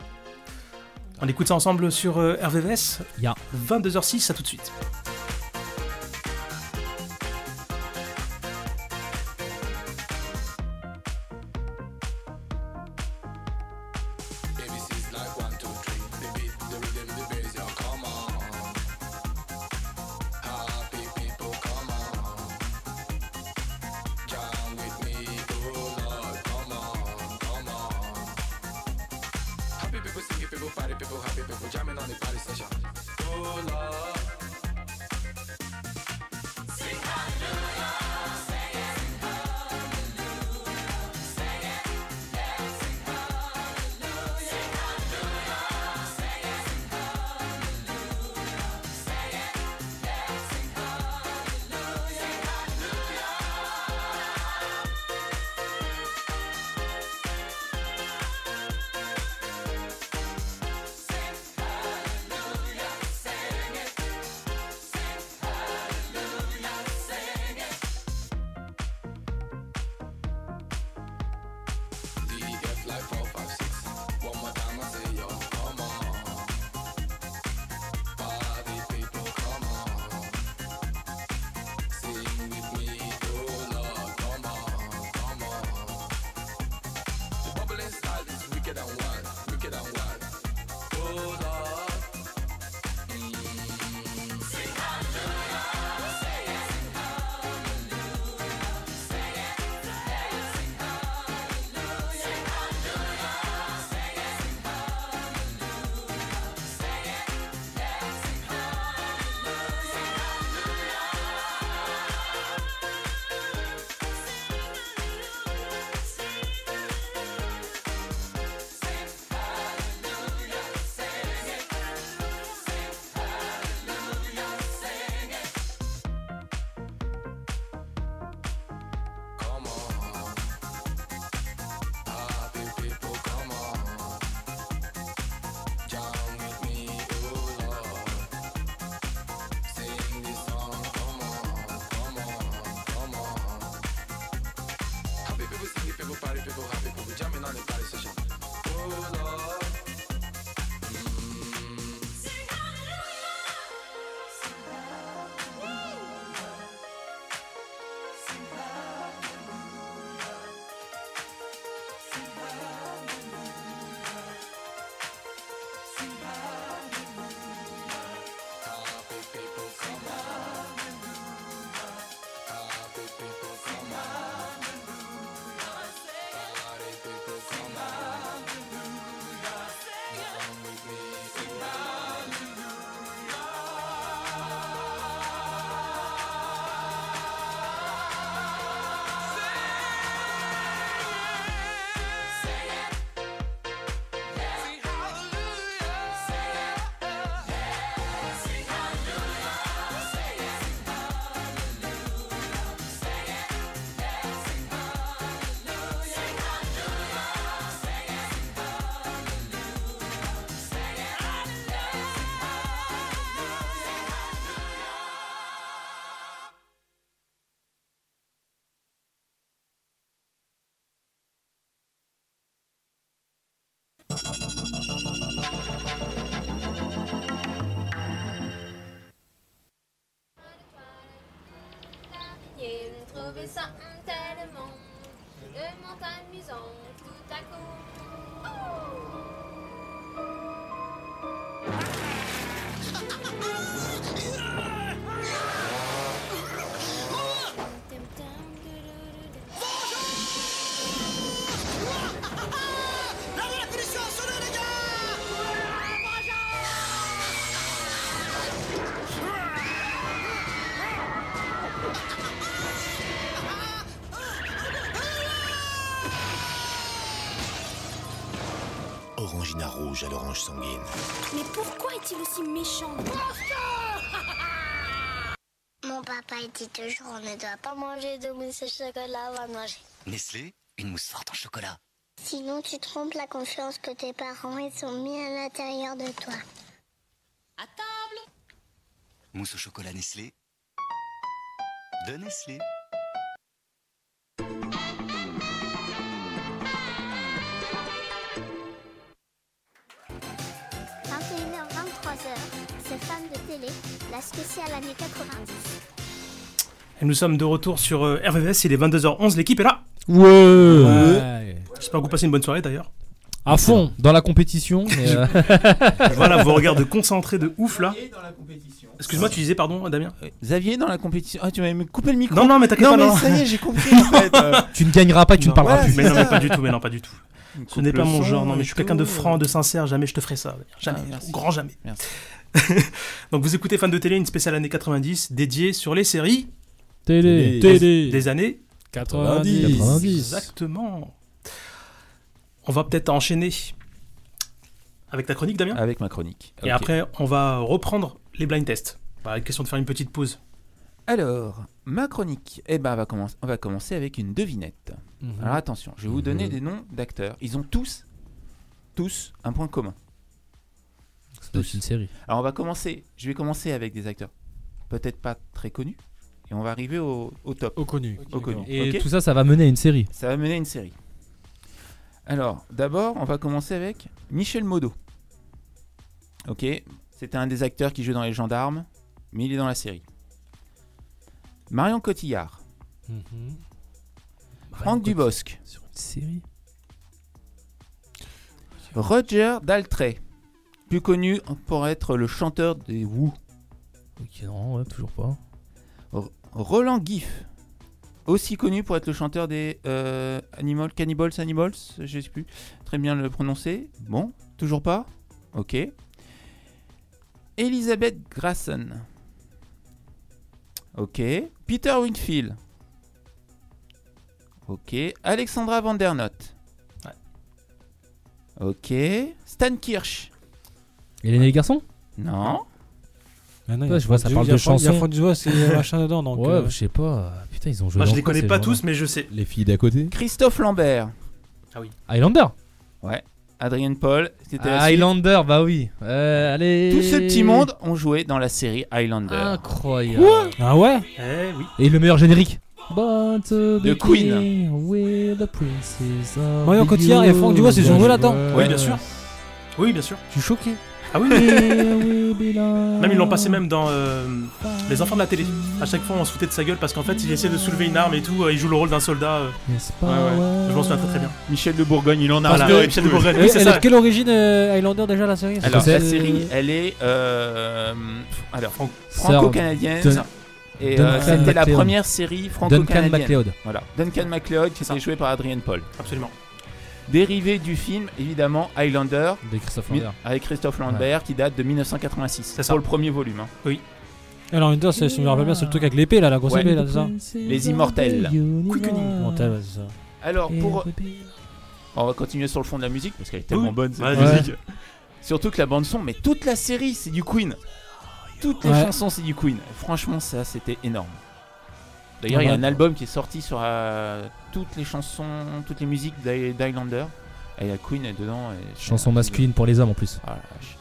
Speaker 4: On écoute ça ensemble sur euh, RVVS.
Speaker 6: Ya.
Speaker 4: 22h06, à tout de suite.
Speaker 14: J'ai trouvé ça hum, tellement, tellement amusant tout à coup.
Speaker 15: orangina rouge à l'orange sanguine.
Speaker 16: Mais pourquoi est-il aussi méchant
Speaker 1: Mon papa il dit toujours on ne doit pas manger de mousse au chocolat avant de manger.
Speaker 15: Nestlé, une mousse forte en chocolat.
Speaker 1: Sinon tu trompes la confiance que tes parents ils ont mis à l'intérieur de toi.
Speaker 14: À table
Speaker 15: Mousse au chocolat Nestlé. De Nestlé.
Speaker 1: h 23h, c'est Femmes de télé, la spéciale année 90.
Speaker 4: Et nous sommes de retour sur euh, RVVS, il est 22h11, l'équipe est là
Speaker 6: Ouais.
Speaker 4: J'espère que vous passez une bonne soirée d'ailleurs.
Speaker 6: À fond, dans la compétition. mais, euh,
Speaker 4: voilà, vous regardez concentré de ouf là. Excuse-moi, tu disais pardon, Damien
Speaker 5: Euh, Xavier dans la compétition. Ah, tu m'avais coupé le micro.
Speaker 4: Non, non, mais t'inquiète pas.
Speaker 5: Non,
Speaker 4: non.
Speaker 5: mais ça y est, j'ai compris en fait. euh.
Speaker 6: Tu ne gagneras pas et tu ne parleras plus.
Speaker 4: Mais non, mais pas du tout, mais non, pas du tout.
Speaker 6: Il
Speaker 4: Ce
Speaker 6: coupe
Speaker 4: n'est pas
Speaker 6: le
Speaker 4: mon
Speaker 6: son
Speaker 4: genre, non, mais
Speaker 6: et
Speaker 4: je suis quelqu'un de
Speaker 6: tout.
Speaker 4: franc, de sincère, jamais je te ferai ça. Jamais,
Speaker 5: euh, Ah, merci.
Speaker 4: au grand jamais.
Speaker 5: Merci.
Speaker 4: Donc vous écoutez Fan de télé, une spéciale année 90 dédiée sur les séries des-
Speaker 6: Télé. Télé.
Speaker 4: des années
Speaker 6: 90. 90.
Speaker 4: Exactement. On va peut-être enchaîner avec ta chronique, Damien
Speaker 5: Avec ma chronique.
Speaker 4: Et
Speaker 5: Ok.
Speaker 4: après, on va reprendre les blind tests. Bah, question de faire une petite pause.
Speaker 5: Alors, ma chronique, eh ben, on, va commencer, on va commencer avec une devinette.
Speaker 4: Mhm.
Speaker 5: Alors attention, je vais vous donner
Speaker 4: Mhm.
Speaker 5: des noms d'acteurs. Ils ont tous, tous un point commun.
Speaker 6: C'est une série.
Speaker 5: Alors on va commencer, je vais commencer avec des acteurs peut-être pas très connus, et on va arriver au, au top. Au connu. Au connu.
Speaker 6: Et
Speaker 5: ok
Speaker 6: tout ça, ça va mener à une série.
Speaker 5: Ça va mener à une série. Alors, d'abord, on va commencer avec Michel Modo. Ok, c'était un des acteurs qui joue dans Les Gendarmes, mais il est dans la série. Marion Cotillard. Franck Dubosc.
Speaker 6: Sur une série
Speaker 5: Roger Daltrey. Plus connu pour être le chanteur des Who.
Speaker 6: Ok, non, ouais, toujours pas.
Speaker 5: R- Roland Giff. Aussi connu pour être le chanteur des euh, Animal, Cannibals, Animals, je sais plus très bien le prononcer. Bon, toujours pas Ok. Elisabeth Grasson. Ok. Peter Winfield. Ok. Alexandra Vandernot. Ok. Stan Kirsch.
Speaker 6: Hélène et les garçons
Speaker 5: Non.
Speaker 7: Ah non, il y
Speaker 6: Ouais,
Speaker 7: a
Speaker 6: je vois,
Speaker 7: Franck
Speaker 6: ça
Speaker 7: Du-
Speaker 6: parle
Speaker 7: il y a
Speaker 6: de
Speaker 7: Franck- il y
Speaker 6: chansons.
Speaker 7: a Franck Dubosc et machin dedans, donc,
Speaker 6: ouais,
Speaker 7: euh,
Speaker 6: je sais pas. Putain, ils ont joué.
Speaker 4: Moi, je
Speaker 6: dans
Speaker 4: les
Speaker 6: quoi,
Speaker 4: connais
Speaker 6: ces
Speaker 4: pas
Speaker 6: gens-là
Speaker 4: tous, mais je sais.
Speaker 8: Les filles d'à côté
Speaker 5: Christophe Lambert.
Speaker 4: Ah oui.
Speaker 6: Highlander
Speaker 5: Ouais. Adrien Paul. C'était la suite.
Speaker 6: Highlander, bah oui. Euh, allez.
Speaker 5: Tout ce petit monde ont joué dans la série Highlander.
Speaker 6: Incroyable.
Speaker 7: Ah ouais
Speaker 4: euh, Eh oui.
Speaker 6: Et le meilleur générique
Speaker 5: The Queen.
Speaker 7: Marion Cotillard et Franck Dubois, hein. ils ont joué là-dedans.
Speaker 6: hein.
Speaker 4: Oui, bien sûr. Oui, bien sûr.
Speaker 7: Je suis choqué.
Speaker 4: Ah oui,
Speaker 6: Eh
Speaker 4: oui. Même ils l'ont passé même dans euh, Les enfants de la télé. À chaque fois, on se foutait de sa gueule parce qu'en fait, il essaie de soulever une arme et tout. euh, il joue le rôle d'un soldat. euh.
Speaker 6: N'est-ce pas,
Speaker 4: Ouais, ouais.
Speaker 6: ouais.
Speaker 4: Je m'en souviens très très bien.
Speaker 5: Michel de Bourgogne, il en a
Speaker 4: Voilà,
Speaker 5: un peu.
Speaker 4: ouais, Michel de Bourgogne, oui,
Speaker 7: Elle
Speaker 4: c'est
Speaker 7: elle est
Speaker 4: ça.
Speaker 7: de quelle origine euh, Highlander déjà la série
Speaker 5: Alors,
Speaker 7: C'est-
Speaker 5: la série, elle est euh, alors, fran-
Speaker 6: Sir
Speaker 5: franco-canadienne.
Speaker 6: Dun-
Speaker 5: Et
Speaker 6: Duncan
Speaker 5: euh, c'était la
Speaker 6: MacLeod.
Speaker 5: première série franco-canadienne.
Speaker 6: Duncan MacLeod.
Speaker 5: Voilà. Duncan MacLeod, qui était joué par Adrien Paul.
Speaker 4: Absolument.
Speaker 5: Dérivé du film, évidemment, Highlander.
Speaker 6: De Christophe
Speaker 5: mi-
Speaker 6: Lambert.
Speaker 5: Avec Christophe Lambert, qui date de 1986. C'est pour le premier volume. hein.
Speaker 4: Oui.
Speaker 7: Alors, Highlander, c'est- je me rappelle bien, c'est le truc avec l'épée là, la grosse
Speaker 5: Ouais.
Speaker 7: épée là, c'est ça
Speaker 5: Les Immortels.
Speaker 7: Quickening. Immortels, ouais, c'est ça.
Speaker 5: Alors, pour. On va continuer sur le fond de la musique parce qu'elle est tellement
Speaker 4: Oui.
Speaker 5: bonne cette
Speaker 4: Ouais,
Speaker 5: musique.
Speaker 4: vas-y.
Speaker 5: Surtout que la bande-son, mais toute la série, c'est du Queen. Toutes les
Speaker 4: Ouais.
Speaker 5: chansons, c'est du Queen. Franchement, ça, c'était énorme. D'ailleurs, il y a
Speaker 6: Ouais.
Speaker 5: un album qui est sorti sur euh, toutes les chansons, toutes les musiques d'Hi- d'Highlander. Et la Queen est dedans. et c'est
Speaker 6: Chanson
Speaker 5: un-
Speaker 6: masculine pour les hommes en plus.
Speaker 5: Ah, la vache.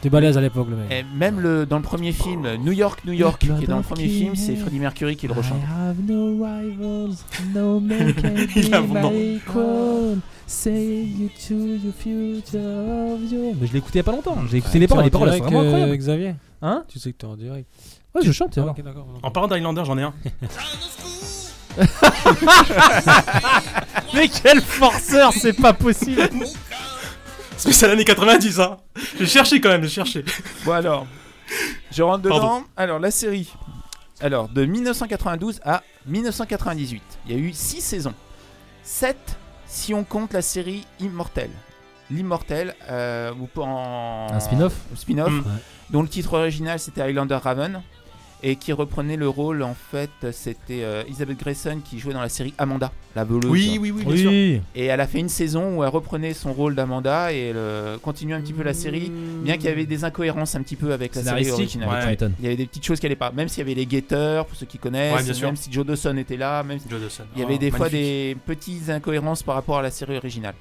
Speaker 7: T'es balèze à l'époque, le mec.
Speaker 5: Et même le, dans le premier film, New York, New York, qui est dans le premier film, c'est Freddie Mercury qui le rechante.
Speaker 6: Il
Speaker 5: a vraiment-
Speaker 6: Mais je l'écoutais il y a pas longtemps. hein. J'ai écouté les paroles. Les paroles elles sont vraiment incroyables.
Speaker 7: Xavier
Speaker 6: Hein
Speaker 7: Tu sais que t'es en direct.
Speaker 6: Ouais, je
Speaker 4: Ah,
Speaker 6: chante. tu vas voir.
Speaker 4: En parlant d'Highlander, j'en ai un.
Speaker 6: Mais quel forceur, c'est pas possible.
Speaker 4: Spécial année 90, hein. J'ai cherché quand même, j'ai cherché.
Speaker 5: Bon alors, je rentre dedans.
Speaker 4: Pardon.
Speaker 5: Alors la série. Alors de 1992 à 1998, il y a eu 6 saisons. 7 si on compte la série Immortel. L'Immortel euh, ou en
Speaker 6: Un spin-off
Speaker 5: spin-off
Speaker 6: Mm. Ouais.
Speaker 5: dont le titre original c'était Highlander Raven et qui reprenait le rôle, en fait, c'était euh, Isabelle Grayson qui jouait dans la série Amanda, la voleuse.
Speaker 4: Oui, oui, oui, bien sûr. Oui.
Speaker 5: Et elle a fait une saison où elle reprenait son rôle d'Amanda et elle euh, continuait un petit peu la série, bien qu'il y avait des incohérences un petit peu avec la série
Speaker 6: Scénaristique,
Speaker 5: originale.
Speaker 6: ouais. Tu m'étonnes.
Speaker 5: Il y avait des petites choses qui n'allaient pas, même s'il y avait les guetteurs, pour ceux qui connaissent,
Speaker 4: Ouais, bien sûr.
Speaker 5: même si Joe Dawson était là, même si-
Speaker 4: Joe Dawson.
Speaker 5: il y avait
Speaker 4: Oh,
Speaker 5: des fois
Speaker 4: magnifique.
Speaker 5: des petites incohérences par rapport à la série originale.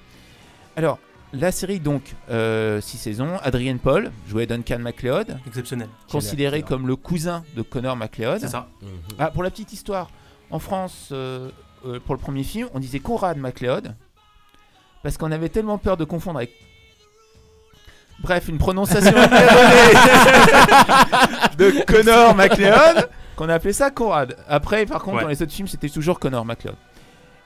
Speaker 5: Alors, la série, donc, 6 saisons, Adrienne Paul jouait Duncan MacLeod.
Speaker 4: Exceptionnel.
Speaker 5: Considéré comme le cousin de Connor MacLeod.
Speaker 4: C'est ça.
Speaker 5: Ah, pour la petite histoire, en France, euh, euh, pour le premier film, on disait Conrad MacLeod. Parce qu'on avait tellement peur de confondre avec. Bref, une prononciation erronée de Connor MacLeod qu'on a appelé ça Conrad. Après, par contre,
Speaker 4: Ouais.
Speaker 5: dans les autres films, c'était toujours Connor MacLeod.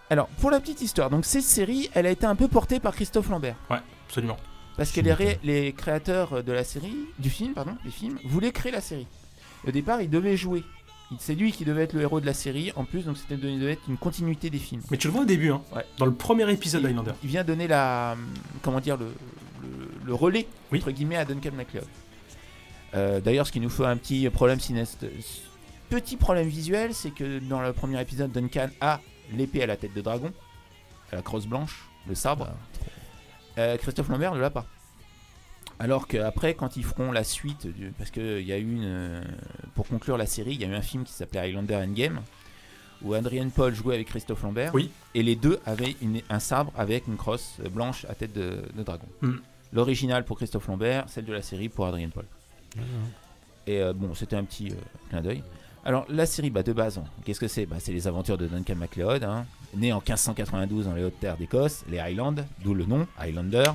Speaker 5: Alors, pour la petite histoire, donc cette série, elle a été un peu portée par Christophe Lambert.
Speaker 4: Ouais, absolument.
Speaker 5: Parce que les, ré- les créateurs de la série, du film, pardon, des films, voulaient créer la série. Au départ, il devait jouer. Il- C'est lui qui devait être le héros de la série, en plus, donc c'était il devait être une continuité des films.
Speaker 4: Mais tu le vois au début, hein, dans le premier épisode d'Highlander.
Speaker 5: Il vient donner la, comment dire, le, le- le relais, entre guillemets, à Duncan MacLeod. Euh, D'ailleurs, ce qui nous fait un petit problème cinéaste. Petit problème visuel, c'est que dans le premier épisode, Duncan a l'épée à la tête de dragon, à la crosse blanche, le sabre. Euh, Christophe Lambert ne l'a pas. Alors qu'après, quand ils feront la suite, du- parce qu'il y a eu une. euh, Pour conclure la série, il y a eu un film qui s'appelait Highlander Endgame, où Adrian Paul jouait avec Christophe Lambert,
Speaker 4: Oui.
Speaker 5: et les deux avaient une- un sabre avec une crosse blanche à tête de, de dragon.
Speaker 4: Mm.
Speaker 5: L'original pour Christophe Lambert, celle de la série pour Adrian Paul. Et euh, bon, c'était un petit euh, clin d'œil. Alors, la série, bah, de base, hein, qu'est-ce que c'est bah, C'est les aventures de Duncan MacLeod, hein, né en 1592 dans les hautes terres d'Écosse, les Highlands, d'où le nom, Highlander.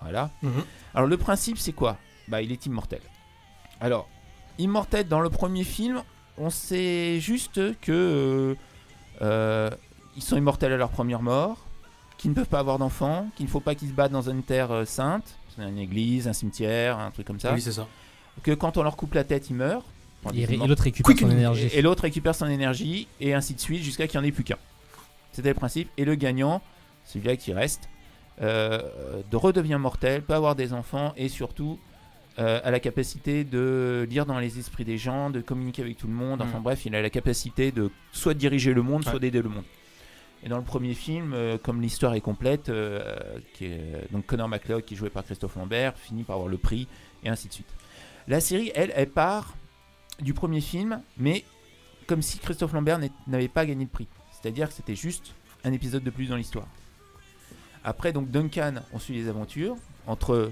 Speaker 5: Voilà.
Speaker 4: Mhm.
Speaker 5: Alors, le principe, c'est quoi Bah, il est immortel. Alors, immortel, dans le premier film, on sait juste que. euh, euh, ils sont immortels à leur première mort, qu'ils ne peuvent pas avoir d'enfants, qu'il ne faut pas qu'ils se battent dans une terre euh, sainte, c'est une église, un cimetière, un truc comme ça.
Speaker 4: Oui, c'est ça.
Speaker 5: Que quand on leur coupe la tête, ils meurent. Enfin,
Speaker 6: Et-
Speaker 5: ils
Speaker 6: et
Speaker 5: meurent.
Speaker 6: l'autre récupère son
Speaker 5: Et-
Speaker 6: énergie.
Speaker 5: Et l'autre récupère son énergie, et ainsi de suite, jusqu'à qu'il n'y en ait plus qu'un. C'était le principe. Et le gagnant, celui-là qui reste, euh, de redevient mortel, peut avoir des enfants, et surtout euh, a la capacité de lire dans les esprits des gens, de communiquer avec tout le monde. Enfin
Speaker 4: Mm.
Speaker 5: bref, il a la capacité de soit diriger le monde, soit
Speaker 4: Ouais.
Speaker 5: d'aider le monde. Et dans le premier film, euh, comme l'histoire est complète, euh, qui est, euh, donc Connor McLeod, qui est joué par Christophe Lambert, finit par avoir le prix, et ainsi de suite. La série, elle, elle part du premier film, mais comme si Christophe Lambert n'est- n'avait pas gagné de prix. C'est-à-dire que c'était juste un épisode de plus dans l'histoire. Après, donc Duncan, on suit les aventures entre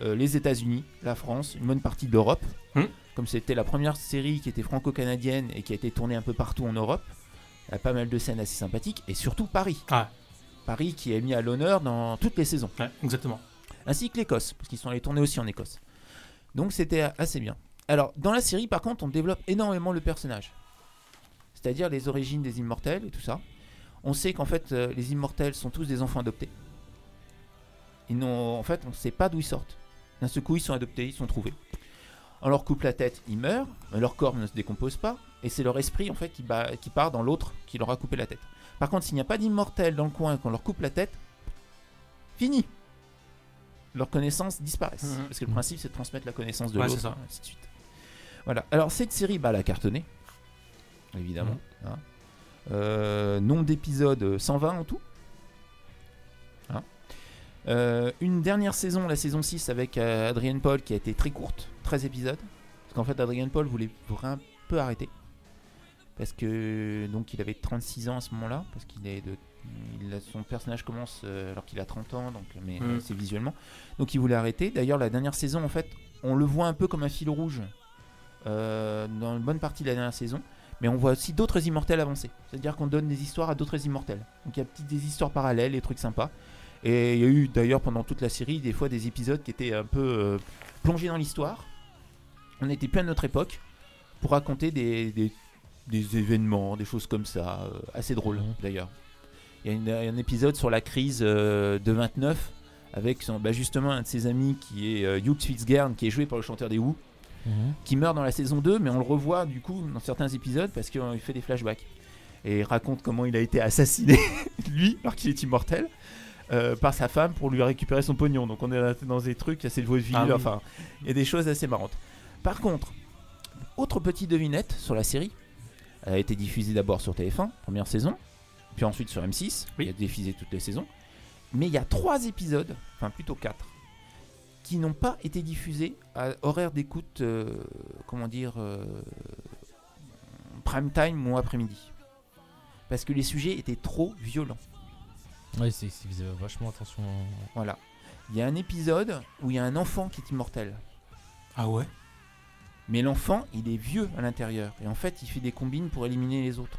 Speaker 5: euh, les États-Unis, la France, une bonne partie de l'Europe.
Speaker 4: Hmm.
Speaker 5: Comme c'était la première série qui était franco-canadienne et qui a été tournée un peu partout en Europe, elle a pas mal de scènes assez sympathiques et surtout Paris.
Speaker 4: Ah.
Speaker 5: Paris qui est mis à l'honneur dans toutes les saisons.
Speaker 4: exactement.
Speaker 5: Ainsi que l'Écosse, parce qu'ils sont allés tourner aussi en Écosse. Donc c'était assez bien. Alors, dans la série, par contre, on développe énormément le personnage c'est-à-dire les origines des immortels et tout ça. On sait qu'en fait, euh, les immortels sont tous des enfants adoptés. Ils n'ont, en fait, on ne sait pas d'où ils sortent. D'un seul coup, ils sont adoptés, ils sont trouvés. On leur coupe la tête, ils meurent, mais leur corps ne se décompose pas, et c'est leur esprit en fait qui, bat- qui part dans l'autre qui leur a coupé la tête. Par contre, s'il n'y a pas d'immortels dans le coin et qu'on leur coupe la tête, fini. Leurs connaissances disparaissent.
Speaker 4: Mhm.
Speaker 5: Parce que le principe, c'est de transmettre la connaissance de
Speaker 4: Ouais, c'est
Speaker 5: l'autre,
Speaker 4: ça.
Speaker 5: ainsi de suite. Voilà. Alors cette série, bah, elle a cartonné, évidemment.
Speaker 4: Mm.
Speaker 5: hein. Euh, nombre d'épisodes, euh, 120 en tout. Hein. Euh, une dernière saison, la saison 6 avec euh, Adrienne Paul qui a été très courte, 13 épisodes. Parce qu'en fait Adrienne Paul voulait un peu arrêter. Parce que donc il avait 36 ans à ce moment-là, parce qu'il est de, il a- son personnage commence euh, alors qu'il a 30 ans, donc mais
Speaker 4: Mm.
Speaker 5: euh, c'est visuellement. Donc il voulait arrêter. D'ailleurs la dernière saison en fait, on le voit un peu comme un fil rouge euh, dans une bonne partie de la dernière saison, mais on voit aussi d'autres immortels avancer. C'est-à-dire qu'on donne des histoires à d'autres immortels. Donc il y a petites- des histoires parallèles, des trucs sympas. Et il y a eu d'ailleurs pendant toute la série des fois des épisodes qui étaient un peu euh, plongés dans l'histoire. On n'était plus à notre époque pour raconter des, des- des événements, des choses comme ça, euh, assez drôles d'ailleurs. Il y a une- un épisode sur la crise euh, de 29 avec son- bah, justement un de ses amis qui est euh, Hugh Fitzgerald, qui est joué par le chanteur des Who,
Speaker 6: Mhm.
Speaker 5: qui meurt dans la saison 2, mais on le revoit du coup dans certains épisodes parce qu'il fait des flashbacks. Et il raconte comment il a été assassiné, lui, alors qu'il est immortel, euh, par sa femme pour lui récupérer son pognon. Donc on est dans des trucs assez de vaudeville,
Speaker 4: Ah oui.
Speaker 5: enfin, il y a des choses assez marrantes. Par contre, autre petite devinette sur la série. Elle a été diffusée d'abord sur TF1, première saison, puis ensuite sur M6. Il y a diffusé toutes les saisons. Mais il y a trois épisodes, enfin plutôt quatre, qui n'ont pas été diffusés à horaire d'écoute, euh, comment dire, euh, prime time ou après-midi. Parce que les sujets étaient trop violents.
Speaker 6: Ouais, c'est c'est- ils faisaient vachement attention. hein,
Speaker 5: Voilà. Il y a un épisode où il y a un enfant qui est immortel.
Speaker 4: Ah ouais
Speaker 5: Mais l'enfant, il est vieux à l'intérieur. Et en fait, il fait des combines pour éliminer les autres.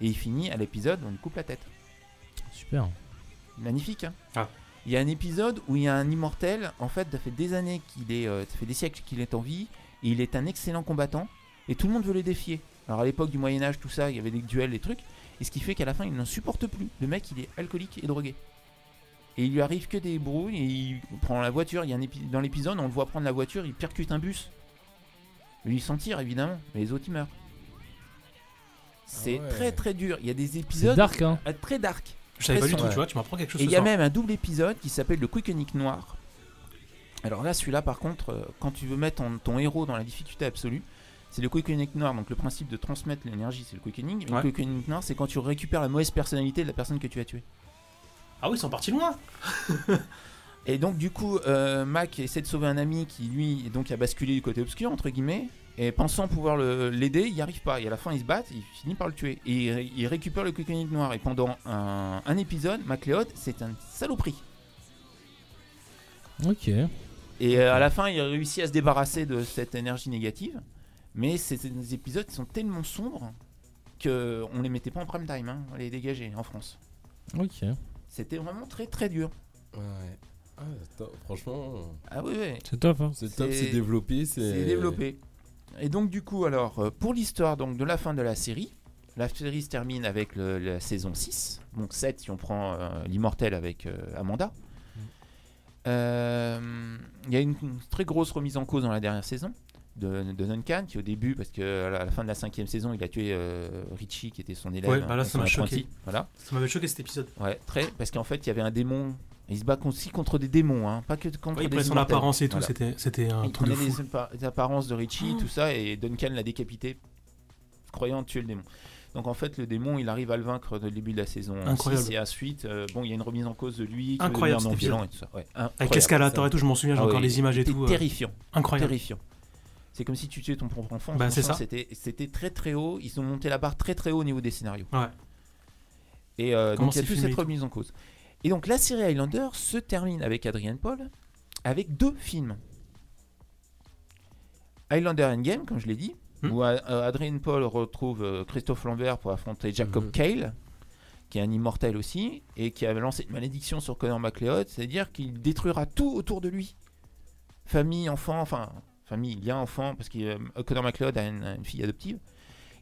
Speaker 5: Et il finit à l'épisode, on lui coupe la tête.
Speaker 6: Super.
Speaker 5: Magnifique, hein
Speaker 4: Ah.
Speaker 5: Il y a un épisode où il y a un immortel, en fait, ça fait des années qu'il est, euh, ça fait des siècles qu'il est en vie, et il est un excellent combattant, et tout le monde veut le défier. Alors à l'époque du Moyen Âge, tout ça, il y avait des duels, des trucs, et ce qui fait qu'à la fin, il n'en supporte plus. Le mec, il est alcoolique et drogué. Et il lui arrive que des brouilles, et il prend la voiture, il y a un épi- dans l'épisode, on le voit prendre la voiture, il percute un bus. Lui, il s'en tire, évidemment, mais les autres, ils meurent.
Speaker 10: Ah
Speaker 5: C'est
Speaker 4: ouais.
Speaker 5: très très dur. Il y a des épisodes
Speaker 6: dark, hein.
Speaker 5: euh, très dark.
Speaker 4: Je savais
Speaker 5: Très
Speaker 4: pas du tout,
Speaker 5: sombre.
Speaker 4: tu vois, tu m'apprends quelque chose
Speaker 5: Et
Speaker 4: ce
Speaker 5: il y a
Speaker 4: soir.
Speaker 5: même un double épisode qui s'appelle le Quickenic Noir. Alors là, celui-là, par contre, euh, quand tu veux mettre ton, ton héros dans la difficulté absolue, c'est le Quickening Noir. Donc le principe de transmettre l'énergie, c'est le Quickening. Et
Speaker 4: Ouais.
Speaker 5: Le Quickening Noir, c'est quand tu récupères la mauvaise personnalité de la personne que tu as tuée.
Speaker 4: Ah oui, ils sont partis loin
Speaker 5: Et donc du coup, euh, Mac essaie de sauver un ami qui lui est donc a basculé du côté obscur entre guillemets. Et pensant pouvoir le- l'aider, il n'y arrive pas. Et à la fin, ils se battent, il finit par le tuer. Et il, ré- il récupère le Quickening Noir. Et pendant un, un épisode, MacLeod, c'est un saloperie.
Speaker 6: Ok.
Speaker 5: Et euh, à la fin, il réussit à se débarrasser de cette énergie négative. Mais c'est c'est des épisodes qui sont tellement sombres que on les mettait pas en prime time, hein. on les dégageait en France.
Speaker 6: Ok.
Speaker 5: C'était vraiment très très dur.
Speaker 8: Ouais. Ah, top, franchement. euh,
Speaker 5: Ah oui, oui.
Speaker 7: C'est top, hein.
Speaker 8: C'est top, c'est développé.
Speaker 5: C'est développé. Et donc du coup, alors, euh, pour l'histoire donc de la fin de la série, la série se termine avec le- la saison 6, donc 7 si on prend euh, l'immortel avec euh, Amanda.
Speaker 4: Mm.
Speaker 5: Euh, Il y a une, une très grosse remise en cause dans la dernière saison de, de Duncan, qui au début, parce que à la- à la fin de la cinquième saison, il a tué euh, Richie, qui était son élève.
Speaker 4: Ouais, bah là,
Speaker 5: hein,
Speaker 4: ça
Speaker 5: son
Speaker 4: m'a
Speaker 5: apprenti.
Speaker 4: choqué.
Speaker 5: Voilà.
Speaker 4: Ça m'avait choqué cet épisode.
Speaker 5: Ouais, très, parce qu'en fait, il y avait un démon. Il se bat aussi contre des démons, hein, pas que contre
Speaker 4: Ouais, il
Speaker 5: des
Speaker 4: prenait son
Speaker 5: immortels.
Speaker 4: apparence et tout,
Speaker 5: Voilà.
Speaker 4: c'était- c'était un
Speaker 5: Il
Speaker 4: truc de
Speaker 5: prenait
Speaker 4: fou.
Speaker 5: les, appa- les apparences de Richie, tout ça, et Duncan l'a décapité, croyant tuer le démon. Donc en fait, le démon, il arrive à le vaincre au début de la saison hein.
Speaker 4: Incroyable.
Speaker 5: 6, et ensuite, euh, bon, il y a une remise en cause de lui, qui
Speaker 4: Incroyable,
Speaker 5: non
Speaker 4: cet épisode.
Speaker 5: violent et tout ça. Ouais,
Speaker 4: Avec
Speaker 5: incroyable.
Speaker 4: l'escalator et tout, je m'en souviens, j'ai
Speaker 5: Ah
Speaker 4: encore
Speaker 5: ouais,
Speaker 4: les images et
Speaker 5: c'était
Speaker 4: tout, euh,
Speaker 5: Terrifiant.
Speaker 4: incroyable.
Speaker 5: Terrifiant. C'est comme si tu tuais ton propre enfant.
Speaker 4: Bah, c'est
Speaker 5: Franchement,
Speaker 4: ça.
Speaker 5: C'était c'était très très haut. Ils ont monté la barre très très haut au niveau des scénarios.
Speaker 4: Ouais.
Speaker 5: Et euh,
Speaker 4: Comment
Speaker 5: donc il y a
Speaker 4: c'est
Speaker 5: toute
Speaker 4: filmé
Speaker 5: cette
Speaker 4: et tout.
Speaker 5: remise en cause. Et donc la série Highlander se termine avec Adrian Paul avec deux films. Highlander Endgame, comme je l'ai dit,
Speaker 4: Hmm.
Speaker 5: où A- euh, Adrian Paul retrouve euh, Christophe Lambert pour affronter Jacob
Speaker 4: Hmm.
Speaker 5: Cale, qui est un immortel aussi, et qui avait lancé une malédiction sur Connor MacLeod, c'est-à-dire qu'il détruira tout autour de lui. Famille, enfant, enfin, famille, lien, enfant, parce que euh, Connor MacLeod a une, une fille adoptive.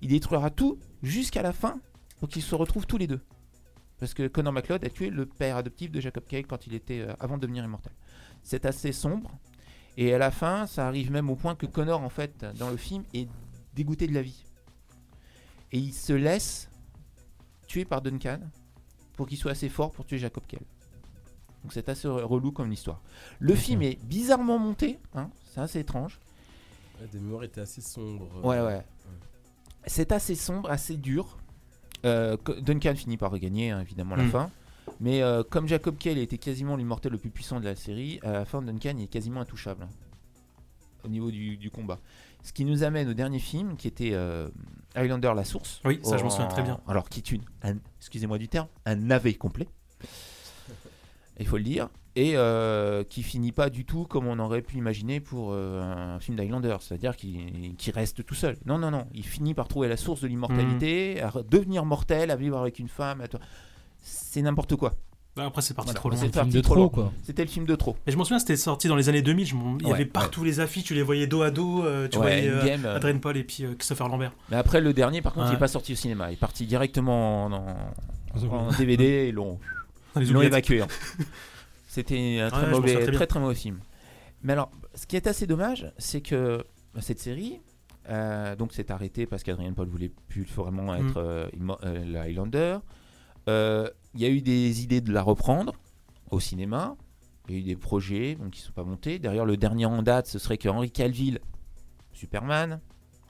Speaker 5: Il détruira tout jusqu'à la fin pour qu'ils se retrouvent tous les deux. Parce que Connor MacLeod a tué le père adoptif de Jacob Cale quand il était euh, avant de devenir immortel. C'est assez sombre. Et à la fin, ça arrive même au point que Connor, en fait, dans le film, est dégoûté de la vie. Et il se laisse tuer par Duncan pour qu'il soit assez fort pour tuer Jacob Kell. Donc c'est assez relou comme histoire. Le film est bizarrement monté, hein, c'est assez étrange.
Speaker 8: Ouais, des morts étaient assez sombres.
Speaker 5: Ouais, ouais. C'est assez sombre, assez dur. Euh, co- Duncan finit par regagner, hein, évidemment, à la
Speaker 4: Mm.
Speaker 5: fin. Mais euh, comme Jacob Kell était quasiment l'immortel le plus puissant de la série, à la fin, Duncan est quasiment intouchable hein, au niveau du, du combat. Ce qui nous amène au dernier film qui était euh, Highlander La Source.
Speaker 4: Oui, ça, je m'en souviens très bien.
Speaker 5: Oh. Alors, qui est une, un- excusez-moi du terme, un navet complet il faut le dire, et euh, qui finit pas du tout comme on aurait pu imaginer pour euh, un film d'Highlander, c'est-à-dire qu'il qu'il reste tout seul. Non, non, non, il finit par trouver la source de
Speaker 4: Mhm.
Speaker 5: l'immortalité, à re- devenir mortel, à vivre avec une femme, à toi. C'est n'importe quoi.
Speaker 4: Bah, après, c'est parti
Speaker 5: Voilà,
Speaker 4: trop loin.
Speaker 5: c'est parti trop loin. C'était le film de trop.
Speaker 4: Mais je m'en souviens, c'était sorti dans les années 2000. je m'en- Il y
Speaker 5: Ouais,
Speaker 4: avait partout les affiches, tu les voyais dos à dos. euh, tu
Speaker 5: Ouais,
Speaker 4: voyais euh,
Speaker 5: Endgame, euh.
Speaker 4: Adrien Paul et puis euh, Christopher Lambert.
Speaker 5: Mais après, le dernier, par contre, il
Speaker 4: Ouais. Ah,
Speaker 5: n'est pas sorti au cinéma. Il est parti directement en, en-
Speaker 4: Dans
Speaker 5: en
Speaker 4: les
Speaker 5: DVD et ils l'ont
Speaker 4: Dans les
Speaker 5: ils l'ont
Speaker 4: oubliettes.
Speaker 5: évacué. hein. C'était un
Speaker 4: Ouais,
Speaker 5: euh, très,
Speaker 4: je m'en
Speaker 5: mauvais,
Speaker 4: souviens très
Speaker 5: très,
Speaker 4: bien.
Speaker 5: très mauvais film. Mais alors, ce qui est assez dommage, c'est que bah, cette série, euh, donc, s'est arrêtée parce qu'Adrien Paul voulait plus vraiment
Speaker 4: Mm.
Speaker 5: être euh, immo- euh, le Highlander. Euh, Il y a eu des idées de la reprendre au cinéma. Il y a eu des projets donc, qui ne sont pas montés. D'ailleurs, le dernier en date, ce serait que Henry Calville, Superman,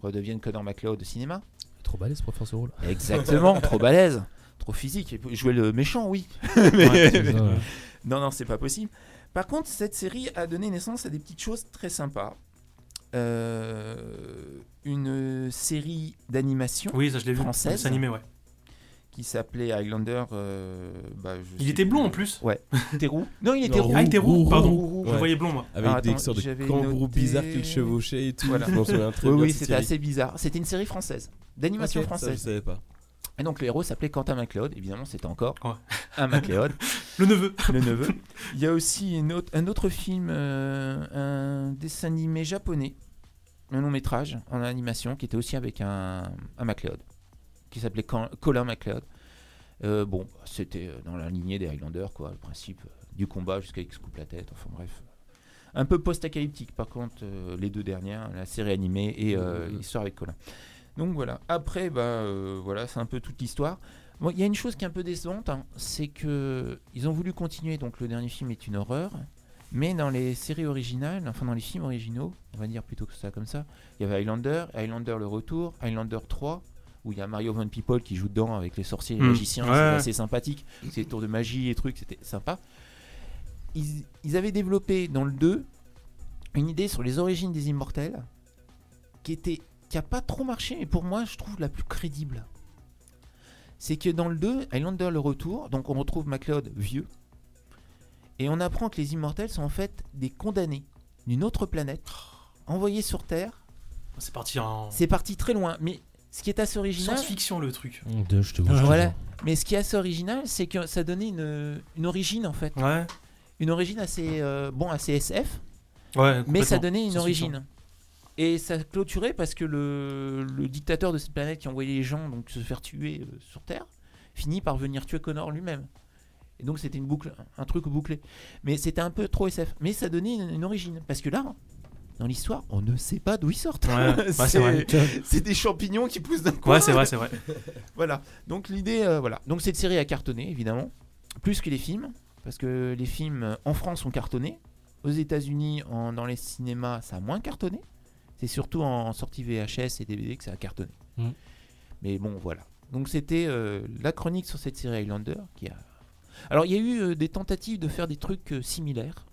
Speaker 5: redevienne Connor McLeod au cinéma.
Speaker 6: Trop balèze pour faire ce rôle.
Speaker 5: Exactement, trop balèze, trop physique. Et Jouer le méchant, oui. Mais-
Speaker 6: Ouais, c'est ça, ouais.
Speaker 5: Non, non, c'est pas possible. Par contre, cette série a donné naissance à des petites choses très sympas. Euh, une série d'animation
Speaker 4: Oui, ça, je l'ai vu,
Speaker 5: française.
Speaker 4: c'est animé, ouais.
Speaker 5: Qui s'appelait Highlander. euh, bah, je
Speaker 4: Il
Speaker 5: sais
Speaker 4: était
Speaker 5: plus.
Speaker 4: blond en plus.
Speaker 5: Ouais. T'es roux Non, il était
Speaker 4: Non,
Speaker 5: roux.
Speaker 4: Ah, il était roux, pardon.
Speaker 5: roux.
Speaker 4: Je le voyais blond, moi.
Speaker 8: Avec
Speaker 5: Alors,
Speaker 8: des
Speaker 5: attends,
Speaker 8: sortes de
Speaker 5: j'avais
Speaker 8: kangourous
Speaker 5: noté-
Speaker 8: bizarres qu'il chevauchait et tout.
Speaker 5: Voilà.
Speaker 8: Je m'en souviens très
Speaker 5: oui,
Speaker 8: bien,
Speaker 5: oui,
Speaker 8: cette
Speaker 5: c'était
Speaker 8: série.
Speaker 5: assez bizarre. C'était une série française, d'animation
Speaker 8: Ok, ça,
Speaker 5: française.
Speaker 8: je savais pas.
Speaker 5: Et donc le héros s'appelait Quentin MacLeod. Évidemment, c'était encore un MacLeod.
Speaker 4: Le neveu.
Speaker 5: Le neveu. Il y a aussi une autre- un autre film, euh, un dessin animé japonais, un long métrage en animation qui était aussi avec un, un MacLeod, qui s'appelait Col- Colin MacLeod. Euh, bon, c'était euh, dans la lignée des Highlanders, quoi, le principe euh, du combat jusqu'à qu'il se coupe la tête, enfin bref. Un peu post-apocalyptique, par contre, euh, les deux dernières, la série animée et euh,
Speaker 4: Mhm.
Speaker 5: l'histoire avec Colin. Donc voilà, après, bah, euh, voilà, c'est un peu toute l'histoire. Bon, Il y a une chose qui est un peu décevante, hein, c'est que ils ont voulu continuer, donc le dernier film est une horreur, mais dans les séries originales, enfin dans les films originaux, on va dire plutôt que ça comme ça, il y avait Highlander, Highlander le retour, Highlander 3, où il y a Mario Van People qui joue dedans avec les sorciers et les
Speaker 4: Mm.
Speaker 5: magiciens,
Speaker 4: Ouais.
Speaker 5: c'est assez sympathique, c'est des tours de magie et trucs, c'était sympa. Ils, ils avaient développé dans le 2 une idée sur les origines des immortels qui était qui a pas trop marché mais pour moi je trouve la plus crédible c'est que dans le 2 Highlander le retour donc on retrouve MacLeod vieux et on apprend que les immortels sont en fait des condamnés d'une autre planète envoyés sur Terre
Speaker 4: C'est parti en.
Speaker 5: c'est parti très loin mais ce qui est assez original
Speaker 4: Oh. Science-fiction, le truc.
Speaker 6: De- je te vois, je te
Speaker 5: voilà.
Speaker 6: vois.
Speaker 5: Mais ce qui est assez original, c'est que ça donnait une, une origine en fait. Une origine assez euh, bon, assez SF.
Speaker 4: Ouais,
Speaker 5: mais ça
Speaker 4: complètement.
Speaker 5: donnait une
Speaker 4: Science-fiction.
Speaker 5: origine. Et ça clôturait parce que le, le dictateur de cette planète qui envoyait les gens donc se faire tuer euh, sur Terre finit par venir tuer Connor lui-même. Et donc c'était une boucle, un truc bouclé. Mais c'était un peu trop SF. Mais ça donnait une, une origine parce que là, dans l'histoire, on ne sait pas d'où ils sortent.
Speaker 4: Ouais, ouais, c'est vrai.
Speaker 5: c'est des champignons qui poussent d'un coup.
Speaker 4: Ouais, c'est vrai, c'est vrai.
Speaker 5: voilà. Donc l'idée, euh, voilà. Donc cette série a cartonné, évidemment, plus que les films, parce que les films euh, en France ont cartonné. Aux États-Unis, en- dans les cinémas, ça a moins cartonné. C'est surtout en, en sortie VHS et DVD que ça a cartonné.
Speaker 7: Mm.
Speaker 5: Mais bon, voilà. Donc c'était euh, la chronique sur cette série Highlander qui a. Alors il y a eu euh, des tentatives de faire des trucs euh, similaires.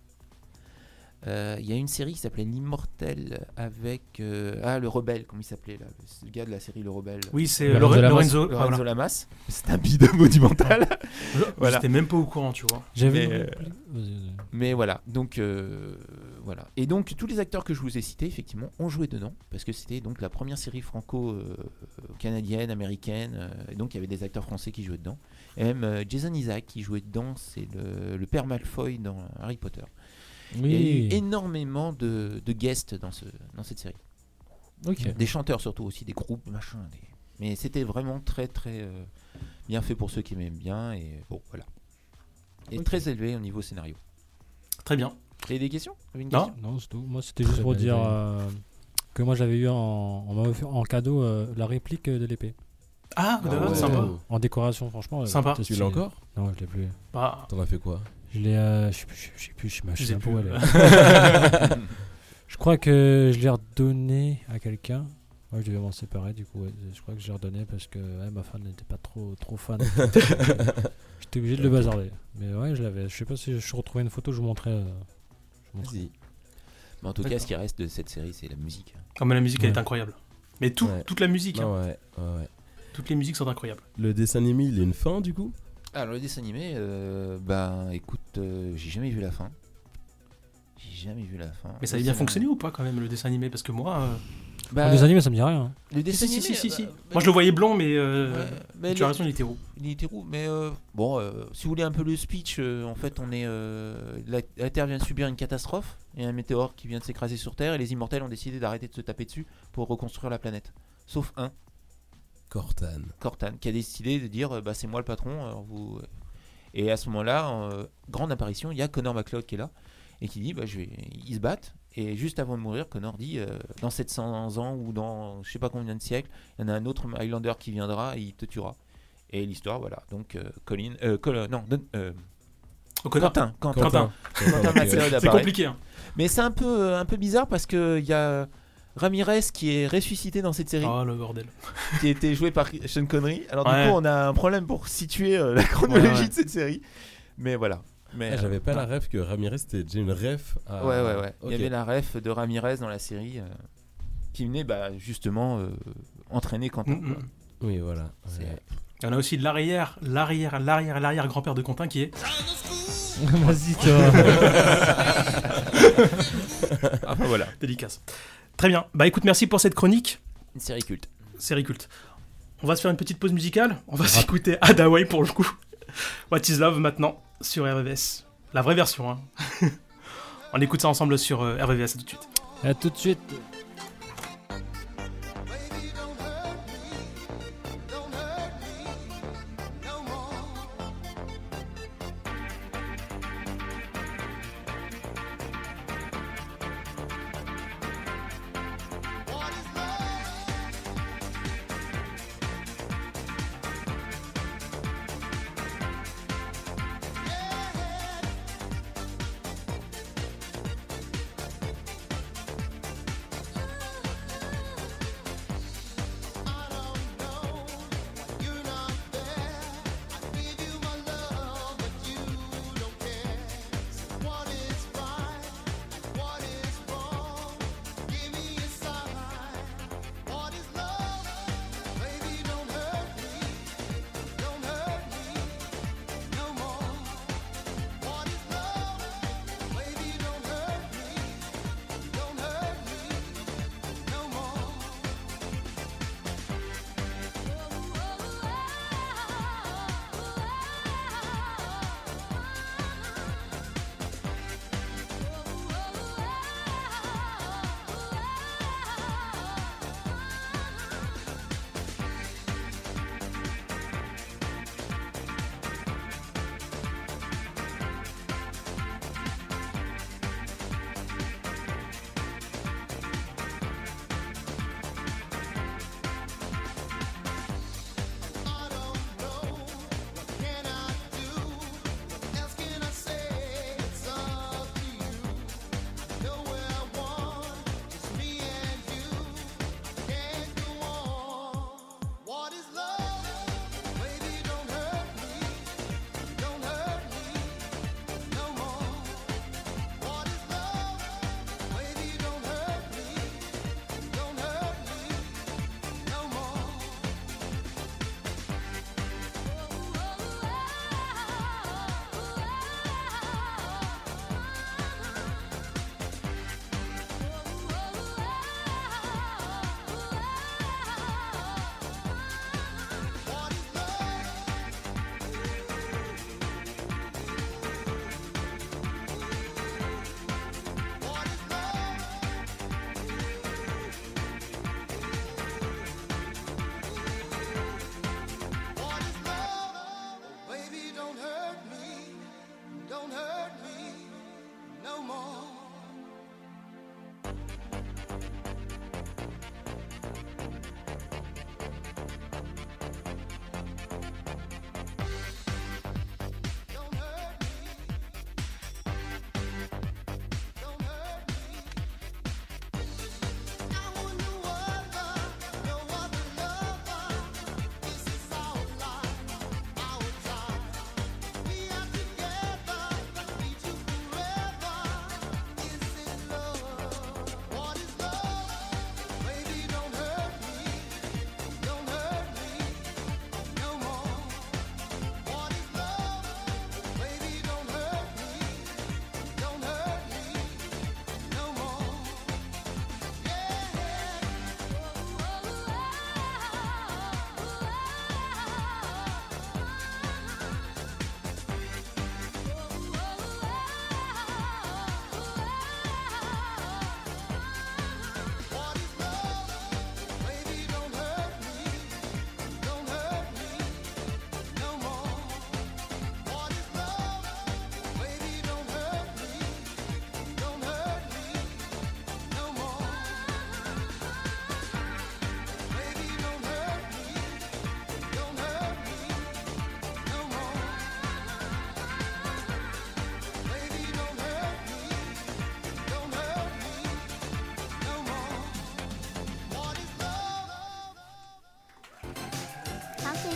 Speaker 5: Euh, Il y a une série qui s'appelait L'Immortel avec. euh, ah, le Rebelle, comment il s'appelait là C'est le gars de la série Le Rebelle.
Speaker 4: Oui, c'est Lorenzo Lorenzo- Lamas. Lorenzo- ah, voilà.
Speaker 5: Lamas. C'est un bidon monumental.
Speaker 4: Je- j'étais même pas au courant, tu vois. J'avais
Speaker 5: Mais,
Speaker 4: une-
Speaker 5: euh,
Speaker 4: Vas-y, vas-y.
Speaker 5: mais voilà, donc euh, voilà. Et donc tous les acteurs que je vous ai cités, effectivement, ont joué dedans parce que c'était donc la première série franco-canadienne, américaine. euh, et donc il y avait des acteurs français qui jouaient dedans. Et même euh, Jason Isaac qui jouait dedans, c'est le, le père Malfoy dans Harry Potter. Il y
Speaker 6: Oui.
Speaker 5: a eu énormément de, de guests dans, ce, dans cette série.
Speaker 6: Ok.
Speaker 5: Des chanteurs surtout aussi, des groupes, machin. des- Mais c'était vraiment très très euh, bien fait pour ceux qui m'aiment bien et bon voilà. Et
Speaker 4: Ok.
Speaker 5: très élevé au niveau scénario.
Speaker 4: Très bien.
Speaker 5: Et des questions Vous avez une
Speaker 7: Non,
Speaker 5: question
Speaker 7: non c'est tout. Moi, c'était juste
Speaker 5: Très
Speaker 7: pour
Speaker 5: belle
Speaker 7: dire
Speaker 5: idée.
Speaker 7: euh, que moi, j'avais eu en, on m'a offert en cadeau euh, la réplique euh, de l'épée.
Speaker 4: Ah,
Speaker 7: En-
Speaker 4: d'accord, sympa.
Speaker 8: Oh.
Speaker 7: En décoration, franchement. euh,
Speaker 4: Sympa.
Speaker 7: c'était
Speaker 4: Tu l'as
Speaker 7: stylé.
Speaker 4: encore
Speaker 7: Non, je l'ai plus.
Speaker 4: Ah.
Speaker 8: T'en as fait quoi
Speaker 7: Je l'ai. euh, je sais plus, je sais plus, je sais pas- je
Speaker 4: Je
Speaker 7: sais
Speaker 4: sais
Speaker 7: pas où
Speaker 4: plus.
Speaker 7: elle est. Je crois que je l'ai redonné à quelqu'un. Moi, je devais m'en séparer, du coup, ouais, je crois que je l'ai redonné parce que ouais, ma femme n'était pas trop, trop fan. J'étais obligé de le bazarder. Mais ouais, je l'avais. Je sais pas si je retrouvais une photo, je vous montrais. euh, je vous montrais.
Speaker 5: Mais en tout cas,
Speaker 4: D'accord.
Speaker 5: ce qui reste de cette série, c'est la musique.
Speaker 4: Ah, mais la musique, elle
Speaker 5: Ouais.
Speaker 4: est incroyable. Mais tout-
Speaker 5: Ouais.
Speaker 4: toute la musique.
Speaker 5: Ah
Speaker 4: hein.
Speaker 8: ouais, ouais, ouais.
Speaker 4: Toutes les musiques sont incroyables.
Speaker 8: Le dessin animé, il a une fin du coup
Speaker 5: Alors le dessin animé, euh, bah écoute, euh, j'ai jamais vu la fin. J'ai jamais vu la fin.
Speaker 4: Mais ça avait bien fonctionné ou pas quand même le dessin animé Parce que moi. euh,
Speaker 5: Bah,
Speaker 7: Les animés, ça me dit rien.
Speaker 5: Le dessin
Speaker 4: si, si, si,
Speaker 5: animé,
Speaker 4: si, si.
Speaker 5: bah, bah,
Speaker 4: Moi je le voyais blanc, mais, euh,
Speaker 5: Ouais, mais
Speaker 4: tu
Speaker 5: le-
Speaker 4: as raison, il était roux.
Speaker 5: Il était roux, mais euh, bon, euh, si vous voulez un peu le speech, euh, en fait, on est euh, la, la Terre vient de subir une catastrophe, il y a un météore qui vient de s'écraser sur Terre, et les immortels ont décidé d'arrêter de se taper dessus pour reconstruire la planète. Sauf un,
Speaker 8: Cortan.
Speaker 5: Cortan, qui a décidé de dire, euh, bah c'est moi le patron. alors vous... euh. Et à ce moment-là, euh, grande apparition, il y a Connor McLeod qui est là et qui dit, bah je vais, ils se battent. Et juste avant de mourir, Connor dit, euh, dans 700 ans ou dans je sais pas combien de siècles, il y en a un autre Highlander qui viendra et il te tuera. Et l'histoire, voilà. Donc euh, Colin, euh, Col- euh, non, Don- euh,
Speaker 4: Oh, Connor.
Speaker 5: Quentin, Quentin,
Speaker 4: Quentin.
Speaker 5: Quentin
Speaker 4: Quentin,
Speaker 5: McLeod
Speaker 4: c'est- c'est
Speaker 5: apparaît.
Speaker 4: compliqué, hein.
Speaker 5: euh, Mais c'est un peu, un peu bizarre parce que il y a Ramirez qui est ressuscité dans cette série.
Speaker 4: Ah, le bordel.
Speaker 5: Qui a été joué par Sean Connery. Alors
Speaker 4: Ouais.
Speaker 5: du coup, on a un problème pour situer euh, la chronologie
Speaker 4: Ouais, ouais.
Speaker 5: de cette série. Mais voilà. Mais
Speaker 8: Ah, J'avais pas
Speaker 5: euh,
Speaker 8: la ref que Ramirez c'était déjà une ref. à-
Speaker 5: Ouais, ouais, ouais. Il
Speaker 8: Euh, Ok.
Speaker 5: y avait la ref de Ramirez dans la série euh, qui venait bah, justement euh, entraîner Quentin.
Speaker 4: Mm, mm.
Speaker 5: quoi.
Speaker 8: Oui, voilà.
Speaker 5: C'est-
Speaker 4: Il y en a aussi de l'arrière, l'arrière, l'arrière, l'arrière grand-père de Quentin qui est.
Speaker 6: Vas-y,
Speaker 5: toi. Ah, bah voilà.
Speaker 4: Dédicace. Très bien. Bah écoute, merci pour cette chronique.
Speaker 5: Une série culte.
Speaker 4: Série culte. On va se faire une petite pause musicale. On va s'écouter Adaway pour le coup. What is Love maintenant sur RVVS. La vraie version. hein. On écoute ça ensemble sur euh, RVVS. À tout de suite.
Speaker 7: À tout de suite.
Speaker 2: Yeah.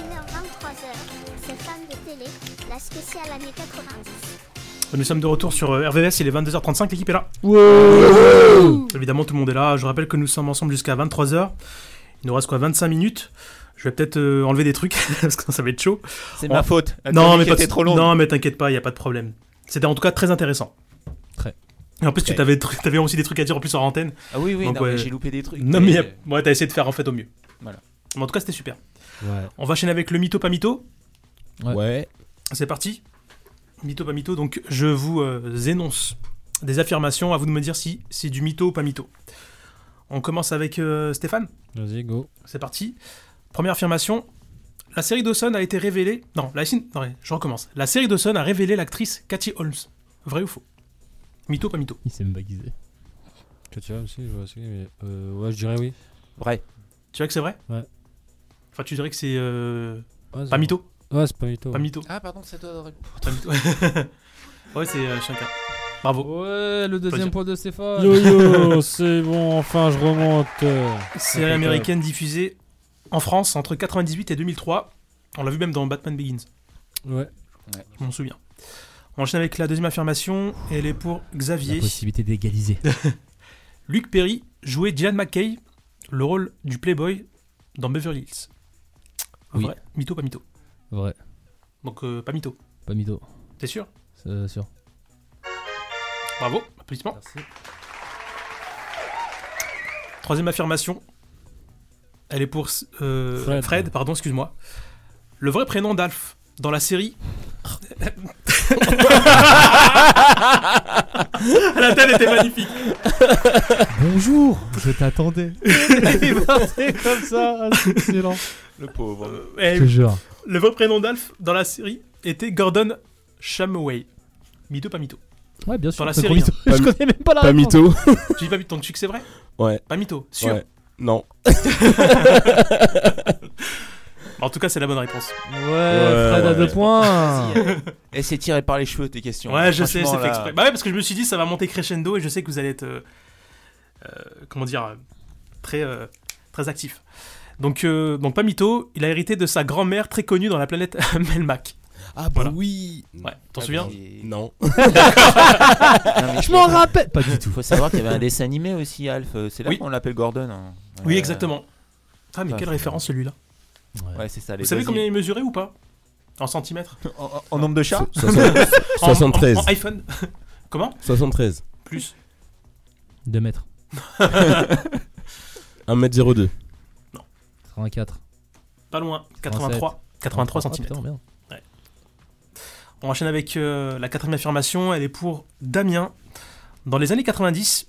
Speaker 1: 23h, c'est Femme de télé, la spéciale années 90.
Speaker 4: Nous sommes de retour sur euh, RVVS, il est 22h35, l'équipe est là. Évidemment, tout le monde est là. Je rappelle que nous sommes ensemble jusqu'à 23h. Il nous reste quoi 25 minutes je vais peut-être euh, enlever des trucs parce que ça va être chaud. Oh.
Speaker 5: C'est ma faute. La
Speaker 4: Non
Speaker 5: chronique
Speaker 4: mais, pas de-
Speaker 5: était trop longue.
Speaker 4: non, mais t'inquiète pas, il n'y a pas de problème. C'était en tout cas très intéressant.
Speaker 6: Très.
Speaker 4: Et en plus, tu
Speaker 5: Très.
Speaker 4: t'avais, tr- t'avais aussi des trucs à dire en plus en antenne.
Speaker 5: Ah oui, oui,
Speaker 4: Donc,
Speaker 5: non, mais j'ai loupé des trucs,
Speaker 4: Non,
Speaker 5: mais-
Speaker 4: mais y a- ouais, t'as essayé de faire en fait au mieux.
Speaker 5: Voilà.
Speaker 4: Mais en tout cas, c'était super.
Speaker 5: Ouais.
Speaker 4: On va enchaîner avec le mytho pas mytho.
Speaker 6: Ouais.
Speaker 4: C'est parti. Mytho pas mytho. Donc, je vous euh, énonce des affirmations. À vous de me dire si c'est du mytho ou pas mytho. On commence avec euh, Stéphane.
Speaker 7: Vas-y, go.
Speaker 4: C'est parti. Première affirmation. La série Dawson a été révélée. Non, la... non, ouais, je recommence. La série Dawson a révélé l'actrice Cathy Holmes. Vrai ou faux Mytho pas mytho.
Speaker 6: Il s'est me baguiser.
Speaker 7: Que tu as aussi, je vois aussi. Mais euh, ouais, je dirais oui.
Speaker 5: Vrai.
Speaker 4: Tu dirais que c'est vrai
Speaker 7: Ouais.
Speaker 4: Enfin, tu dirais que c'est. euh,
Speaker 7: Ouais, c'est
Speaker 4: pas
Speaker 7: vrai.
Speaker 4: mytho
Speaker 7: Ouais, c'est pas mytho.
Speaker 4: Pas mytho.
Speaker 5: Ah, pardon, c'est toi de répondre.
Speaker 4: Pas mytho. ouais, c'est euh, chacun. Bravo.
Speaker 6: Ouais, le deuxième
Speaker 4: Plaisir.
Speaker 6: point de Stéphane.
Speaker 7: Yo yo, c'est bon, enfin je remonte.
Speaker 4: Série américaine diffusée en France entre 98 et 2003. On l'a vu même dans Batman Begins.
Speaker 7: Ouais.
Speaker 5: Ouais.
Speaker 4: Je m'en souviens. On enchaîne avec la deuxième affirmation. Elle est pour Xavier.
Speaker 6: La possibilité d'égaliser.
Speaker 4: Luc Perry jouait Diane McKay, le rôle du Playboy dans Beverly Hills.
Speaker 6: Oui.
Speaker 4: Vrai Mytho, pas mytho.
Speaker 6: Vrai.
Speaker 4: Donc, euh, pas mytho.
Speaker 6: Pas mytho.
Speaker 4: T'es sûr
Speaker 6: C'est sûr.
Speaker 4: Bravo, applaudissements. Troisième affirmation. Elle est pour euh,
Speaker 7: Fred.
Speaker 4: Fred. pardon, excuse-moi. Le vrai prénom d'Alf dans la série. la tête était magnifique.
Speaker 6: Bonjour, je t'attendais.
Speaker 4: Il partait
Speaker 6: comme
Speaker 4: Ah,
Speaker 6: ça, excellent.
Speaker 5: Le pauvre.
Speaker 4: Eh
Speaker 6: Je te
Speaker 4: oui.
Speaker 6: jure.
Speaker 4: Le vrai prénom d'Alf dans la série était Gordon Shamway. Mytho, pas mytho.
Speaker 6: Ouais, bien sûr.
Speaker 4: Dans la
Speaker 6: c'est
Speaker 4: série.
Speaker 6: mytho.
Speaker 4: hein.
Speaker 6: Je connais même pas la
Speaker 8: Pas
Speaker 6: réponse.
Speaker 8: mytho.
Speaker 4: tu dis pas mytho, donc tu sais que c'est vrai
Speaker 8: Ouais.
Speaker 4: Pas mytho, sûr
Speaker 8: Ouais. Non.
Speaker 4: En tout cas, c'est la bonne réponse.
Speaker 6: Ouais, Fred a deux points.
Speaker 5: Et c'est tiré par les cheveux tes questions.
Speaker 4: Ouais, je sais, c'est
Speaker 5: Franchement,
Speaker 4: fait
Speaker 5: là-
Speaker 4: exprès. Bah ouais, parce que je me suis dit, ça va monter crescendo et je sais que vous allez être. euh, euh, comment dire euh, Très, euh, très actif. Donc, euh, donc, pas mytho, il a hérité de sa grand-mère très connue dans la planète Melmac.
Speaker 8: Ah bah
Speaker 4: Voilà.
Speaker 8: oui.
Speaker 4: Ouais, t'en
Speaker 5: Ah,
Speaker 4: souviens
Speaker 5: mais-
Speaker 8: Non.
Speaker 5: Non, mais
Speaker 6: Je m'en
Speaker 5: faut-
Speaker 6: rappelle. Pas du tout.
Speaker 5: Faut savoir qu'il y avait un dessin animé aussi, Alf. euh, C'est là
Speaker 4: Oui.
Speaker 5: qu'on l'appelle Gordon. hein.
Speaker 4: Oui,
Speaker 5: Ouais.
Speaker 4: exactement. Ah, mais
Speaker 5: Ah,
Speaker 4: quelle
Speaker 5: c'est-
Speaker 4: référence celui-là
Speaker 5: Ouais, c'est ça. les
Speaker 4: Vous savez
Speaker 5: vas-y.
Speaker 4: combien il mesurait ou pas En centimètres
Speaker 5: En- en, en nombre de chats
Speaker 8: So- soixante-
Speaker 4: En- en-
Speaker 8: 73.
Speaker 4: En, iPhone Comment
Speaker 8: 73.
Speaker 4: Plus
Speaker 6: Deux mètres.
Speaker 8: 1m02.
Speaker 6: 84.
Speaker 4: Pas loin, 83. 83
Speaker 6: Ah,
Speaker 4: centimètres.
Speaker 6: putain, merde.
Speaker 4: On enchaîne avec euh, la quatrième affirmation, elle est pour Damien. Dans les années 90,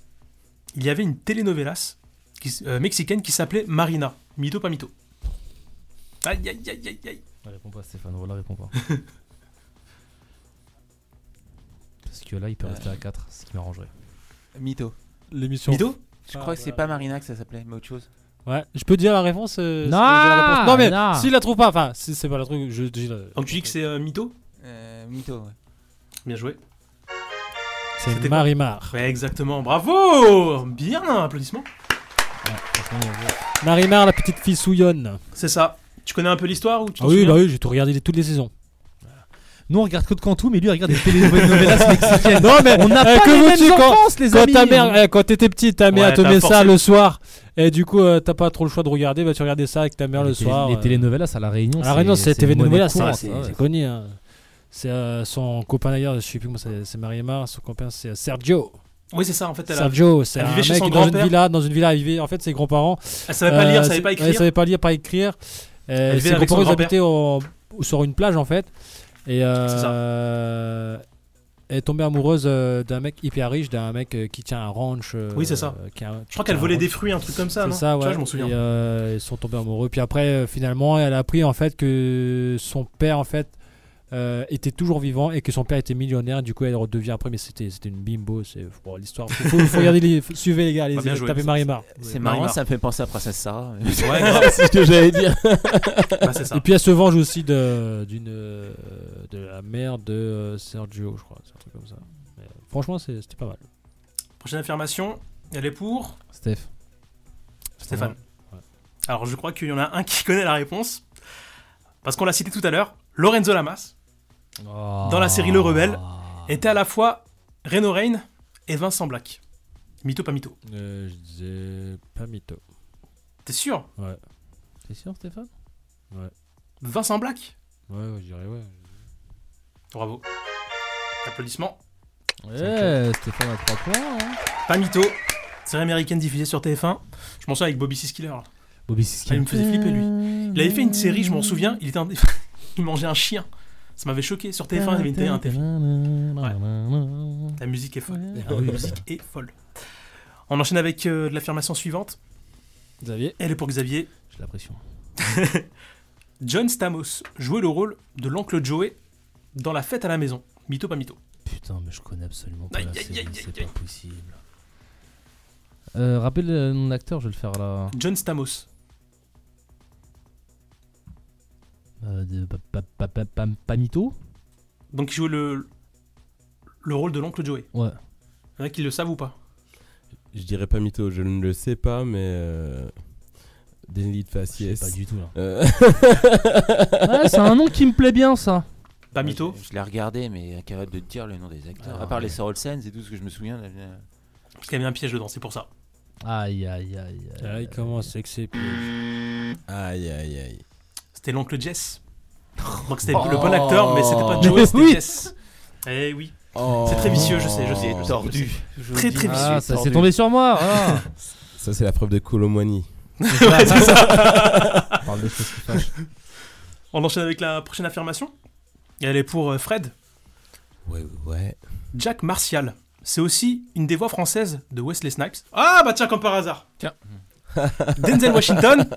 Speaker 4: il y avait une telenovelas qui s- euh, mexicaine qui s'appelait Marina. Mytho, pas mytho. Aïe, aïe, aïe, aïe, aïe.
Speaker 6: Ouais, Réponds pas, Stéphane. Voilà, réponds pas. Parce que là, il peut rester à 4, ce qui m'arrangerait.
Speaker 5: Mytho.
Speaker 7: L'émission.
Speaker 4: Mytho
Speaker 5: Je crois que c'est pas Marina que ça s'appelait, mais autre chose.
Speaker 7: Ouais, je peux dire la réponse euh,
Speaker 6: Non,
Speaker 7: si j'ai la réponse. non mais
Speaker 6: non.
Speaker 7: s'il la trouve pas, enfin, si c'est pas la truc, je dis. la-
Speaker 4: Donc tu dis que c'est euh, mytho
Speaker 5: Euh, mytho, ouais.
Speaker 4: Bien joué.
Speaker 7: C'est
Speaker 4: c'était quoi
Speaker 7: Marimar.
Speaker 4: Ouais, exactement, bravo Bien, applaudissements.
Speaker 7: Marimar, la petite fille souillonne.
Speaker 4: C'est ça. Tu connais un peu l'histoire ou tu
Speaker 7: Ah
Speaker 4: t'en
Speaker 7: oui,
Speaker 4: souviens
Speaker 7: bah oui, j'ai tout regardé les- toutes les saisons.
Speaker 6: Nous, on regarde Code Cantu, mais lui, il regarde des télénovelas mexicaines.
Speaker 7: Non mais
Speaker 6: On n'a
Speaker 7: eh,
Speaker 6: pas
Speaker 7: que
Speaker 6: les
Speaker 7: veux-tu,
Speaker 6: mêmes
Speaker 7: quand,
Speaker 6: enfances, les
Speaker 7: quand
Speaker 6: amis.
Speaker 7: ta mère, eh, quand t'étais petite, ta mère
Speaker 4: Ouais, bah,
Speaker 7: te
Speaker 4: t'as
Speaker 7: met ça
Speaker 4: forcé.
Speaker 7: le soir, et du coup euh, t'as pas trop le choix de regarder, bah tu regardais ça avec ta mère le
Speaker 6: les, télé-
Speaker 7: soir.
Speaker 6: les
Speaker 7: euh.
Speaker 6: télénovelas à La Réunion.
Speaker 7: À La Réunion, c'est TV
Speaker 6: une monnaie
Speaker 7: Novelas, ça,
Speaker 6: courante,
Speaker 7: c'est
Speaker 6: ouais.
Speaker 7: c'est connu. hein. C'est euh, son copain d'ailleurs, je sais plus comment c'est, c'est Marimar, son copain c'est euh, Sergio.
Speaker 4: Oui, c'est ça, en fait. Elle, a-
Speaker 7: Sergio, c'est
Speaker 4: elle
Speaker 7: un
Speaker 4: vivait
Speaker 7: mec
Speaker 4: chez son
Speaker 7: dans une
Speaker 4: grand-père.
Speaker 7: villa, dans une villa, il vivait- en fait ses grands-parents.
Speaker 4: elle savait pas
Speaker 7: euh,
Speaker 4: lire, elle savait
Speaker 7: c'est-
Speaker 4: pas
Speaker 7: ouais,
Speaker 4: écrire.
Speaker 7: elle savait pas lire, pas écrire. Euh,
Speaker 4: vivait
Speaker 7: ses
Speaker 4: avec son
Speaker 7: grands-parents ils
Speaker 4: grand-père.
Speaker 7: habitaient au- au- sur une plage en fait. Et
Speaker 4: C'est ça.
Speaker 7: euh, elle est tombée amoureuse euh, d'un mec hyper riche, d'un mec euh, qui tient un ranch. euh,
Speaker 4: Oui, c'est ça.
Speaker 7: qui a-
Speaker 4: Je crois
Speaker 7: qui
Speaker 4: qu'elle
Speaker 7: a un
Speaker 4: volait
Speaker 7: ranch.
Speaker 4: des fruits, un truc comme ça,
Speaker 7: C'est
Speaker 4: non
Speaker 7: ça, ouais.
Speaker 4: Tu vois, je m'en souviens.
Speaker 7: Et, euh, ils sont tombés amoureux. Puis après, euh, finalement, elle a appris en fait que son père en fait euh, était toujours vivant et que son père était millionnaire. Du coup, elle redevient après, mais c'était c'était une bimbo. C'est bon, l'histoire. Faut, faut- faut regarder, les, faut- suivez les gars, les
Speaker 4: Ah, bien joué.
Speaker 7: tapez Marimar.
Speaker 5: C'est marrant,
Speaker 4: Marimar.
Speaker 5: ça me fait penser à Princesse Sarah.
Speaker 4: Ouais, grave.
Speaker 8: C'est ce que j'allais dire.
Speaker 4: Bah, c'est ça.
Speaker 7: Et puis elle se venge aussi de d'une euh, de la mère de euh, Sergio, je crois, c'est un truc comme ça. Mais, euh, franchement, c'est- c'était pas mal.
Speaker 4: Prochaine affirmation, elle est pour
Speaker 6: Steph.
Speaker 4: Stéphane.
Speaker 7: Ouais.
Speaker 4: Alors je crois qu'il y en a un qui connaît la réponse. Parce qu'on l'a cité tout à l'heure, Lorenzo Lamas,
Speaker 7: Ah.
Speaker 4: dans la
Speaker 6: Ah.
Speaker 4: série Le Rebelle, était à la fois Reno Rain et Vincent Black. Mytho, pas mytho.
Speaker 7: Euh, je disais pas mytho.
Speaker 4: T'es sûr
Speaker 7: Ouais.
Speaker 6: T'es sûr, Stéphane
Speaker 7: Ouais.
Speaker 4: Vincent Black
Speaker 7: Ouais, ouais, je dirais ouais.
Speaker 4: Bravo. Applaudissements.
Speaker 6: Ouais, Stéphane a 3 points. hein.
Speaker 4: Pas mytho. Série américaine diffusée sur TF1. Je m'en souviens avec Bobby Siskiller.
Speaker 6: Bobby Siskiller.
Speaker 4: Ah, il me faisait flipper lui. Il avait fait une série, je m'en souviens. Il, était un- il mangeait un chien. Ça m'avait choqué. Sur TF1, il avait une télé, un TF1. hein, La musique est folle.
Speaker 6: Ouais.
Speaker 8: Ah
Speaker 4: La musique est folle. On enchaîne avec euh, de l'affirmation suivante.
Speaker 6: Xavier.
Speaker 4: Elle est pour Xavier.
Speaker 6: J'ai la pression.
Speaker 4: John Stamos jouait le rôle de l'oncle Joey dans La fête à la maison. Mytho, pas mytho.
Speaker 6: Putain, mais je connais absolument pas
Speaker 4: Aïe,
Speaker 6: la
Speaker 4: aïe,
Speaker 6: série,
Speaker 4: aïe,
Speaker 6: c'est pas possible. Euh, rappelle le nom de l'acteur, je vais le faire là.
Speaker 4: John Stamos.
Speaker 6: Euh, de, pa- pa- pa- pa- pa- Pamito
Speaker 4: Donc il jouait le, le rôle de l'oncle Joey.
Speaker 6: Ouais.
Speaker 4: Il y en a qui le savent ou pas
Speaker 8: Je dirais pas mytho, je ne le sais pas, mais. Euh... Denis de faciès.
Speaker 6: Pas du tout là. Ah,
Speaker 8: Euh,
Speaker 6: Ouais, c'est un nom qui me plaît bien ça.
Speaker 4: Pas mytho
Speaker 5: Je l'ai regardé, mais incapable de te dire le nom des acteurs.
Speaker 6: Ah,
Speaker 5: à part les
Speaker 6: ouais.
Speaker 5: Sorrel Sands et tout ce que je me souviens. euh, là, là.
Speaker 4: Parce qu'il y avait un piège dedans, c'est pour ça.
Speaker 6: Aïe aïe aïe. aïe.
Speaker 7: Ah, il commence avec ses pièges.
Speaker 8: Aïe aïe aïe.
Speaker 4: C'était l'oncle Jess. Donc c'était
Speaker 8: Oh.
Speaker 4: le bon acteur, mais c'était pas Joey,
Speaker 6: Mais
Speaker 4: c'était
Speaker 6: oui.
Speaker 4: Jess. Eh oui.
Speaker 8: Oh.
Speaker 4: C'est très vicieux, je sais, je sais. je sais.
Speaker 5: Tordu.
Speaker 4: C'est Très très vicieux.
Speaker 6: Ah, ça s'est tombé sur moi. Ah.
Speaker 8: Ça, c'est la preuve de Colomwani.
Speaker 4: Ouais, c'est ça.
Speaker 6: On parle de choses qui fâchent.
Speaker 4: On enchaîne avec la prochaine affirmation. Et elle est pour euh, Fred.
Speaker 8: Ouais, ouais, ouais.
Speaker 4: Jack Martial. C'est aussi une des voix françaises de Wesley Snipes. Ah bah tiens, comme par hasard.
Speaker 5: Tiens.
Speaker 4: Denzel Washington.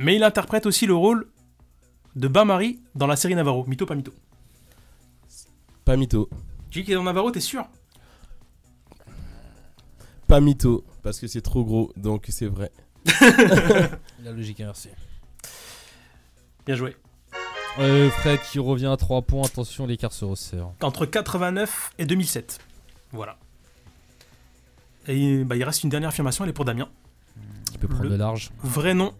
Speaker 4: mais il interprète aussi le rôle de Bain-Marie dans la série Navarro. Mytho, pas mytho.
Speaker 8: Pas mytho.
Speaker 4: Tu dis qu'il est dans Navarro, t'es sûr
Speaker 8: Pas mytho. Parce que c'est trop gros, donc c'est vrai.
Speaker 6: La logique inversée.
Speaker 4: Bien joué.
Speaker 6: Euh, Fred qui revient à 3 points, attention l'écart se resserre.
Speaker 4: Entre 89 et 2007. Voilà. Et bah, il reste une dernière affirmation, elle est pour Damien.
Speaker 6: Qui peut prendre
Speaker 4: Le-
Speaker 6: le large.
Speaker 4: vrai nom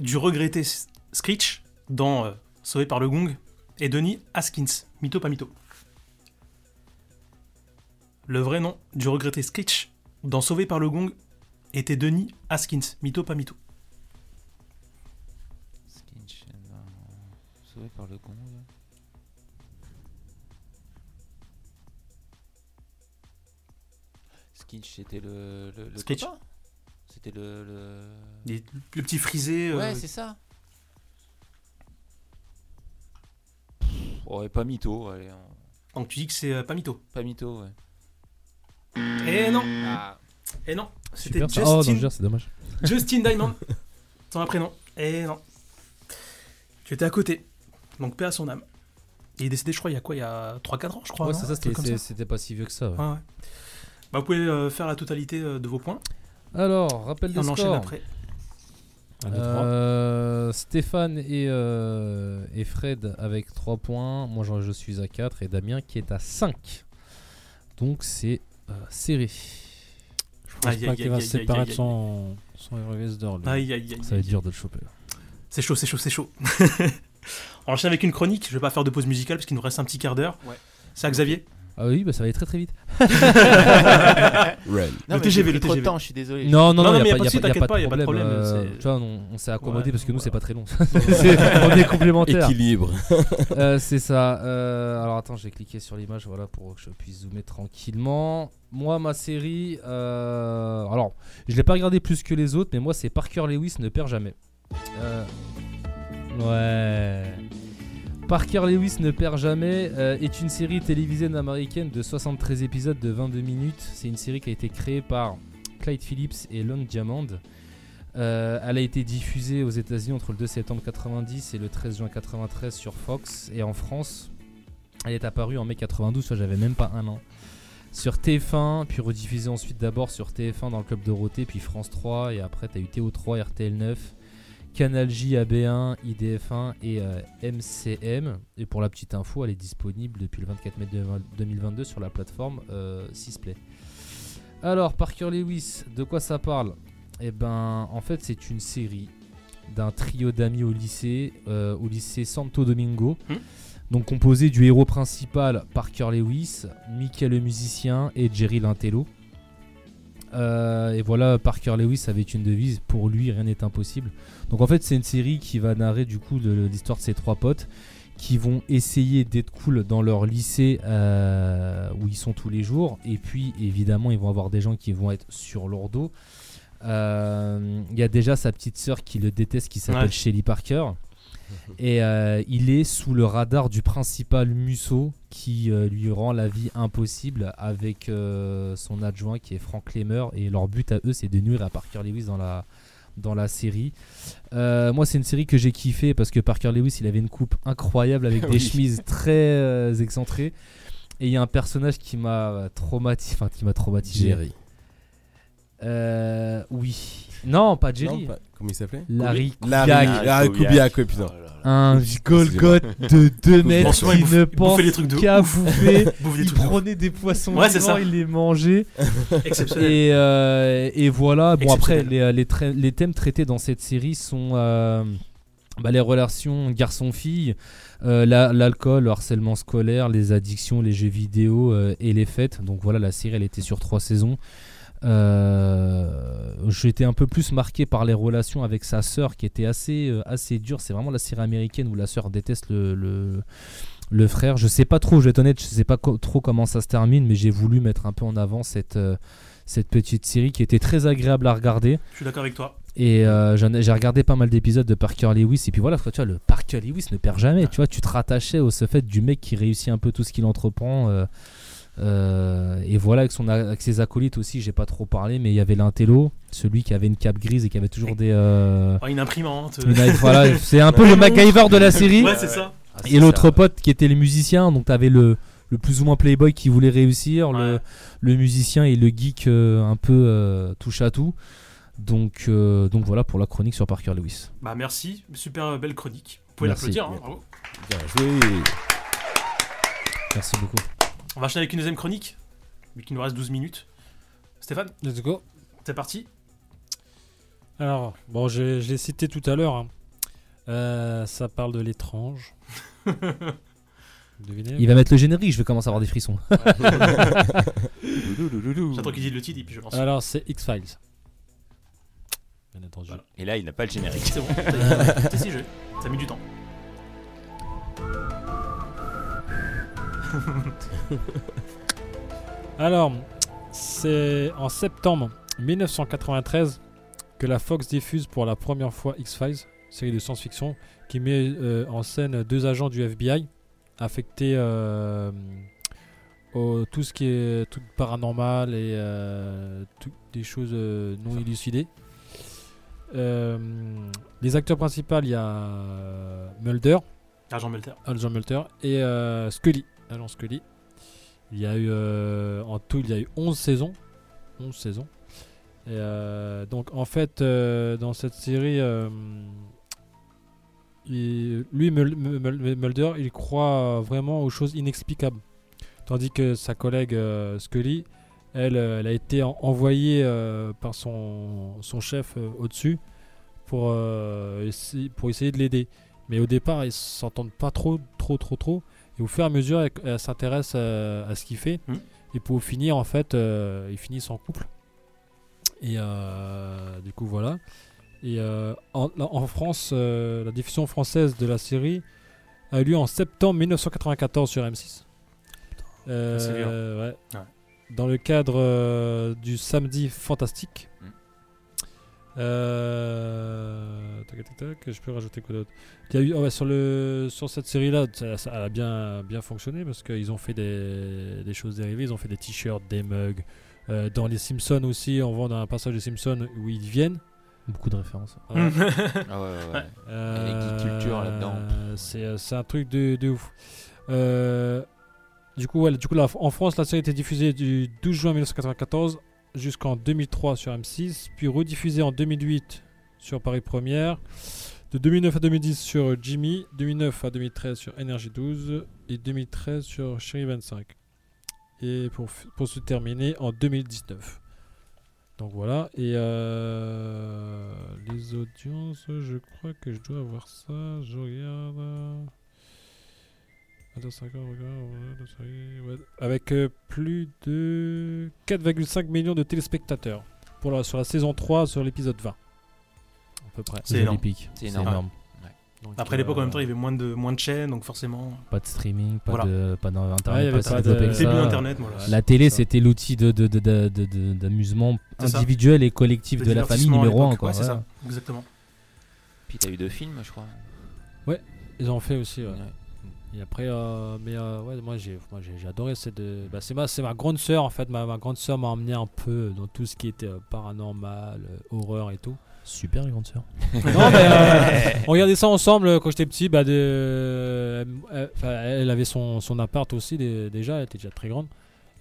Speaker 4: du regretté S- Screech dans euh, Sauvé par le Gong et Denis Haskins. Mytho, pas mytho. Le vrai nom du regretté Screech dans Sauvé par le Gong était Denis Haskins. Mytho, pas mytho.
Speaker 5: Skinch, euh, Sauvé par le con. Skinch, c'était le. le, le
Speaker 4: Skinch.
Speaker 5: copain C'était le. le-
Speaker 4: Il est Le petit frisé. euh,
Speaker 5: Ouais, c'est ça. Pff, Ouais, pas mytho, allez. on-
Speaker 4: donc tu dis que c'est euh, pas mytho.
Speaker 5: Pas mytho, ouais.
Speaker 4: Et non
Speaker 5: Ah.
Speaker 4: Et non C'était
Speaker 6: Super. ça.
Speaker 4: Justin,
Speaker 6: Oh, non, je veux dire, c'est dommage.
Speaker 4: Justin Diamond. Sans un prénom. Et non. Tu étais à côté. Donc paix à son âme. Il est décédé, je crois, il y a quoi Il y a 3-4 ans, je crois.
Speaker 6: Ouais,
Speaker 4: non
Speaker 6: c'est
Speaker 4: Un
Speaker 6: ça,
Speaker 4: truc
Speaker 6: c'était
Speaker 4: comme
Speaker 6: c'est- c'était pas si vieux que ça. ouais.
Speaker 4: Ouais, ouais. Bah, vous pouvez euh, faire la totalité euh, de vos points.
Speaker 6: Alors, rappel
Speaker 4: Et
Speaker 6: des
Speaker 4: on enchaîne
Speaker 6: scores.
Speaker 4: après.
Speaker 7: Un, deux, trois.
Speaker 6: Euh, Stéphane et, euh, et Fred avec 3 points. Moi, je, je suis à 4 et Damien qui est à 5. Donc, c'est euh, serré.
Speaker 7: Je
Speaker 6: Ah,
Speaker 7: pense
Speaker 4: aïe,
Speaker 7: pas
Speaker 4: aïe,
Speaker 7: qu'il va
Speaker 4: aïe,
Speaker 7: se
Speaker 4: aïe,
Speaker 7: séparer
Speaker 4: aïe,
Speaker 7: de
Speaker 4: aïe.
Speaker 7: son, son RVS d'or. lui.
Speaker 4: Aïe, aïe, aïe,
Speaker 6: Ça va
Speaker 4: aïe.
Speaker 6: être dur de le choper. là.
Speaker 4: C'est chaud, c'est chaud, c'est chaud. on enchaîne avec une chronique. Je vais pas faire de pause musicale parce qu'il nous reste un petit quart d'heure.
Speaker 5: Ouais.
Speaker 4: C'est à Xavier
Speaker 6: Ah oui, bah, ça va aller très très vite.
Speaker 8: Run.
Speaker 4: Le TGV,
Speaker 5: j'ai pris
Speaker 4: le
Speaker 5: trop de
Speaker 4: TGV.
Speaker 5: temps, je suis désolé.
Speaker 6: Non,
Speaker 4: Non,
Speaker 6: non, non,
Speaker 4: non,
Speaker 6: il
Speaker 4: mais y a pas
Speaker 6: n'y a,
Speaker 4: de
Speaker 6: pas-
Speaker 4: souci,
Speaker 6: y a
Speaker 4: t'inquiète
Speaker 6: pas de problème.
Speaker 4: euh, c'est-
Speaker 6: euh, Tu vois, on, on s'est accommodé
Speaker 4: Ouais,
Speaker 6: parce que nous, c'est
Speaker 4: voilà.
Speaker 6: pas très long. c'est on est complémentaire.
Speaker 8: Équilibre.
Speaker 6: Euh, c'est ça. Euh, alors attends, j'ai cliqué sur l'image, voilà, pour que je puisse zoomer tranquillement. Moi, ma série, euh, alors, je l'ai pas regardé plus que les autres, mais moi, c'est Parker Lewis ne perd jamais. Euh, Ouais. Parker Lewis ne perd jamais euh, est une série télévisée américaine de 73 épisodes de 22 minutes. C'est une série qui a été créée par Clyde Phillips et Lon Diamond. Euh, elle a été diffusée aux États-Unis entre le 2 septembre 90 et le 13 juin 93 sur Fox et en France. Elle est apparue en mai 92, soit j'avais même pas un an. Sur TF1, puis rediffusée ensuite d'abord sur TF1 dans le Club Dorothée, puis France 3, et après t'as eu TO3, RTL9, Canal J, AB1, IDF1 et euh, MCM. Et pour la petite info, elle est disponible depuis le 24 mai 2022 sur la plateforme euh, Sisplay. Alors, Parker Lewis, de quoi ça parle eh ben, en fait, c'est une série d'un trio d'amis au lycée, euh, au lycée Santo Domingo. Donc composé du héros principal Parker Lewis, Mickey le musicien et Jerry Lintello. Euh, et voilà, Parker Lewis avait une devise pour lui, rien n'est impossible. Donc en fait, c'est une série qui va narrer du coup le- l'histoire de ces trois potes qui vont essayer d'être cool dans leur lycée euh, où ils sont tous les jours. Et puis évidemment, ils vont avoir des gens qui vont être sur leur dos. Euh, Il y a déjà sa petite sœur qui le déteste, qui s'appelle
Speaker 4: Ouais.
Speaker 6: Shelly Parker. Et euh, il est sous le radar du principal Musso qui euh, lui rend la vie impossible avec euh, son adjoint qui est Frank Lemmer. Et leur but à eux, c'est de nuire à Parker Lewis dans la, dans la série. Euh, moi, c'est une série que j'ai kiffé parce que Parker Lewis, il avait une coupe incroyable avec des
Speaker 5: Oui.
Speaker 6: chemises très euh, excentrées. Et il y a un personnage qui m'a traumatisé. Enfin, qui m'a traumatisé.
Speaker 8: Jerry.
Speaker 6: Euh, oui. Non, pas Jerry.
Speaker 8: Non, pas- comment il s'appelait
Speaker 6: Larry Oh
Speaker 8: Kubiak. Larry- Larry Kubiak, ouais, putain.
Speaker 6: Un Golgoth de 2 mètres
Speaker 4: Franchement, il
Speaker 6: qui
Speaker 4: bouffe-
Speaker 6: ne
Speaker 4: il bouffait
Speaker 6: pense
Speaker 4: des trucs de
Speaker 6: qu'à
Speaker 4: ouf.
Speaker 6: bouffer.
Speaker 4: Il bouffait des
Speaker 6: il
Speaker 4: trucs de ouf.
Speaker 6: prenait des poissons
Speaker 4: Ouais, c'est
Speaker 6: vivants,
Speaker 4: ça.
Speaker 6: il les mangeait.
Speaker 4: Exceptionnel.
Speaker 6: Et, euh, et voilà. Bon, après,
Speaker 4: Exceptionnel.
Speaker 6: les, euh, les tra- les thèmes traités dans cette série sont euh, bah, les relations garçon-fille, euh, la- l'alcool, le harcèlement scolaire, les addictions, les jeux vidéo euh, et les fêtes. Donc voilà, la série, elle était sur trois saisons. Euh, J'étais un peu plus marqué par les relations avec sa sœur qui était assez, euh, assez dure. C'est vraiment la série américaine où la sœur déteste le, le, le frère. Je sais pas trop, je vais être honnête, je sais pas co- trop comment ça se termine, mais j'ai voulu mettre un peu en avant cette, euh, cette petite série qui était très agréable à regarder.
Speaker 4: Je suis d'accord avec toi.
Speaker 6: Et euh, j'en ai- j'ai regardé pas mal d'épisodes de Parker Lewis. Et puis voilà, tu vois, le Parker Lewis ne perd jamais. Tu vois, tu te rattachais au ce fait du mec qui réussit un peu tout ce qu'il entreprend. euh, euh, et voilà, avec, son, a- avec ses acolytes aussi, j'ai pas trop parlé, mais il y avait l'intello, celui qui avait une cape grise et qui avait toujours des. euh,
Speaker 4: Ouais, Oh, une imprimante.
Speaker 6: une im- voilà, c'est un peu
Speaker 4: Ouais.
Speaker 6: le MacGyver de la série.
Speaker 4: Ouais, c'est ça. Ah, c'est
Speaker 6: Et l'autre
Speaker 4: ça,
Speaker 6: pote qui était le musicien, donc t'avais le le plus ou moins playboy qui voulait réussir, le, le musicien et le geek euh, un peu euh, touche à tout. Donc, euh, donc voilà pour la chronique sur Parker Lewis.
Speaker 4: Bah merci, super euh, belle chronique. Vous pouvez
Speaker 6: Merci.
Speaker 4: l'applaudir, hein, bravo.
Speaker 6: Merci beaucoup.
Speaker 4: On va enchaîner avec une deuxième chronique, mais qui nous reste 12 minutes. Stéphane
Speaker 7: Let's go.
Speaker 4: C'est parti.
Speaker 7: Alors, bon, je, je l'ai cité tout à l'heure. hein. Euh, ça parle de l'étrange. Vous devinez
Speaker 6: Il va mettre le générique, je vais commencer à avoir des frissons.
Speaker 4: J'attends qu'il dise le titre et puis je lance.
Speaker 7: Alors, c'est X-Files. Bien entendu.
Speaker 5: Et là, il n'a pas le générique.
Speaker 4: C'est bon, t'as- t'as si jeu. Ça a mis du temps.
Speaker 7: Alors, c'est en septembre 1993 que la Fox diffuse pour la première fois X-Files, série de science-fiction, qui met euh, en scène deux agents du FBI affectés euh, au tout ce qui est tout paranormal et euh, tout- des choses euh, non élucidées. Euh, les acteurs principaux, il y a euh, Mulder,
Speaker 4: Agent Mulder.
Speaker 7: Agent Mulder et euh, Scully, Agent Scully. Il y a eu euh, en tout, il y a eu 11 saisons. 11 saisons. Et, euh, donc en fait, euh, dans cette série, euh, il- lui, Mul- Mul- Mulder, il croit euh, vraiment aux choses inexplicables. Tandis que sa collègue euh, Scully, elle, euh, elle a été en- envoyée euh, par son, son chef euh, au-dessus pour, euh, essayer, pour essayer de l'aider. Mais au départ, ils s'entendent pas trop, trop, trop, trop. Et au fur et à mesure, elle, elle s'intéresse euh, à ce qu'il fait. Et pour finir, en fait, euh, ils finissent en couple. Et euh, du coup, voilà. Et euh, en, la- en France, euh, la diffusion française de la série a eu lieu en septembre 1994 sur M6. Euh,
Speaker 4: c'est violent.
Speaker 7: ouais. Dans le cadre euh, du samedi fantastique. Euh, tac, tac, tac, je peux rajouter quoi d'autre Il y a eu ah ouais, sur le sur cette série là, ça, ça a bien bien fonctionné parce qu'ils ont fait des, des choses dérivées, ils ont fait des t-shirts, des mugs. Euh, dans les Simpsons aussi, on vend un passage des Simpsons où ils viennent.
Speaker 6: Beaucoup de références.
Speaker 7: Ouais.
Speaker 5: Ah ouais, ouais, ouais.
Speaker 7: Euh,
Speaker 5: Avec les cultures là-dedans.
Speaker 7: C'est euh, c'est un truc de, de ouf. Euh, du coup, ouais, du coup la- en France, la série était diffusée du 12 juin 1994 jusqu'en 2003 sur M6, puis rediffusée en 2008 sur Paris Première, de 2009 à 2010 sur Jimmy, 2009 à 2013 sur Energy 12 et 2013 sur Chérie 25. Et pour, fi- pour se terminer en 2019. Donc voilà. Et euh, les audiences, je crois que je dois avoir ça. Je regarde. euh, attends, c'est encore, regarde, ouais, la série, ouais. Avec euh, plus de 4,5 millions de téléspectateurs pour la, sur la saison 3, sur l'épisode 20. À peu près.
Speaker 6: C'est énorme. euh, Olympiques,
Speaker 5: C'est
Speaker 6: c'est
Speaker 5: énorme.
Speaker 6: énorme.
Speaker 5: Ouais.
Speaker 7: Donc,
Speaker 4: Après l'époque, en même temps, il y avait moins de, moins de chaînes, donc forcément.
Speaker 6: Pas de streaming, pas
Speaker 4: Voilà.
Speaker 6: de pas d'internet,
Speaker 7: Ouais, il y avait
Speaker 6: pas, de
Speaker 7: pas de-
Speaker 6: développer que
Speaker 4: Début
Speaker 6: ça.
Speaker 4: Internet, voilà.
Speaker 6: La
Speaker 4: C'est
Speaker 6: télé,
Speaker 4: ça.
Speaker 6: c'était l'outil de de- de- de- de- de- d'amusement
Speaker 4: C'est ça.
Speaker 6: individuel et collectif
Speaker 4: Le
Speaker 6: de, la famille
Speaker 4: divertissement à
Speaker 6: numéro
Speaker 4: l'époque,
Speaker 6: 1 quoi.
Speaker 4: ouais, c'est
Speaker 6: ouais.
Speaker 4: ça, exactement.
Speaker 5: Puis t'as eu deux films, je crois.
Speaker 7: Ouais, ils ont fait aussi. ouais.
Speaker 5: Ouais.
Speaker 7: Et après, euh, mais euh, ouais, moi j'ai, moi j'ai, j'ai adoré ces deux. Bah, c'est ma, c'est ma grande sœur en fait. Ma, ma grande sœur m'a emmené un peu dans tout ce qui était euh, paranormal, euh, horreur et tout.
Speaker 6: Super grande sœur.
Speaker 7: non mais euh, on regardait ça ensemble euh, quand j'étais petit. Bah, de, euh, euh, 'fin, elle avait son, son appart aussi dé- déjà. Elle était déjà très grande.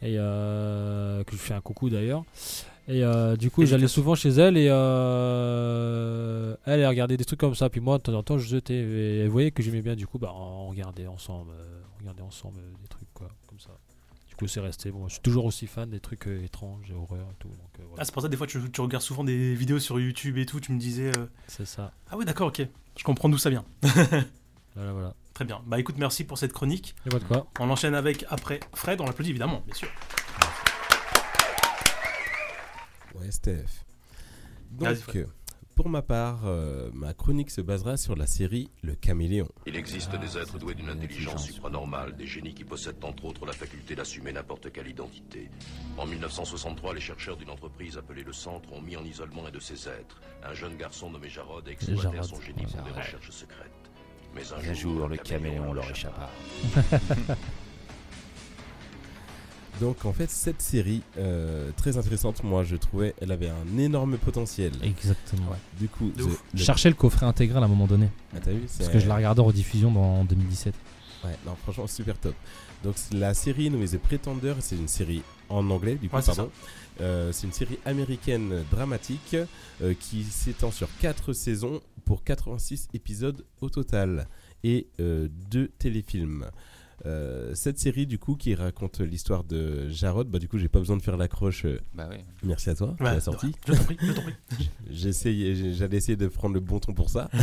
Speaker 7: Et euh, que je fais un coucou d'ailleurs. Et euh, du coup, j'allais souvent chez elle et euh, elle, elle regardait des trucs comme ça. Puis moi, de temps en temps, je jetais. Et elle voyait que j'aimais bien. Du coup, bah, on regardait ensemble, euh, on regardait ensemble euh, des trucs quoi, comme ça. Du coup, c'est resté. Bon, je suis toujours aussi fan des trucs euh, étranges et horreurs et tout. Donc, euh, voilà.
Speaker 4: Ah, c'est pour ça, des fois, tu, tu regardes souvent des vidéos sur YouTube et tout, tu me disais. euh,
Speaker 7: C'est ça.
Speaker 4: Ah, oui, d'accord, ok. Je comprends d'où ça vient.
Speaker 7: Voilà, voilà.
Speaker 4: Très bien. Bah écoute, merci pour cette chronique.
Speaker 7: Et voilà de quoi.
Speaker 4: On enchaîne avec après Fred, on l'applaudit évidemment, bien sûr.
Speaker 8: Ouais, Steph.
Speaker 4: Vas-y,
Speaker 8: Donc,
Speaker 4: Fred.
Speaker 8: euh, pour ma part, euh, ma chronique se basera sur la série Le Caméléon.
Speaker 17: Il existe des êtres doués d'une intelligence supranormale, des génies qui possèdent entre autres la faculté d'assumer n'importe quelle identité. En 1963, les chercheurs d'une entreprise appelée le Centre ont mis en isolement un de ces êtres. Un jeune garçon nommé Jarod a exploité
Speaker 5: Jarod,
Speaker 17: son génie pour des
Speaker 5: Jarod.
Speaker 17: recherches secrètes. Mais un
Speaker 5: Un jour, le caméléon leur échappa.
Speaker 8: Donc, en fait, cette série, euh, très intéressante, moi je trouvais, elle avait un énorme potentiel.
Speaker 6: Exactement.
Speaker 8: Du coup, The-
Speaker 6: Je cherchais le coffret intégral à un moment donné.
Speaker 8: Ah, t'as vu,
Speaker 6: Parce
Speaker 8: c'est-
Speaker 6: que je la regardais en rediffusion dans- en 2017.
Speaker 8: Ouais, non, franchement, super top. Donc, c'est la série nommée The Pretender, c'est une série en anglais, du coup,
Speaker 4: Ouais, c'est
Speaker 8: pardon. Euh, c'est une série américaine euh, dramatique euh, qui s'étend sur 4 saisons pour 86 épisodes au total et 2 téléfilms. Euh, cette série, du coup, qui raconte l'histoire de Jarod, bah, du coup, j'ai pas besoin de faire l'accroche. euh,
Speaker 5: Bah ouais.
Speaker 8: Merci à toi pour
Speaker 4: Ouais,
Speaker 8: la sortie.
Speaker 4: je t'en prie, je t'en prie.
Speaker 8: J'essayais- J'allais essayer de prendre le bon ton pour ça.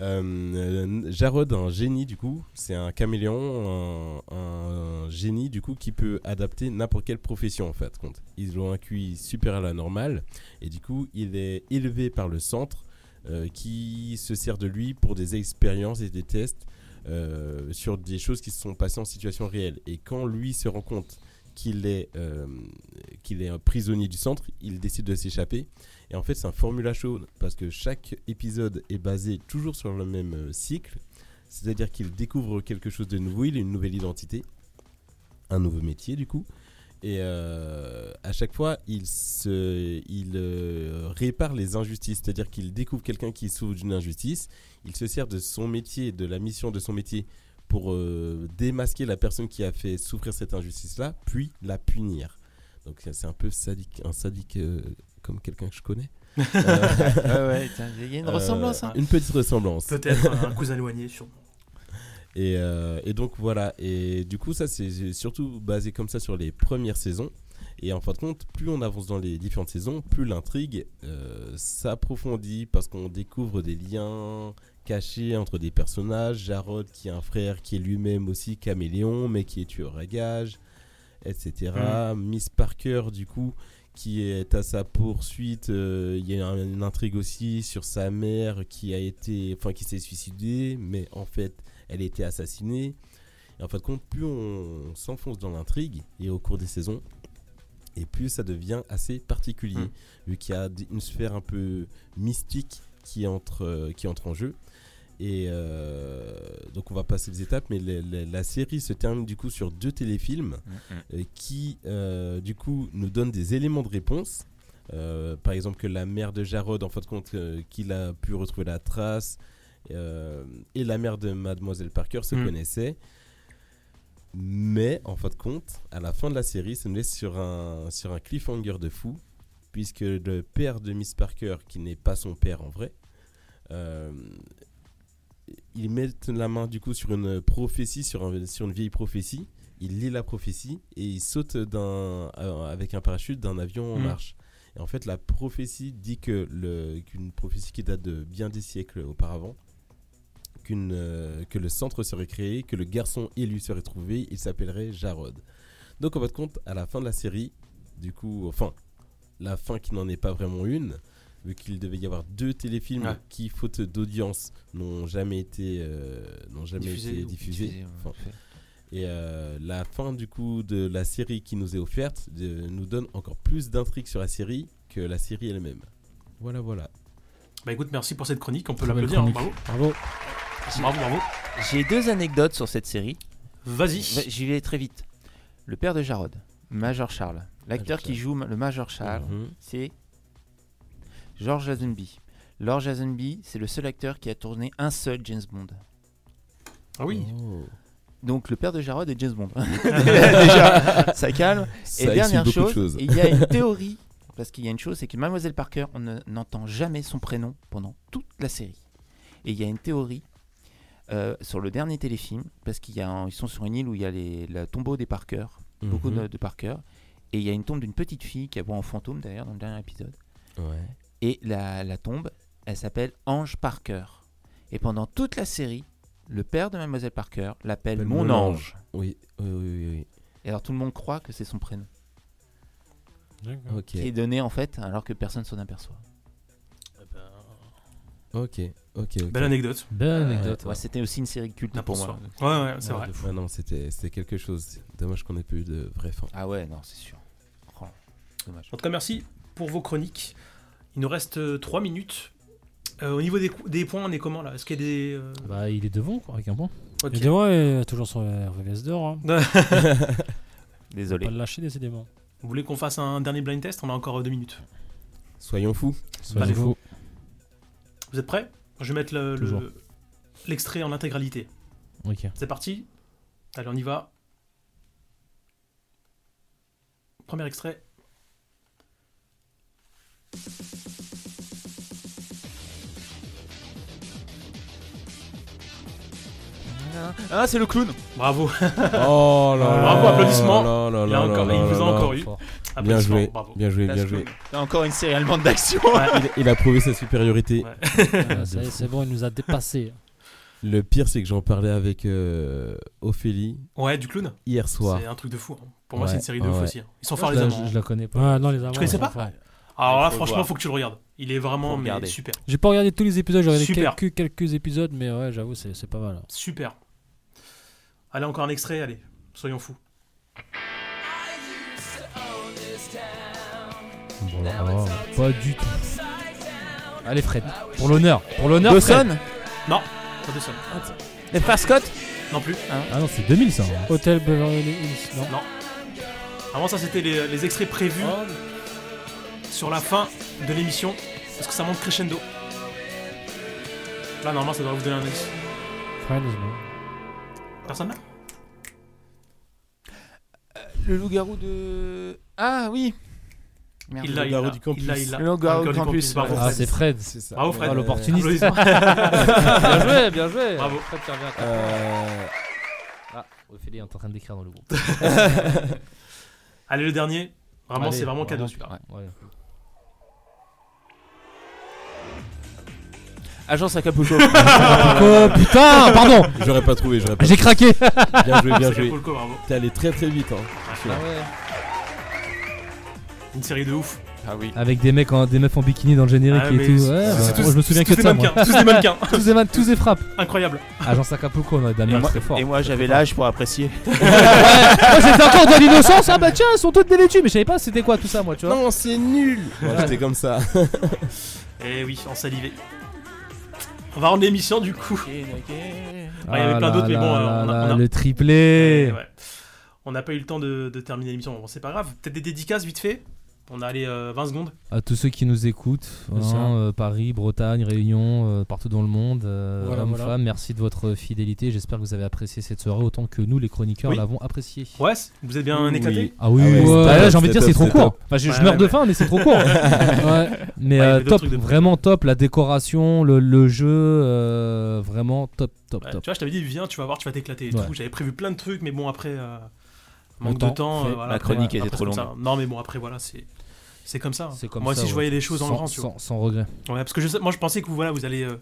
Speaker 8: Euh, Jarod, un génie du coup, c'est un caméléon, un, un génie du coup qui peut adapter n'importe quelle profession en fait. compte. Ils ont un QI supérieur à la normale et du coup il est élevé par le centre euh, qui se sert de lui pour des expériences et des tests euh, sur des choses qui se sont passées en situation réelle. Et quand lui se rend compte qu'il est, euh, qu'il est un prisonnier du centre, il décide de s'échapper. Et en fait, c'est un formula show parce que chaque épisode est basé toujours sur le même euh, cycle. C'est-à-dire qu'il découvre quelque chose de nouveau, il a une nouvelle identité, un nouveau métier du coup. Et euh, à chaque fois, il, se, il euh, répare les injustices. C'est-à-dire qu'il découvre quelqu'un qui souffre d'une injustice. Il se sert de son métier, de la mission de son métier pour euh, démasquer la personne qui a fait souffrir cette injustice-là, puis la punir. Donc c'est- c'est un peu sadique, un sadique euh, comme quelqu'un que je connais. Euh,
Speaker 5: Ah ouais, tiens, il y a une ressemblance, hein.
Speaker 8: Une petite ressemblance.
Speaker 4: Peut-être hein. un cousin éloigné, sûrement.
Speaker 8: Et, euh, et donc voilà, et du coup ça c'est surtout basé comme ça sur les premières saisons. Et en fin de compte, plus on avance dans les différentes saisons, plus l'intrigue euh, s'approfondit parce qu'on découvre des liens cachés entre des personnages. Jarod qui a un frère qui est lui-même aussi caméléon mais qui est tueur à gages, etc. Miss Parker du coup qui est à sa poursuite. euh, Il y a un- une intrigue aussi sur sa mère qui a été, enfin qui s'est suicidée, mais en fait elle a été assassinée. Et en fin de compte, plus on s'enfonce dans l'intrigue et au cours des saisons, et plus ça devient assez particulier, vu qu'il y a d- une sphère un peu mystique qui entre, euh, qui entre en jeu. Et euh, donc on va passer les étapes, mais la, la- la série se termine du coup sur deux téléfilms euh, qui euh, du coup nous donnent des éléments de réponse. Euh, par exemple que la mère de Jarod, en fin de compte, euh, qu'il a pu retrouver la trace, euh, et la mère de mademoiselle Parker se
Speaker 4: Mm.
Speaker 8: connaissaient. Mais en fin de compte, à la fin de la série, ça nous laisse sur un, sur un cliffhanger de fou, puisque le père de Miss Parker, qui n'est pas son père en vrai, euh, ils mettent la main du coup sur une prophétie, sur, un- sur une vieille prophétie. Il lit la prophétie et il saute d'un, euh, avec un parachute d'un avion en
Speaker 4: Mm.
Speaker 8: marche. Et en fait, la prophétie dit que le- qu'une prophétie qui date de bien des siècles auparavant, qu'une, euh, que le centre serait créé, que le garçon élu serait trouvé, il s'appellerait Jarod. Donc en fin de compte, à la fin de la série, du coup, enfin, la fin qui n'en est pas vraiment une, vu qu'il devait y avoir deux téléfilms
Speaker 5: Ouais.
Speaker 8: qui, faute d'audience, n'ont jamais été, euh, n'ont jamais
Speaker 5: Diffusés
Speaker 8: été
Speaker 5: ou
Speaker 8: diffusés.
Speaker 5: diffusés, ouais,
Speaker 8: Enfin,
Speaker 5: c'est-
Speaker 8: et euh, la fin du coup de la série qui nous est offerte de- nous donne encore plus d'intrigues sur la série que la série elle-même. Voilà, voilà.
Speaker 4: Bah écoute, merci pour cette chronique, on peut
Speaker 8: Très belle
Speaker 4: l'applaudir, hein, bravo.
Speaker 8: chronique.
Speaker 4: Bravo, bravo.
Speaker 5: J'ai deux anecdotes sur cette série.
Speaker 4: Vas-y.
Speaker 5: Va- J'y vais très vite. Le père de Jarod, Major Charles. L'acteur
Speaker 8: Major Mhm.
Speaker 5: qui joue le Major Charles, c'est George Lazenby. George Lazenby, c'est le seul acteur qui a tourné un seul James Bond. Oh.
Speaker 4: Ah oui.
Speaker 5: Donc le père de Jarod est James Bond. Déjà, ça calme.
Speaker 8: Ça
Speaker 5: Et
Speaker 8: explique
Speaker 5: dernière
Speaker 8: beaucoup de
Speaker 5: chose,
Speaker 8: choses.
Speaker 5: il y a une théorie, parce qu'il y a une chose, c'est que Mademoiselle Parker, on ne- n'entend jamais son prénom pendant toute la série. Et il y a une théorie euh, sur le dernier téléfilm, parce qu'ils sont sur une île où il y a les, le tombeau des Parker, beaucoup
Speaker 8: Mhm.
Speaker 5: de, de Parker, et il y a une tombe d'une petite fille qui voit en fantôme d'ailleurs dans le dernier épisode.
Speaker 8: Ouais.
Speaker 5: Et la, la tombe, elle s'appelle Ange Parker. Et pendant toute la série, le père de Mademoiselle Parker l'appelle mon, ange.
Speaker 8: Oui, oui, oui, oui.
Speaker 5: Et alors tout le monde croit que c'est son prénom.
Speaker 8: D'accord. Ok.
Speaker 5: Qui est donné en fait alors que personne s'en aperçoit.
Speaker 8: Ok, ok. ok.
Speaker 4: Belle anecdote.
Speaker 8: Ah,
Speaker 6: Belle anecdote.
Speaker 5: Ouais, C'était aussi une série culte pour
Speaker 4: N'importe
Speaker 5: moi.
Speaker 4: quoi. Ouais, ouais, c'est vrai.
Speaker 8: de fou. Ah non, c'était c'était quelque chose. Dommage qu'on ait pas eu de vraie fin.
Speaker 5: Ah ouais, non, c'est sûr. Oh, dommage.
Speaker 4: En tout cas, merci pour vos chroniques. Il nous reste 3 minutes. Euh, au niveau des, cou- des points, on est comment là Est-ce qu'il y a des. euh,
Speaker 6: Bah, il est devant, quoi, avec un point.
Speaker 4: ok.
Speaker 7: Évidemment, il a toujours son RVS d'or. Hein.
Speaker 5: Désolé.
Speaker 7: Pas le lâcher décidément.
Speaker 4: Vous voulez qu'on fasse un dernier blind test On a encore 2 minutes.
Speaker 8: Soyons fous.
Speaker 4: Soyons Allez. fous. Vous êtes prêts Je vais mettre le-
Speaker 6: Toujours.
Speaker 4: le- l'extrait en intégralité.
Speaker 6: Ok.
Speaker 4: C'est parti Allez, on y va. Premier
Speaker 6: Ah
Speaker 4: extrait.
Speaker 5: Ah, c'est le clown
Speaker 4: Bravo
Speaker 8: Oh là là.
Speaker 4: Bravo, applaudissements
Speaker 8: là là
Speaker 4: Il, a
Speaker 8: là
Speaker 4: encore-
Speaker 8: là
Speaker 4: il
Speaker 8: là
Speaker 4: vous a
Speaker 8: là.
Speaker 4: encore eu.
Speaker 8: Fort. Bien
Speaker 4: Applaudissements,
Speaker 8: joué,
Speaker 4: bravo.
Speaker 8: bien joué,
Speaker 5: Là,
Speaker 8: bien
Speaker 5: je
Speaker 8: joué.
Speaker 5: peux- Encore une série allemande d'action.
Speaker 8: Il, il a prouvé sa supériorité.
Speaker 7: Ah, ça y est, c'est bon, il nous a dépassé.
Speaker 8: Le pire, c'est que j'en parlais avec euh, Ophélie
Speaker 4: Ouais, du clown
Speaker 8: hier soir.
Speaker 4: C'est un truc de fou. hein. Pour moi,
Speaker 8: Ouais,
Speaker 4: c'est une série de
Speaker 8: ouais,
Speaker 4: ouf
Speaker 8: ouais.
Speaker 4: aussi. hein. Ils sont forts,
Speaker 6: Je
Speaker 4: les
Speaker 6: la-
Speaker 4: Allemands.
Speaker 6: je la connais pas.
Speaker 7: Ouais, Ah, non, les Allemands,
Speaker 4: Tu connaissais
Speaker 7: ils
Speaker 4: pas
Speaker 7: sont forts.
Speaker 4: Alors là,
Speaker 5: Faut le
Speaker 4: franchement,
Speaker 5: voir.
Speaker 4: faut que tu le regardes. Il est
Speaker 5: Faut
Speaker 4: vraiment
Speaker 5: le
Speaker 4: mais,
Speaker 5: regarder.
Speaker 4: super.
Speaker 7: J'ai pas regardé tous les épisodes, j'ai regardé
Speaker 4: Super.
Speaker 7: quelques, quelques épisodes, mais ouais, j'avoue, c'est c'est pas mal. hein.
Speaker 4: Super. Allez, encore un extrait, allez. Soyons fous.
Speaker 5: Ah
Speaker 6: Voilà. Pas du tout. Allez, Fred, pour l'honneur. Pour l'honneur, Fred.
Speaker 5: Dawson
Speaker 4: Non, pas de son.
Speaker 5: Les frères Scott
Speaker 4: Non plus.
Speaker 6: Ah non, c'est 2000 ça.
Speaker 7: Hôtel Beverly Hills, non
Speaker 4: Non. Avant ça, c'était les, les extraits prévus
Speaker 6: Oh.
Speaker 4: sur la fin de l'émission. Parce que ça monte crescendo. Là, normalement, ça doit vous donner un indice.
Speaker 7: Friends, non.
Speaker 4: Personne là
Speaker 5: Le loup-garou de. Ah oui Merde.
Speaker 4: Il l'a, il
Speaker 8: Garou
Speaker 4: l'a.
Speaker 8: du campus.
Speaker 4: Il l'a, il l'a.
Speaker 5: Le loup-garou
Speaker 4: Encore
Speaker 5: du
Speaker 4: du
Speaker 5: campus.
Speaker 4: bravo,
Speaker 6: Ah, c'est Fred.
Speaker 8: C'est ça.
Speaker 4: Bravo, Fred.
Speaker 6: Ah, l'opportuniste.
Speaker 4: Applaudissements.
Speaker 6: bien joué, bien joué.
Speaker 4: Bravo.
Speaker 6: Fred qui revient à quatre points.
Speaker 8: Euh,
Speaker 6: Ah, Ophélie est en train d'écrire dans le groupe.
Speaker 4: Allez, le dernier. Vraiment,
Speaker 6: Allez,
Speaker 4: c'est vraiment cadeau,
Speaker 6: vraiment.
Speaker 4: celui-là.
Speaker 6: Ouais.
Speaker 5: Agence Acapulco.
Speaker 6: Oh putain, pardon,
Speaker 8: J'aurais pas trouvé, j'aurais pas
Speaker 6: j'ai craqué.
Speaker 8: trouvé. Bien joué, bien
Speaker 4: C'est
Speaker 8: joué.
Speaker 4: Capulco, bravo. Ah,
Speaker 8: T'es allé très très vite. Hein.
Speaker 4: Une série de ouf.
Speaker 5: ah oui.
Speaker 6: Avec des mecs en, des meufs en bikini dans le générique
Speaker 4: Ah,
Speaker 6: et
Speaker 4: mais
Speaker 6: tout.
Speaker 4: c'est-
Speaker 6: Ouais,
Speaker 4: c'est
Speaker 6: bah,
Speaker 4: tous-
Speaker 6: moi, je me souviens
Speaker 4: tous
Speaker 6: que de
Speaker 4: des
Speaker 6: ça.
Speaker 4: mannequins,
Speaker 6: moi.
Speaker 4: tous des mannequins.
Speaker 6: tous des man- tous des frappes.
Speaker 4: Incroyable.
Speaker 6: Agence Acapulco, on a Damien,
Speaker 5: moi-
Speaker 6: très fort.
Speaker 5: Et moi j'avais l'âge pour apprécier.
Speaker 6: Moi j'étais encore dans l'innocence, ah bah tiens, elles sont toutes dévêtues, mais je savais pas c'était quoi tout ça, moi, tu vois.
Speaker 8: Non, c'est nul. Moi j'étais comme ça.
Speaker 4: Eh oui, en salivé. On va rendre l'émission du coup.
Speaker 6: Ah
Speaker 4: Ouais, il y avait plein
Speaker 6: là
Speaker 4: d'autres, mais
Speaker 6: là
Speaker 4: bon,
Speaker 6: là
Speaker 4: euh, on a-
Speaker 6: là,
Speaker 4: on a-
Speaker 6: Le triplé.
Speaker 4: Eh ouais. On n'a pas eu le temps de, de terminer l'émission. Bon, c'est pas grave. Peut-être des dédicaces vite fait. On a allé euh, 20 secondes.
Speaker 6: À tous ceux qui nous écoutent,
Speaker 7: C'est
Speaker 6: hein,
Speaker 7: ça.
Speaker 6: euh, Paris, Bretagne, Réunion, euh, partout dans le monde, euh,
Speaker 7: Voilà,
Speaker 6: hommes,
Speaker 7: voilà.
Speaker 6: femmes, merci de votre fidélité. J'espère que vous avez apprécié cette soirée autant que nous, les chroniqueurs,
Speaker 4: Oui.
Speaker 6: l'avons appréciée.
Speaker 4: Ouais, c- vous êtes bien éclatés
Speaker 8: Oui.
Speaker 6: Ah oui,
Speaker 8: Ah ouais,
Speaker 6: ouais,
Speaker 8: c'est
Speaker 6: bah
Speaker 8: top,
Speaker 6: là, j'ai envie de
Speaker 8: c'est
Speaker 6: dire c'est trop
Speaker 8: top, c'est
Speaker 6: court. Enfin, je, je
Speaker 4: Ouais,
Speaker 6: meurs
Speaker 4: ouais,
Speaker 6: de
Speaker 4: ouais.
Speaker 6: faim, mais c'est trop court. Ouais. Mais
Speaker 4: Ouais, il y avait
Speaker 6: euh,
Speaker 4: d'autres
Speaker 6: top,
Speaker 4: trucs de fou.
Speaker 6: vraiment top. La décoration, le, le jeu, euh, vraiment top, top,
Speaker 4: Ouais,
Speaker 6: top.
Speaker 4: Tu vois, je t'avais dit, viens, tu vas voir, tu vas t'éclater et
Speaker 6: Ouais.
Speaker 4: tout. J'avais prévu plein de trucs, mais bon, après, euh, manque
Speaker 6: temps
Speaker 4: de temps. euh,
Speaker 6: fait.
Speaker 4: voilà,
Speaker 5: La
Speaker 4: après,
Speaker 5: chronique
Speaker 4: voilà,
Speaker 5: était
Speaker 4: après,
Speaker 5: trop
Speaker 4: c'est comme ça. Non, mais bon, après, voilà, c'est. C'est comme ça.
Speaker 6: C'est comme
Speaker 4: moi
Speaker 6: ça,
Speaker 4: aussi, je
Speaker 6: ouais.
Speaker 4: voyais les choses en
Speaker 6: Sans-
Speaker 4: grand. tu vois.
Speaker 6: sans- sans regret.
Speaker 4: Ouais, parce que je sais- moi, je pensais que vous, voilà, vous allez. euh,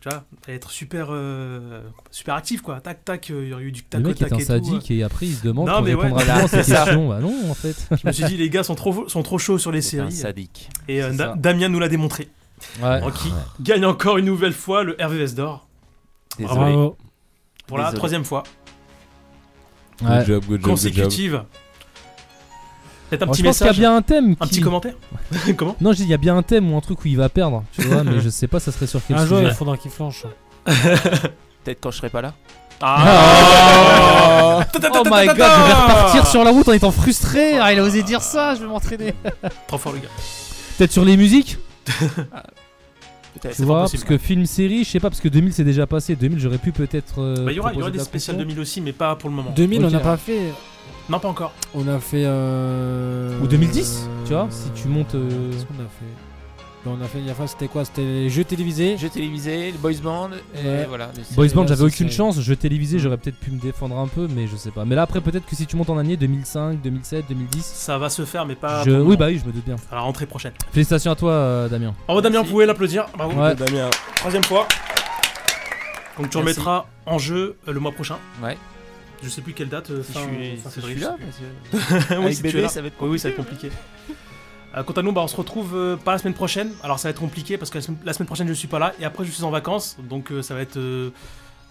Speaker 4: tu vois, être super, euh, super actif, quoi. Tac, tac, euh, il y aurait eu du tac,
Speaker 6: Le mec
Speaker 4: tac
Speaker 6: est un
Speaker 4: et tout,
Speaker 6: sadique
Speaker 4: euh.
Speaker 6: et après, il se demande
Speaker 4: Non,
Speaker 6: pour
Speaker 4: mais
Speaker 6: répondre
Speaker 4: ouais,
Speaker 6: à
Speaker 4: voilà,
Speaker 6: toutes ces
Speaker 4: c'est ça.
Speaker 6: questions. Bah non, en fait.
Speaker 4: Je me suis dit, les gars sont trop, sont trop chauds sur les
Speaker 5: C'est un
Speaker 4: séries.
Speaker 5: sadique.
Speaker 4: Et euh,
Speaker 5: C'est
Speaker 4: Da-
Speaker 5: ça.
Speaker 4: Damien nous l'a démontré.
Speaker 5: Ouais.
Speaker 4: Donc, il
Speaker 5: Ouais.
Speaker 4: gagne encore une nouvelle fois le RVS d'or.
Speaker 5: Désolé.
Speaker 4: Bravo. Pour la
Speaker 5: Désolé.
Speaker 4: troisième fois.
Speaker 8: Good job, good job, good job.
Speaker 4: Consécutive. Peut-être un
Speaker 7: Oh,
Speaker 6: Alors,
Speaker 4: petit
Speaker 6: je pense qu'il y a
Speaker 4: message.
Speaker 6: bien un thème.
Speaker 4: Un
Speaker 6: qui-
Speaker 4: petit commentaire. Comment
Speaker 6: Non, je dis, il y a bien un thème ou un truc où il va perdre, tu vois, mais je sais pas, ça serait sur quel
Speaker 4: Ah,
Speaker 7: Un jour,
Speaker 6: sujet.
Speaker 7: il faudra qu'il flanche.
Speaker 5: Peut-être quand je serai pas là.
Speaker 6: Ah oh my god, je vais repartir sur la route en étant frustré. Ah, il a osé dire ça, je vais m'entraîner.
Speaker 4: Trop fort, le gars.
Speaker 6: Peut-être sur les musiques
Speaker 4: Peut-être,
Speaker 6: Tu
Speaker 4: c'est
Speaker 6: vois,
Speaker 4: fort
Speaker 6: parce
Speaker 4: possible.
Speaker 6: que film, série, je sais pas, parce que 2000 c'est déjà passé. 2000, j'aurais pu peut-être. euh,
Speaker 4: Bah, il y aura, il y aura
Speaker 6: proposer de
Speaker 4: des
Speaker 6: la
Speaker 4: spéciales
Speaker 6: compo.
Speaker 4: 2000 aussi, mais pas pour le moment.
Speaker 7: 2000, on
Speaker 6: Ok.
Speaker 7: n'a pas fait.
Speaker 4: Non, pas encore.
Speaker 7: On a fait. euh,
Speaker 6: Ou 2010, tu vois, si tu montes. euh,
Speaker 7: Qu'est-ce qu'on a fait Là, On a fait. la fois, c'était quoi C'était les jeux télévisés
Speaker 5: J'ai télévisé, le boys band, et
Speaker 7: Ouais.
Speaker 5: voilà.
Speaker 6: Boys
Speaker 4: euh,
Speaker 6: Band,
Speaker 7: là,
Speaker 6: j'avais
Speaker 7: c'est
Speaker 6: aucune
Speaker 7: ça.
Speaker 6: chance. Je télévisé, j'aurais peut-être pu me défendre un peu, mais je sais pas. Mais là, après, peut-être que si tu montes en année 2005, 2007, 2010.
Speaker 4: Ça va se faire, mais pas.
Speaker 6: Je-
Speaker 4: pour le
Speaker 6: oui,
Speaker 4: moment.
Speaker 6: bah oui, je me doute bien.
Speaker 4: À la rentrée prochaine.
Speaker 6: Félicitations à toi, euh, Damien.
Speaker 4: Bravo Damien, vous pouvez l'applaudir. Bravo
Speaker 6: Ouais.
Speaker 8: Damien.
Speaker 4: Troisième fois. Donc tu
Speaker 5: Merci.
Speaker 4: remettras en jeu euh, le mois prochain.
Speaker 5: Ouais.
Speaker 4: Je sais plus quelle date. euh,
Speaker 5: Si
Speaker 4: fin,
Speaker 5: je suis-
Speaker 4: fin
Speaker 5: si je
Speaker 4: février,
Speaker 5: suis
Speaker 4: je
Speaker 5: là,
Speaker 4: sais
Speaker 5: parce
Speaker 4: plus.
Speaker 5: que-
Speaker 4: Oui,
Speaker 5: Avec
Speaker 4: si tu es
Speaker 5: bébé,
Speaker 4: là.
Speaker 5: ça va être
Speaker 4: Oui, oui, ça va être compliqué. Euh, quant à nous, bah, on se retrouve euh, pas la semaine prochaine. Alors ça va être compliqué parce que la semaine, la semaine prochaine je suis pas là et après je suis en vacances. Donc euh, ça va être. euh,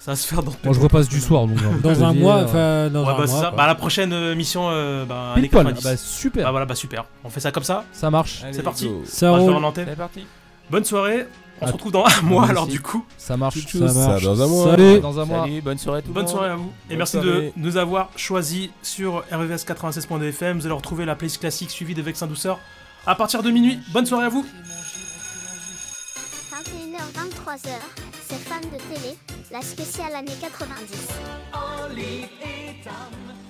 Speaker 4: ça va se faire dans.
Speaker 6: Moi, je repasse du soir, donc. j'ai envie de te
Speaker 7: Dans un
Speaker 6: dire,
Speaker 7: mois,
Speaker 6: euh,
Speaker 7: enfin, dans
Speaker 4: Ouais,
Speaker 7: un
Speaker 4: bah,
Speaker 7: mois.
Speaker 4: c'est ça.
Speaker 7: quoi.
Speaker 4: Bah, la prochaine euh, mission, euh, bah,
Speaker 6: Pile
Speaker 4: années
Speaker 6: poil.
Speaker 4: 90.
Speaker 6: Bah, super.
Speaker 4: Bah voilà, bah super. On fait ça comme ça.
Speaker 6: Ça marche.
Speaker 4: C'est parti.
Speaker 8: go.
Speaker 7: Ça
Speaker 4: On va se
Speaker 7: roule.
Speaker 4: faire en antenne.
Speaker 5: C'est parti.
Speaker 4: Bonne soirée. On
Speaker 6: Ah,
Speaker 4: se retrouve dans un mois
Speaker 6: merci.
Speaker 4: alors du coup.
Speaker 6: Ça marche.
Speaker 8: Tchou, tchou, ça
Speaker 6: marche.
Speaker 8: dans un mois.
Speaker 6: Salut. Dans un mois.
Speaker 5: Salut, bonne soirée à tout le
Speaker 4: Bonne
Speaker 5: monde.
Speaker 4: soirée à vous. Et
Speaker 8: Bonne
Speaker 4: merci
Speaker 8: soirée.
Speaker 4: de nous avoir choisis sur E RVS 96.fm. Vous allez retrouver la playlist classique suivie des Vexins Douceurs à partir de minuit. Bonne soirée à vous.
Speaker 1: 21h, 23h, c'est fan de télé, la spéciale année 90.
Speaker 2: En ligne et âme,